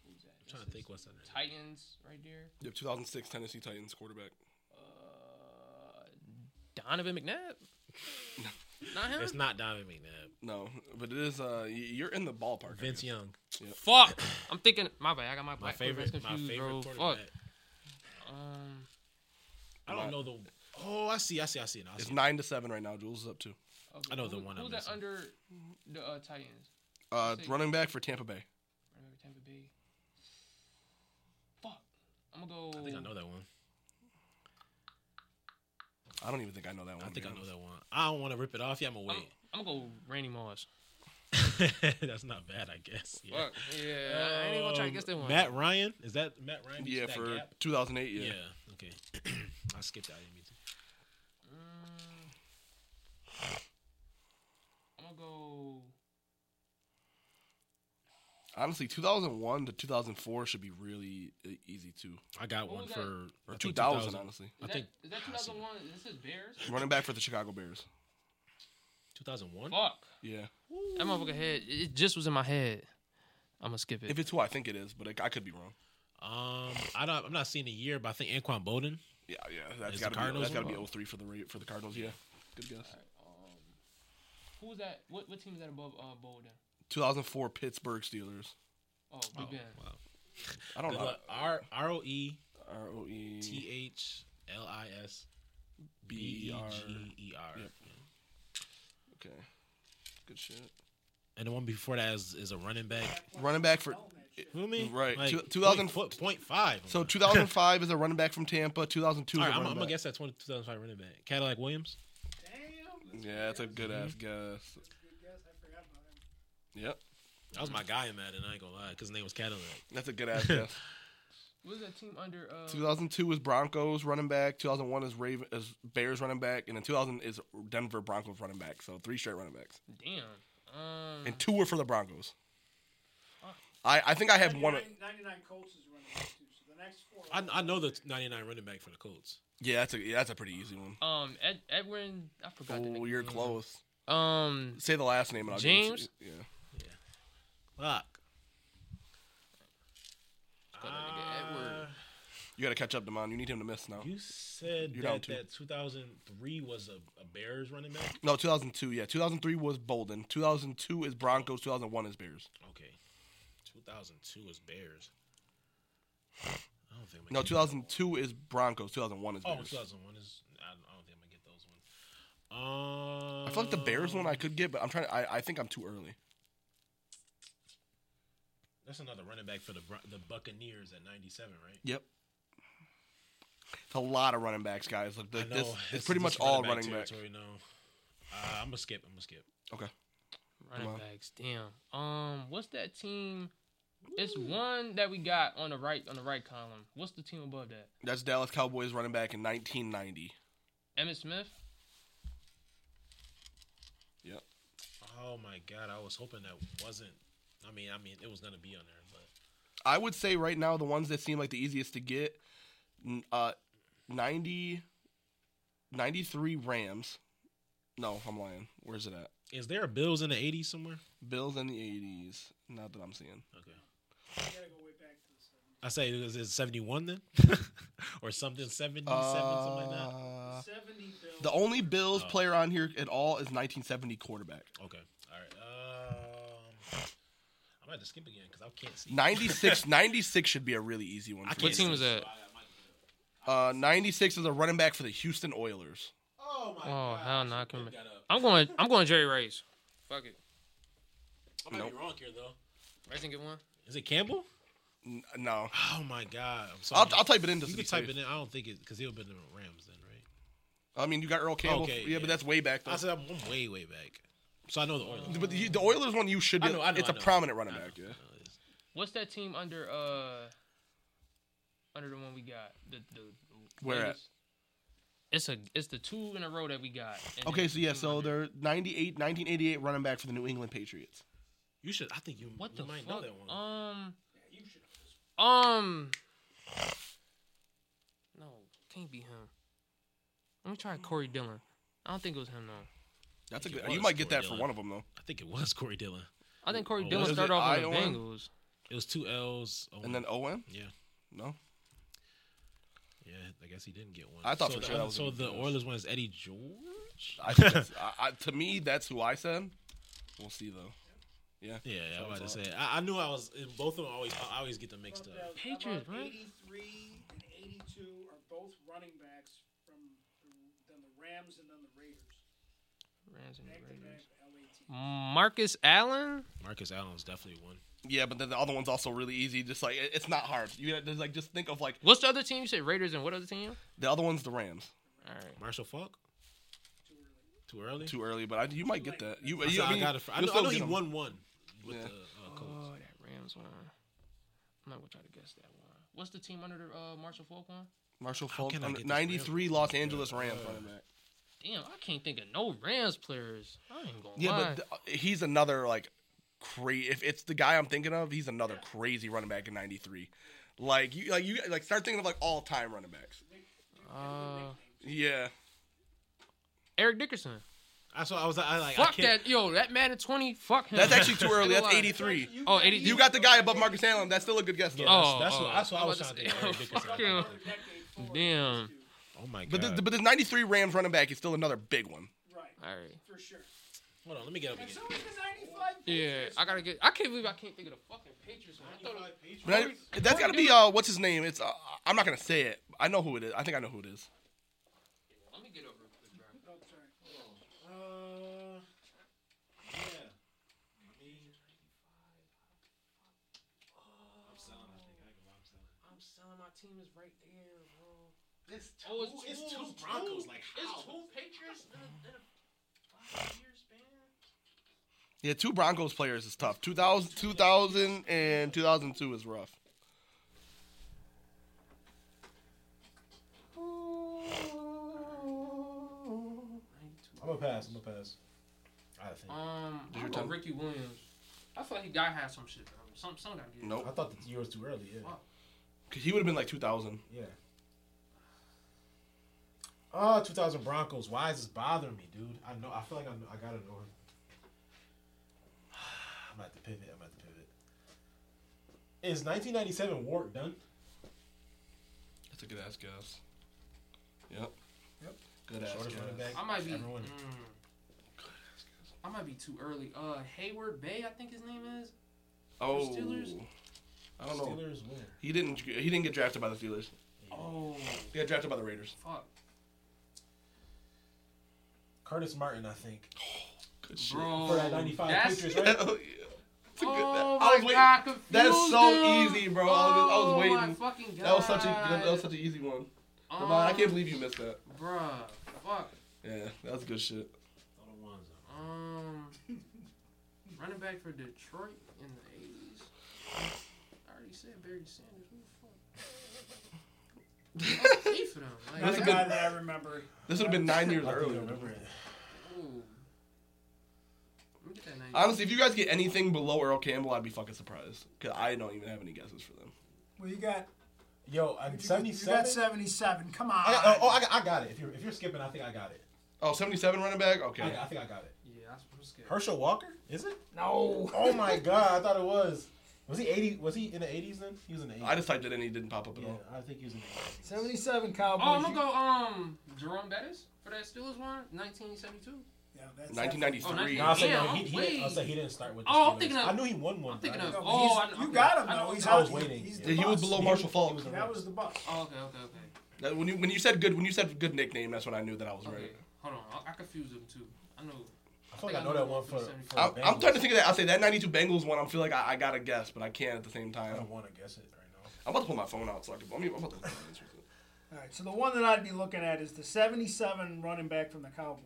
B: I'm trying to think what's under.
D: Titans right there.
C: You have 2006 Tennessee Titans quarterback.
D: Uh, Donovan McNabb. Not him.
B: It's not Donovan McNabb.
C: No, but it is. Uh, y- you're in the ballpark. I
B: Vince
C: guess.
B: Young,
D: Fuck. I'm thinking. My bad. I got my
B: my
D: black
B: favorite,
D: quarterbacks
B: my
D: confused,
B: favorite
D: bro. Fuck.
B: quarterback.
D: Um,
B: I don't know the. Oh, I see, I see, I see. No, I,
C: It's
B: see.
C: nine to seven right now. Jules is up two.
D: okay,
B: I know the
D: who-
B: one I'm
D: Who's that
B: missing.
D: under the uh, Titans?
C: Uh,
D: see.
C: running back for Tampa Bay.
D: I remember Tampa Bay. Fuck. I'm gonna go.
B: I think I know that one.
C: I don't even think I know that one.
B: I
C: to
B: think
C: be
B: I know
C: honest.
B: that one. I don't want to rip it off. Yeah, I'm
D: I'm,
B: away.
D: I'm gonna go Randy Moss.
B: That's not bad, I guess. Yeah.
D: Oh. Fuck.
C: Uh,
D: Yeah. I ain't even gonna try to
B: Um,
D: guess that one.
B: Matt Ryan is that Matt Ryan?
C: Yeah,
B: that
C: for
B: gap?
C: 2008. Yeah.
B: yeah. Okay, I skipped that. I didn't mean to.
D: Mm. I'm gonna go.
C: Honestly, 2001 to 2004 should be really uh, easy too.
B: I got
D: What
B: one
D: was that?
B: for I
C: Or
B: think
C: 2000, honestly.
D: Is
B: I think
D: that, is that 2001? This is Bears.
C: running back for the Chicago Bears.
B: 2001.
D: Fuck.
C: Yeah.
D: That motherfucker head. It just was in my head. I'm gonna skip it.
C: If it's who I think it is, but I I could be wrong.
B: Um, I don't. I'm not seeing the year, but I think Anquan Bowden.
C: Yeah, yeah. That's
B: Is the
C: got to be
B: Cardinals
C: that's got to
B: one?
C: be 03 for the Ra- for the Cardinals. Yeah. Good guess.
D: Who was that? What what team is that above uh, Bolden?
C: 2004 Pittsburgh Steelers.
D: Oh, Big Ben.
C: I don't know.
B: R R O E
C: R O E
B: T H L I S
C: B
B: B E
C: E R.
B: G E R.
C: Yep. Okay. Good shit.
B: And the one before that is, is a running back.
C: Running back for
I: Oh,
B: Who me?
C: Right.
B: Like,
C: Two- 2000
B: point, point five.
C: so 2005 is a running back from Tampa. 2002
B: All
C: is a
B: right, I'm,
C: running
B: I'm gonna
C: back.
B: guess that 20, 2005 running back. Cadillac Williams.
C: Yeah, that's a good ass
B: Mm-hmm.
C: guess.
E: Good guess. I forgot about him.
C: Yep.
B: That was my guy in Madden. I ain't gonna lie, because his name was Cadillac.
C: That's a good ass guess.
D: What was that team under? Uh,
C: 2002 is Broncos running back. 2001 is Raven is Bears running back, and then 2000 is Denver Broncos running back. So three straight running backs,
D: damn. Um,
C: and two were for the Broncos. I, I think I have one.
E: 99 99 Colts is running back too. So the next four.
B: I, I know the 99 running back for the Colts.
C: Yeah, that's a yeah, that's a pretty easy one.
D: um, Ed, Edwin. I forgot. the
C: Oh,
D: nigga
C: you're
D: name.
C: close.
D: Um,
C: Say the last name, and I'll give it to
D: James?
C: you. Yeah.
B: Fuck.
D: forgot that nigga Edward.
C: You got to catch up, Demond. You need him to miss now.
B: Ah, You said
C: You're down
B: that,
C: two.
B: that 2003 was a, a Bears running back.
C: No, 2002. Yeah, 2003 was Bolden. 2002 is Broncos. 2001 is Bears.
B: Okay, 2002 was Bears. I don't think. I'm gonna
C: No,
B: get that one.
C: 2002 is Broncos. 2001 is
B: Oh,
C: Bears.
B: 2001 is. I don't, I don't think I'm gonna get those ones. Um,
C: I feel like the Bears one I could get, but I'm trying. To, I I think I'm too early.
B: That's another running back for the Bron- the Buccaneers at 97, right?
C: Yep. It's a lot of running backs, guys. Look,
B: I
C: th-
B: know,
C: this, it's
B: this-
C: pretty
B: this
C: much all
B: back
C: running backs.
B: territory now. Uh, I'm gonna skip. I'm gonna skip.
C: Okay.
D: Running
C: Come on.
D: backs. Damn. Um, what's that team? It's one that we got on the right on the right column. What's the team above that?
C: That's Dallas Cowboys running back in 1990.
D: Emmett Smith.
C: Yep.
B: Oh my god, I was hoping that wasn't. I mean, I mean, it was gonna be on there, but
C: I would say right now the ones that seem like the easiest to get n- uh 90 93 Rams. No, I'm lying. Where's it at?
B: is there a Bills in the 80s somewhere?
C: Bills in the 80s. Not that I'm seeing.
B: Okay,
E: You gotta go way back to the 70s.
B: I say is it 71 then, or something 77, something like that.
C: Uh,
E: 70 Bills.
C: the only Bills
B: Oh.
C: player on here at all is 1970 quarterback.
B: Okay, all right. Um, I'm gonna have to skip again because I can't see.
C: 96 96 should be a really easy one.
B: I
C: for
B: can't
D: What
C: me.
B: see.
D: team was that?
C: Uh, 96 is a running back for the Houston Oilers.
B: Oh my
D: Oh
B: god.
D: hell no! I
B: I
D: can
B: got up.
D: I'm going. I'm going Jerry Rice. Fuck it.
B: I might
C: Nope.
B: be wrong here though.
D: Rice didn't get one.
B: Is it Campbell?
C: N- no.
B: Oh my god. I'm sorry.
C: I'll, I'll type it in just
B: You
C: to be
B: can type
C: safe.
B: it in. I don't think it because he'll be in the Rams then, right?
C: I mean, you got Earl Campbell.
B: Okay,
C: yeah,
B: yeah.
C: but that's way back. Though.
B: I said I'm, I'm way way back, so I know the Oilers.
C: but the, the Oilers one, you should.
B: I know, I know,
C: it's a
B: I know.
C: prominent running back. Yeah.
D: What's that team under uh under the one we got? The the
C: Where at?
D: latest? It's a it's the two in a row that we got. and
C: Okay,
D: then
C: so yeah,
D: two
C: so
D: under.
C: they're 98, 1988 running back for the New England Patriots.
B: You should. I think you.
D: what
B: you
D: the
B: might
D: fuck?
B: know that one.
D: Um, um, no, can't be him. Let me try Corey Dillon. I don't think it was him though.
C: That's a
B: Think
C: good.
B: it
C: You
B: was
C: might get
B: Corey
C: that for
B: Dillon.
C: one of them though.
B: I think it was Corey Dillon.
D: I think Corey
B: Oh,
D: Dillon
C: was it
D: started off on the
C: Iowa?
D: Bengals.
B: It was two L's. oh,
C: And then OM?
B: yeah,
C: No.
B: yeah. I guess he didn't get one.
C: I thought
B: so
C: for
B: the
C: sure that
B: other-
C: was
B: So
C: gonna be
B: the
C: close.
B: Oilers one is Eddie George.
C: I, think that's- I, I to me that's who I said. We'll see though. Yeah.
B: Yeah, yeah, I was about to
C: Sounds
B: say. I, I knew I was. Both of them always. I always get them mixed up.
D: Patriots, right?
I: Eighty-three and eighty-two are both running backs from, from then the Rams and then the Raiders.
D: Rams and
I: Back to
D: Raiders.
I: back LA teams.
D: Marcus Allen.
B: Marcus Allen's definitely one.
C: Yeah, but then the other one's also really easy. Just like it, it's not hard. You gotta- just like just think of like
D: What's the other team? You said Raiders and what other team?
C: the other one's the Rams.
D: All right.
B: Marshall Falk. Too early. Too
C: Too early, but I, you might get that. You,
B: early.
C: you
B: I,
C: mean,
B: got it. fr- I
C: you'll
B: know, I
C: still
B: know
C: get
B: he
C: 'em.
B: won one with
C: Yeah.
B: the uh, Colts.
D: Oh, that Rams one. I'm not gonna try to guess that one. What's the team under the uh, Marshall Falk one?
C: Marshall
B: How
C: Falk,
B: can I get this
C: ninety-three
B: Rams?
C: Los Angeles
B: Yeah.
C: Rams
B: Uh,
C: running back.
D: Damn, I can't think of no Rams players. I ain't gonna
C: Yeah,
D: lie.
C: but th- he's another like crazy. If it's the guy I'm thinking of, he's another crazy running back in '93. Like you, like you, like start thinking of like all-time running backs.
D: uh,
C: Yeah,
D: Eric Dickerson.
B: I saw. I was. I like. I
D: Fuck
B: can't,
D: that, yo, that Madden 20. Fuck him.
C: that's actually too early.
D: I ain't
C: That's
D: gonna lie.
C: '83.
D: Oh, 80.
C: You got the guy above Marcus Allen. That's still a good guess. Though.
B: That's,
D: Oh,
B: that's,
D: oh,
B: what, that's what I
D: I'm
B: was
D: about
B: trying
D: to
B: to think.
D: say,
B: Eric Dickerson.
D: fuck him. Damn.
B: Oh my god.
C: But the, but the '93 Rams running back is still another big one.
I: Right,
D: All right.
I: for sure.
B: Hold on. Let me get up
I: And
B: again.
I: so is the ninety-five.
D: Yeah, I gotta get. I can't believe I can't think of the fucking Patriots. Man. I thought it-
C: But I, that's got to be uh, what's his name? It's uh, I'm not gonna say it. I know who it is. I think I know who it is.
D: Let me get over it, bro.
I: Oh,
H: Uh,
I: sorry.
H: yeah. I mean, I'm selling. I think I can I'm selling.
D: I'm selling my team is right there, bro.
H: It's two,
D: Oh, it's
H: it's two,
D: two- it's
H: Broncos.
D: two.
H: Like how?
D: It's two Patriots in a, in a five year span.
C: Yeah, two Broncos players is tough. 2000, 2000 and 2002 is rough.
H: I'm gonna pass. I'm gonna pass. I think.
D: Um,
C: Did
D: I
C: your
D: know
C: tongue-
D: Ricky Williams. I thought he got had some shit. Bro. Some some gotta get. it.
C: Nope.
H: I thought that you were too early. Yeah.
D: Wow.
C: Cause he would have been like 2000.
H: Yeah. Oh, 2000 Broncos. Why is this bothering me, dude? I know. I feel like I, know, I gotta know him. I'm at the pivot. I'm at the pivot. Is 1997 Warp done?
C: That's a good ass guess. Yep.
H: Yep.
C: Good ass
H: Shortest running
C: guess.
H: back.
D: I might be.
H: Everyone.
D: mm, I might be too early. Uh, Hayward Bay, I think his name is.
C: Oh.
D: Steelers?
C: I
E: Oh,
C: don't know.
H: Steelers win.
C: He didn't. He didn't get drafted by the Steelers.
D: Oh,
C: He got drafted by the Raiders.
D: fuck,
H: Curtis Martin, I think.
C: Good shit.
D: bro.
H: For that 95
D: That's,
H: Patriots,
C: Hell
H: right?
C: yeah. It's a good-
D: oh
C: I was
D: my
C: waiting-
D: god, confused,
C: That is so
D: dude.
C: easy, bro. I was, I was
D: Oh, my
C: waiting.
D: fucking god.
C: That was such a that was such an easy one. Devon, I can't believe you missed that.
D: Bruh, fuck.
C: Yeah, that was good shit.
H: All the ones, uh,
D: Um, running back for Detroit in the eighties. I already said Barry Sanders. Who the fuck? I hate for them. Like,
E: Another
C: a
E: guy
C: good-
E: that I remember.
C: This would have been nine uh,
B: Oh.
C: years
H: I don't
C: earlier.
H: remember it.
D: ooh. Let me get that name.
C: Honestly, if you guys get anything below Earl Campbell, I'd be fucking surprised. Cause I don't even have any guesses for them.
E: Well, you got
H: Yo, I'm
E: you, you got
H: 77.
E: seventy-seven. Come on.
C: Uh,
H: I got, oh, oh, I got, I got it. If you're if you're skipping, I think I got it.
C: Oh, 77 running back.
H: I,
C: Okay.
H: I think I got it.
D: yeah, I'm I'm scared.
H: Herschel Walker? Is it?
E: no.
H: Oh my god, I thought it was. Was he 80? Was he in the 80s then? He was in the 80s.
C: I just typed it and he didn't pop up at
H: yeah,
C: all.
H: I think he was in the 80s.
E: Seventy-seven
D: Oh,
E: Cowboys.
D: I'm gonna go um Jerome Bettis for that Steelers one, 1972.
E: Yeah, that's
C: 1993.
B: Oh,
H: No, I said
D: Damn,
H: no. He,
D: I'm
H: he, didn't- I
D: waiting.
H: said he didn't start with. The
D: Oh, I'm
H: Steelers.
D: thinking of-
H: I knew he won one.
D: I'm thinking
H: but I
D: of-
H: don't-
E: No,
D: Oh,
E: he's-
D: I know-
E: you
D: okay.
E: got him
D: I know-
E: though. He's
D: I was
E: out.
H: waiting.
E: He's
C: Yeah,
E: the
C: he was
E: bust.
C: below
H: He-
C: Marshall
H: he
C: Falk.
H: was a-
E: That was the bus.
D: Oh, okay, okay, okay.
C: That- when you when you said good when you said good nickname, that's when I knew that I was
D: Okay,
C: right.
D: hold on. I, I confused them too. I know.
H: I feel like I know that one for. for
C: I'm,
H: the
C: I'm
H: Bengals.
C: trying to think of that. I say that 92 Bengals one. I feel like I, I gotta guess, but I can't at the same
H: I
B: Oh.
C: time.
H: don't want to guess it right now.
C: I'm about to pull my phone out so I can. I mean, I'm about to.
E: All right, so the one that I'd be looking at is the 77 running back from the Cowboys.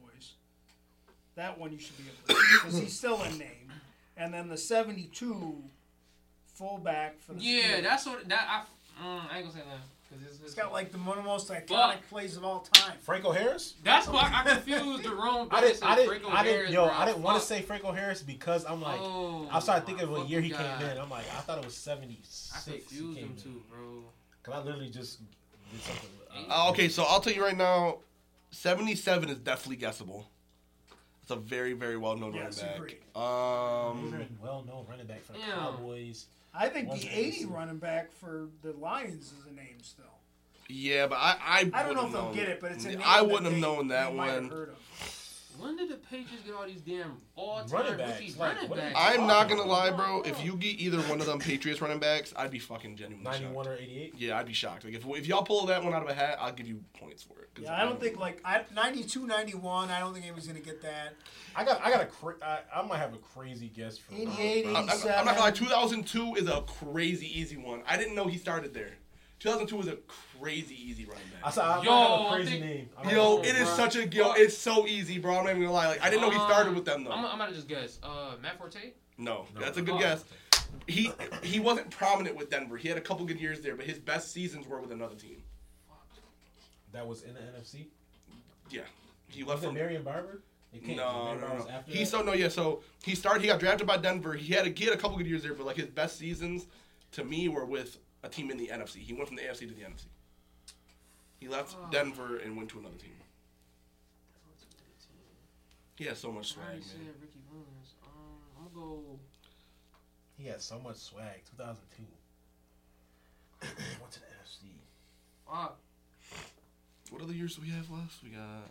E: That one you should be able to because he's still in name. And then the 72 fullback for the
D: Yeah,
E: Steelers.
D: that's what that I. Mm, I ain't gonna say that. 'Cause it's-
E: It's got like the one of the most iconic
D: Fuck.
E: plays of all time.
B: Franco Harris?
D: That's why I confused Jerome
B: I
D: Bettis
B: didn't. I
D: and
B: didn't.
D: Franco
B: I didn't.
D: Harris,
B: Yo,
D: bro.
B: I didn't want to
D: Fuck.
B: say Franco Harris because I'm like,
D: Oh,
B: I started
D: my
B: thinking of what year he
D: fucking
B: came
D: God.
B: in. I'm like, I thought it was '76.
D: I confused him too, bro.
B: Cause I literally just did something. with-
C: Uh, okay, so I'll tell you right now, seventy-seven is definitely guessable. It's a very, very well-known
E: Yes,
C: running
E: agreed.
C: back. Um,
B: Very well-known running back for the
D: Yeah.
B: Cowboys.
E: I think the
B: Wasn't
E: '80
B: easy.
E: running back for the Lions is a name still.
C: yeah, but I, I,
E: I don't
C: wouldn't
E: know if they'll get it, but it's a name
C: I
E: that
C: wouldn't
E: they-
C: have known that
E: they might have
C: one.
E: heard of.
D: When did the Patriots get all these damn all-time
B: Running
D: running
B: backs,
D: rookie
B: like,
D: running
B: what are
D: backs?
B: you
C: I'm not gonna
B: Oh.
C: lie, bro. If you get either one of them Patriots running backs, I'd be fucking genuinely
B: '91
C: shocked.
B: or '88.
C: Yeah, I'd be shocked. Like if, if y'all pull that one out of a hat, I'll give you points for it. 'cause
E: Yeah, I don't think like I, 92, 91, I don't think anyone's gonna get that.
B: I got. I got a. Cra- I, I might have a crazy guess for.
E: 88,
C: I'm, I'm- I'm not gonna lie. 2002 is a crazy easy one. I didn't know he started there. 2002 is a crazy easy running
B: I
C: back.
B: saw. I
D: Yo,
B: might have a
D: I
B: crazy
D: think-
B: name. I might
C: Yo,
B: have a
C: it is
B: crazy-
C: such a yo. It's so easy, bro. I'm not even gonna lie. Like I didn't know he
E: uh,
C: started with them though.
D: I'm, I'm gonna just guess. Uh, Matt Forte.
C: No, that's a good
D: Oh.
C: guess. He he wasn't prominent with Denver. He had a couple good years there, but his best seasons were with another team.
B: That was in the NFC.
C: Yeah, he left
B: Was it
C: from.
B: Marion Barber? It
C: No,
B: can't-
C: no,
B: Marion Barber
C: no.
B: was after
C: He
B: that?
C: so no, yeah. So he started. He got drafted by Denver. He had a he had a couple good years there, but like his best seasons, to me, were with a team in the NFC. He went from the AFC to the NFC. He left Denver and went to another team. He has so much
D: I
C: swag,
D: already
C: man.
D: said Ricky Williams. Um, I'm gonna go.
B: He had so much swag. 2002. Went to the NFC.
D: Fuck.
C: What other years do we have left? We got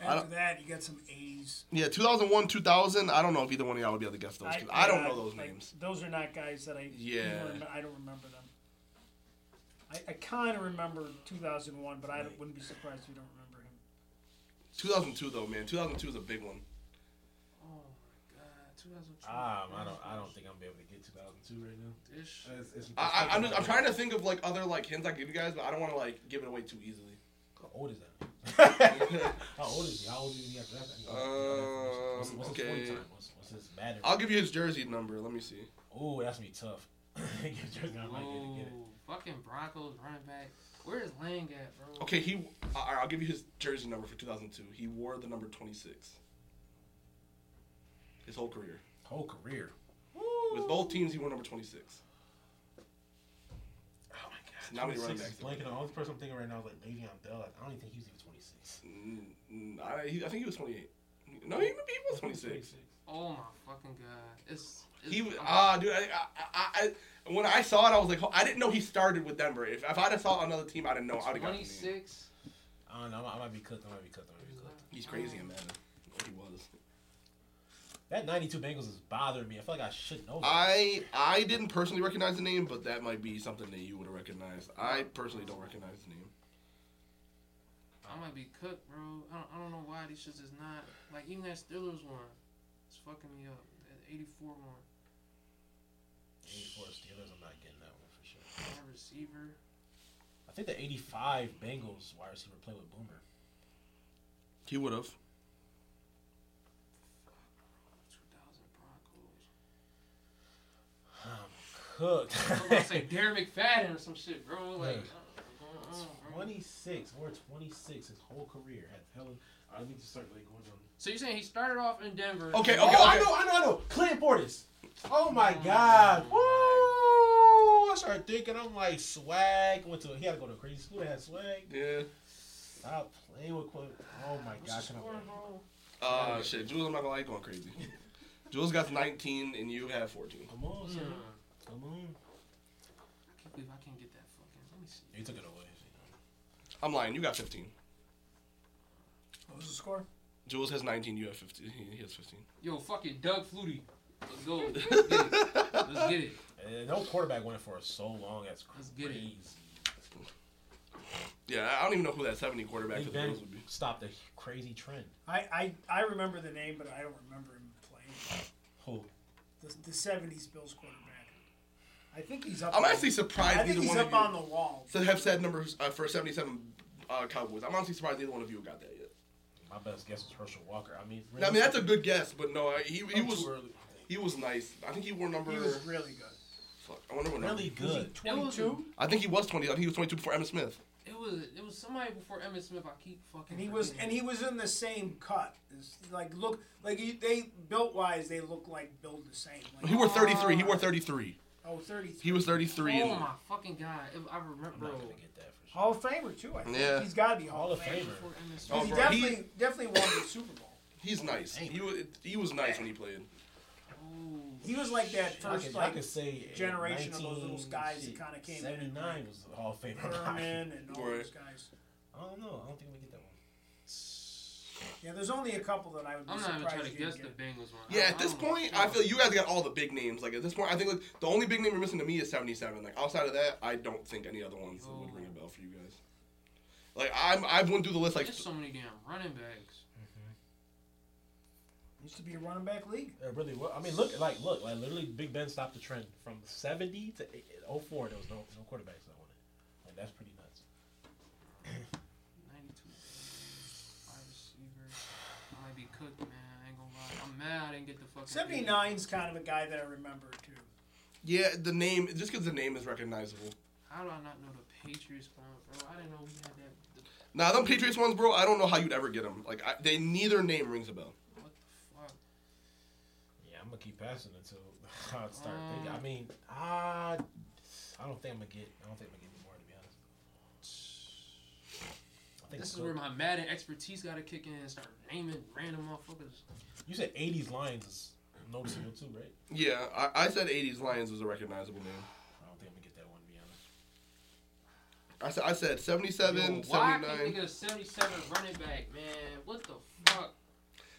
E: After that, you got some '80s.
C: yeah, 2001, 2000. I don't know if either one of y'all would be able to guess those. 'cause I, don't
E: uh,
C: know those
E: like,
C: names.
E: Those are not guys that I
C: Yeah.
E: even rem- I don't remember them. I, I kind of remember 2001, but I don't- wouldn't be surprised if you don't remember him.
C: 2002 though, man. 2002 is a big one.
D: Oh my god. 2002.
B: Um, I don't. I don't think I'm gonna be able to get 2002 right now.
D: Ish.
B: It's, it's,
C: I, I, I'm, just, I'm trying to think of like other like hints I give you guys, but I don't want to like give it away too easily.
B: How old is that? How old is he? How old is he after that? what's,
C: Um,
B: what's
C: okay.
B: his forty time? What's, what's his battery?
C: I'll give you his jersey number. Let me see.
B: Oh, that's gonna be tough. Get Jersey, I might get it, get it.
C: Oh.
D: Whoa, Fucking Broncos running back. Where is Lang at, bro?
C: Okay, he. I- I'll give you his jersey number for 2002. He wore the number 26. His whole career.
B: Whole career.
C: With both teams, he wore number 26.
B: Oh my god.
C: Not many
B: 26
C: running
B: is
C: backs.
B: blanking. The only person I'm thinking right now is like Le'Veon Bell. Like, I don't even think he was even 26.
C: Mm, mm, I, he, I think he was 28. No, he, maybe he was 26.
D: Oh my fucking god. It's. it's
C: He was
D: I'm-
C: ah, dude. I, I, I, I, when I saw it, I was like, I didn't know he started with Denver. If, if I'd have saw another team, I'd have known. I'd have gotten him.
D: 26.
B: I don't know. I might, I might be cooked. I might be cooked. I might be cooked.
C: He's crazy, man. He was.
B: That 92 Bengals is bothering me. I feel like I should know that.
C: I I didn't personally recognize the name, but that might be something that you would have recognized. I personally don't recognize the name.
D: I might be cooked, bro. I don't, I don't know why these shits is not like even that Steelers one. It's fucking me up. That '84 one.
B: 84 Steelers. I'm not getting that one for sure.
D: Wide receiver.
B: I think the 85 Bengals wide receiver played with Boomer.
C: He would have.
D: 2000 Broncos.
B: Cooked.
D: I'm about to say Darren McFadden or some shit, bro.
B: Yeah.
D: Like, I don't know what's going on, bro.
B: 26 or 26 his whole career had hella. I need to start like going down.
D: So you're saying he started off in Denver?
C: Okay,
D: and
B: Oh,
C: okay.
B: I know, I know, I know. Clint Portis. Oh my god. Woo! I started thinking. I'm like swag. Went to he had to go to a crazy school that had swag.
C: Yeah.
B: Stop playing with Clint. Oh my
D: What's the
B: god. Can I-
D: score, bro?
C: Uh, shit. Jules, I'm not gonna lie, you going crazy. Jules got 19 and you have 14.
B: Come on, son.
D: Hmm.
B: Come on.
D: I can't believe I can't get that fucking. Let me see.
B: You took it away.
C: I'm lying. You got 15.
E: What was the score?
C: Jules has 19. You have 15. He he has 15.
D: Yo, fuck it, Doug Flutie. Let's go. Let's get it. Let's get it.
B: Uh, no quarterback went for so long. That's
D: Let's
B: crazy.
D: get it.
C: Yeah, I- I don't even know who that 70 quarterback for
B: Big
C: the
B: Ben
C: Bills would be.
B: stopped a crazy trend.
E: I, I I remember the name, but I don't remember him playing.
B: Who?
E: The, the '70s Bills quarterback. I think he's up.
C: I'm
E: on-
C: actually surprised
E: I think
C: neither
E: he's
C: one
E: up
C: of you
E: on the wall.
C: to have said numbers uh, for 77 uh, Cowboys. I'm honestly surprised neither one of you got that yet.
B: My best guess was Herschel Walker. I mean,
C: I mean, that's a good guess, but no, I- he, he
B: I'm
C: was
B: too early.
C: he was nice. I think he wore number
E: He was really good.
C: Fuck, I wonder what. number-
H: Really good.
I: Twenty-two,
C: I think he was twenty. I think he was twenty-two before Emmitt Smith.
D: It was it was somebody before Emmett Smith. I keep fucking.
E: And he was
D: forgetting.
E: and he was in the same cut. It's like look like you, they built wise they look like build the same. Like,
C: He wore thirty-three. He wore thirty-three.
E: oh, 33.
C: He was thirty-three.
D: Oh
C: and,
D: my fucking god! If I remember.
H: I'm not gonna get that for sure.
E: Hall of Famer too. I think
C: Yeah.
E: he's got to be Hall
H: Hall
E: of
H: of
E: Famer.
H: Famer.
D: before Emmett Smith.
C: Oh,
E: he
C: bro,
E: definitely
C: he-
E: definitely won the Super Bowl.
C: He's nice. He was, he was nice when he played.
E: He was like that
H: I
E: first
H: could, I
E: like
H: could say eh,
E: generation of those little guys that kinda came in and,
H: Seventy nine was the Hall of Famer.
E: Herman and all
C: Right.
E: those guys.
H: I don't know. I don't think we get that one.
E: Yeah, there's only a couple that I would be
D: I'm not even
E: surprised
D: trying to
E: you
D: guess
E: didn't
D: the
E: get.
D: Bengals one.
C: Yeah,
D: I-
C: at this
D: don't know.
C: point, I feel you guys got all the big names. Like at this point, I think like the only big name we're missing to me is seventy-seven. Like outside of that, I don't think any other ones
D: Oh
C: would ring a bell for you guys. Like I'm, I went through the list. Like
D: There's so many damn running backs.
E: Used to be a running back league.
H: It really well. I mean, look, like, look, like, literally, Big Ben stopped the trend from seventy to 04. There was no no quarterbacks that won it. Like, that's pretty nuts.
D: 92. Wide receiver. I might be cooked, man. I ain't gonna lie. I'm mad I didn't get the fucking.
E: 79's kind of a guy that I remember too.
C: yeah, the name just because the name is recognizable.
D: How do I not know the Patriots one, bro? I didn't know we had that. the-
C: Now them Patriots ones, bro. I don't know how you'd ever get them. Like I, they neither name rings a bell.
D: What the fuck?
H: Yeah, I'm gonna keep passing until I start
D: Mm.
H: thinking. I mean, I, I don't think I'm gonna get. I don't think I'm gonna get any more to be honest. I think
D: This is
H: Cook-
D: where my Madden expertise gotta kick in and start naming random motherfuckers.
H: you said '80s Lions is noticeable too, right?
C: Yeah, I, I said '80s Lions was a recognizable name.
H: I don't think I'm gonna get that one to be honest.
C: I said I said 77,
D: Yo, why I can't
C: 79.
D: think of a 77 running back, man? What the fuck?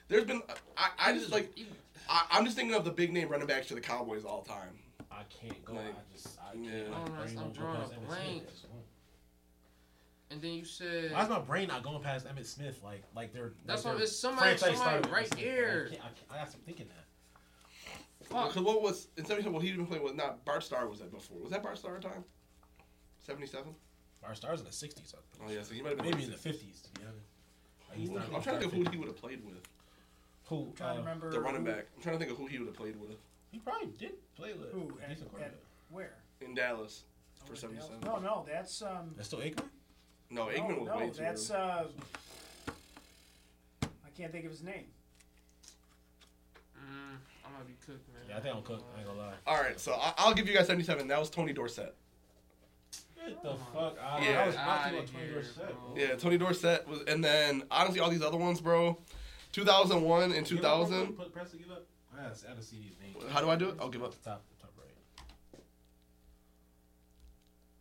C: There's been I, I just
D: Even-
C: like
D: even-
C: I, I'm just thinking of the big name running backs to the Cowboys all time.
H: I can't go. I
C: Like,
H: just I
C: yeah.
H: can't.
C: I
H: My
D: don't
H: brain
D: know, Oh, I'm
H: won't go
D: drawing
H: past
D: a
H: Emmitt
D: blank.
H: Smith.
D: And then you said.
H: Why is my brain not going past Emmett Smith? Like like they're
D: That's
H: like
D: what-
H: their
D: it's somebody-
H: franchise
D: somebody
H: started
D: right
H: Emmitt Smith.
D: there.
H: I, can't, I, can't, I have to thinking that.
E: Oh.
D: Fuck.
C: Because what was in seventy seven? Well, he didn't play with not Bart Starr was that before? Was that Bart Starr time? Seventy seven.
H: Our stars in the '60s. I
C: Oh
H: think.
C: yeah, so he might have been
H: Maybe in the '50s, to be honest. Like, he's not-
C: I'm trying to think of who he would have played with.
H: who
E: Trying
D: Oh.
E: to
H: uh,
E: remember
C: The running
E: who-
C: back. I'm trying to think of who he would have played with
H: He probably did play with
E: Who
H: a
E: at,
H: decent
E: at
H: quarterback.
E: where?
C: in Dallas
E: Oh,
C: for seventy seven.
E: No, no, that's um.
H: That's still Aikman.
C: No, Aikman was
E: no, Oh, no,
C: way too.
E: that's
C: early.
E: uh. I can't think of his name.
D: Mm, I'm gonna be cooked, man.
H: Yeah, I think I'm cooked. I ain't gonna lie.
E: uh,
C: All right, so I, I'll give you guys seventy seven. That was Tony Dorsett.
H: What the fuck? I,
C: Yeah.
H: I was not
D: Outta
H: thinking about Tony
D: here,
H: Dorsett.
D: bro.
C: Yeah, Tony Dorsett was, and then honestly, all these other ones, bro. Two thousand one and two thousand.
H: Put press to give up. I don't I don't see these names.
C: How do I do it? Oh, I'll give up.
H: Top, top right.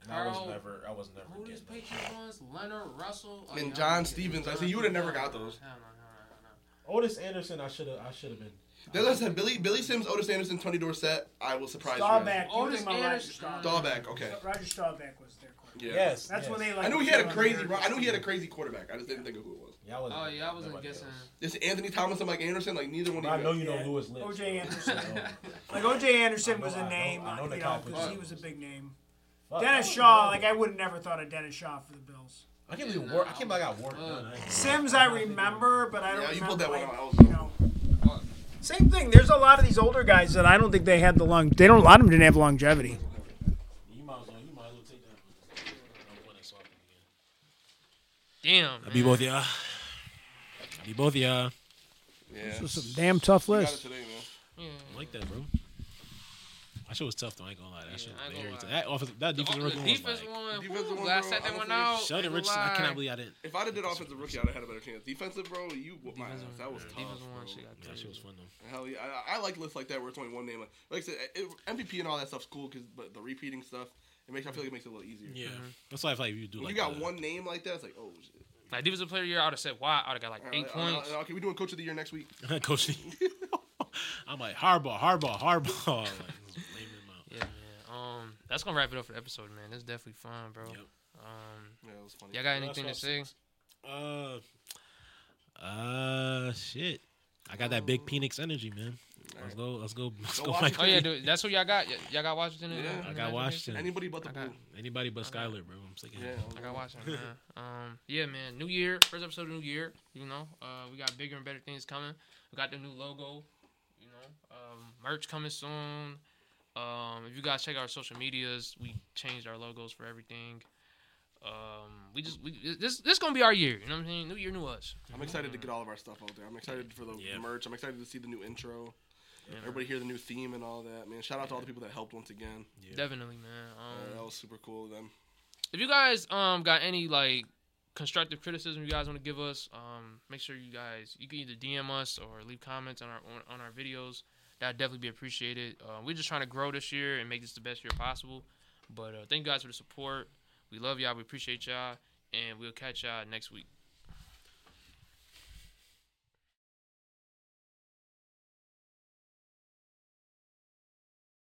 H: And I
D: Carl,
H: was never. I was never.
D: Who these
H: getting that.
D: Patriots ones? Leonard Russell Oh,
C: And
D: yeah, I'm
C: John
D: gonna get
C: Stevens. I
D: John
C: see you would've
D: Stevens.
C: never got
D: No, no,
C: those.
D: no, no, no,
H: Otis Anderson. I should have. I should have been.
C: As I said, Billy Billy Sims, Otis Anderson, Tony Dorsett. I will surprise
E: Staubach.
C: you.
E: You
D: Otis
E: think about Roger
D: Anderson.
E: Staubach?
C: Staubach. Okay.
E: Roger Staubach was their quarterback.
C: Yeah.
H: Yes.
E: That's
H: yes.
E: when they like.
C: I knew he had a
E: threw him
C: crazy.
E: there.
C: I knew he had a crazy quarterback. I just didn't think of who it was.
H: Yeah, I wasn't.
D: no. Oh yeah, I wasn't
H: nobody
D: guessing.
H: else.
C: This Anthony Thomas and Mike Anderson, like neither one.
H: But I
C: of
H: know
C: you.
H: you know
E: Yeah.
H: who was lit.
E: O.J.
H: so-
E: Anderson.
H: so-
E: Like OJ Anderson
H: I know-
E: was
H: I
E: a
H: know-
E: name,
H: I know
E: you
H: the
E: know,
H: guy for
E: because he
H: sure.
E: was a big name.
H: Fuck, I
E: Dennis
H: wasn't
E: Shaw,
H: going
E: like
H: there.
E: I would have never thought of Dennis Shaw for the Bills.
H: I can't believe War. I can't believe I got War.
D: Fuck.
E: Sims, I remember, but I don't.
C: Yeah, you pulled
E: remember,
C: that one
E: like,
C: out. I was
E: you
C: over.
E: know. Same thing. There's a lot of these older guys that I don't think they had the long. They don't. A lot of them didn't have longevity.
H: You might as well. You might as well take that. I'm putting this off again.
D: Damn.
B: I
D: Man.
B: be both y'all. I be both y'all.
C: Yeah.
E: This was a damn tough
C: Got it
E: list.
C: today, man.
D: Yeah.
B: I like that, bro. That shit was tough though. I ain't gonna lie. That shit
D: I
B: was
D: ain't gonna
B: very
D: lie.
B: tough. That offense, that
D: The
B: defensive rookie was
D: Oh, defense
B: like.
D: one.
C: Defense
D: woo,
C: one,
D: I
C: bro,
D: set that one
C: honestly,
D: out.
B: Sheldon
D: ain't
B: Richardson. I
D: gonna
B: cannot
D: lie.
B: believe I didn't.
C: If I'd have did offensive rookie, I'd have had a better chance. Defensive, bro, you whooped my ass.
D: Defensive-
C: That was tough.
D: defensive one
C: bro.
D: shit got
B: That
D: crazy.
B: shit was fun though.
C: Hell yeah, I, I like lists like that where it's only one name. Like, like I said, it, MVP and all that stuff's cool because but the repeating stuff, it makes I feel like it makes it a little easier.
B: Yeah.
D: Mm-hmm.
B: That's why I feel like you do.
C: When
B: Like
C: you got
B: the-
C: one name like that, it's like oh shit.
D: Like defensive player of the year, I would have said why. I would have got like
C: All right,
D: eight
C: all right,
D: points.
C: all right, okay, we doing coach of the year next week.
B: Coach Lee. I'm like hardball, hardball, hardball. Like, just laming him out.
D: Yeah, man. Um, that's gonna wrap it up for the episode, man. That's definitely fun, bro.
B: Yep.
D: Um,
C: Yeah, that was funny.
D: y'all got
B: What
D: anything to
B: else
D: say?
B: Uh, uh, shit. I got that big Phoenix energy, man. Let's go, let's go, let's
C: Go
B: go.
C: Washington.
D: Oh yeah, dude, that's what y'all got. Y- y'all got Washington. in-
C: Yeah. I
D: in the
B: got
D: National
B: Washington.
C: Anybody but the
D: I got-
C: Blue.
B: Anybody but Skyler, bro. I'm sick of
C: Yeah,
B: him.
D: I got watching, man. Um, yeah, man. New year, first episode of New Year. You know, uh, we got bigger and better things coming. We got the new logo. You know, um, merch coming soon. Um, if you guys check our social medias, we changed our logos for everything. Um, we just we this this gonna be our year. You know what I'm saying? New year, new us.
C: I'm excited to get all of our stuff out there. I'm excited for the
B: Yeah.
C: merch. I'm excited to see the new intro. Everybody hear the new theme and all that. Man, shout out to all the people that helped once again.
B: Yeah.
D: Definitely, man.
C: Uh,
D: Um,
C: that was super cool of them.
D: if you guys um got any like constructive criticism you guys want to give us, um, make sure you guys you can either DM us or leave comments on our on, on our videos. That'd definitely be appreciated. Uh, we're just trying to grow this year and make this the best year possible. But uh, thank you guys for the support. We love y'all. We appreciate y'all, and we'll catch y'all next week.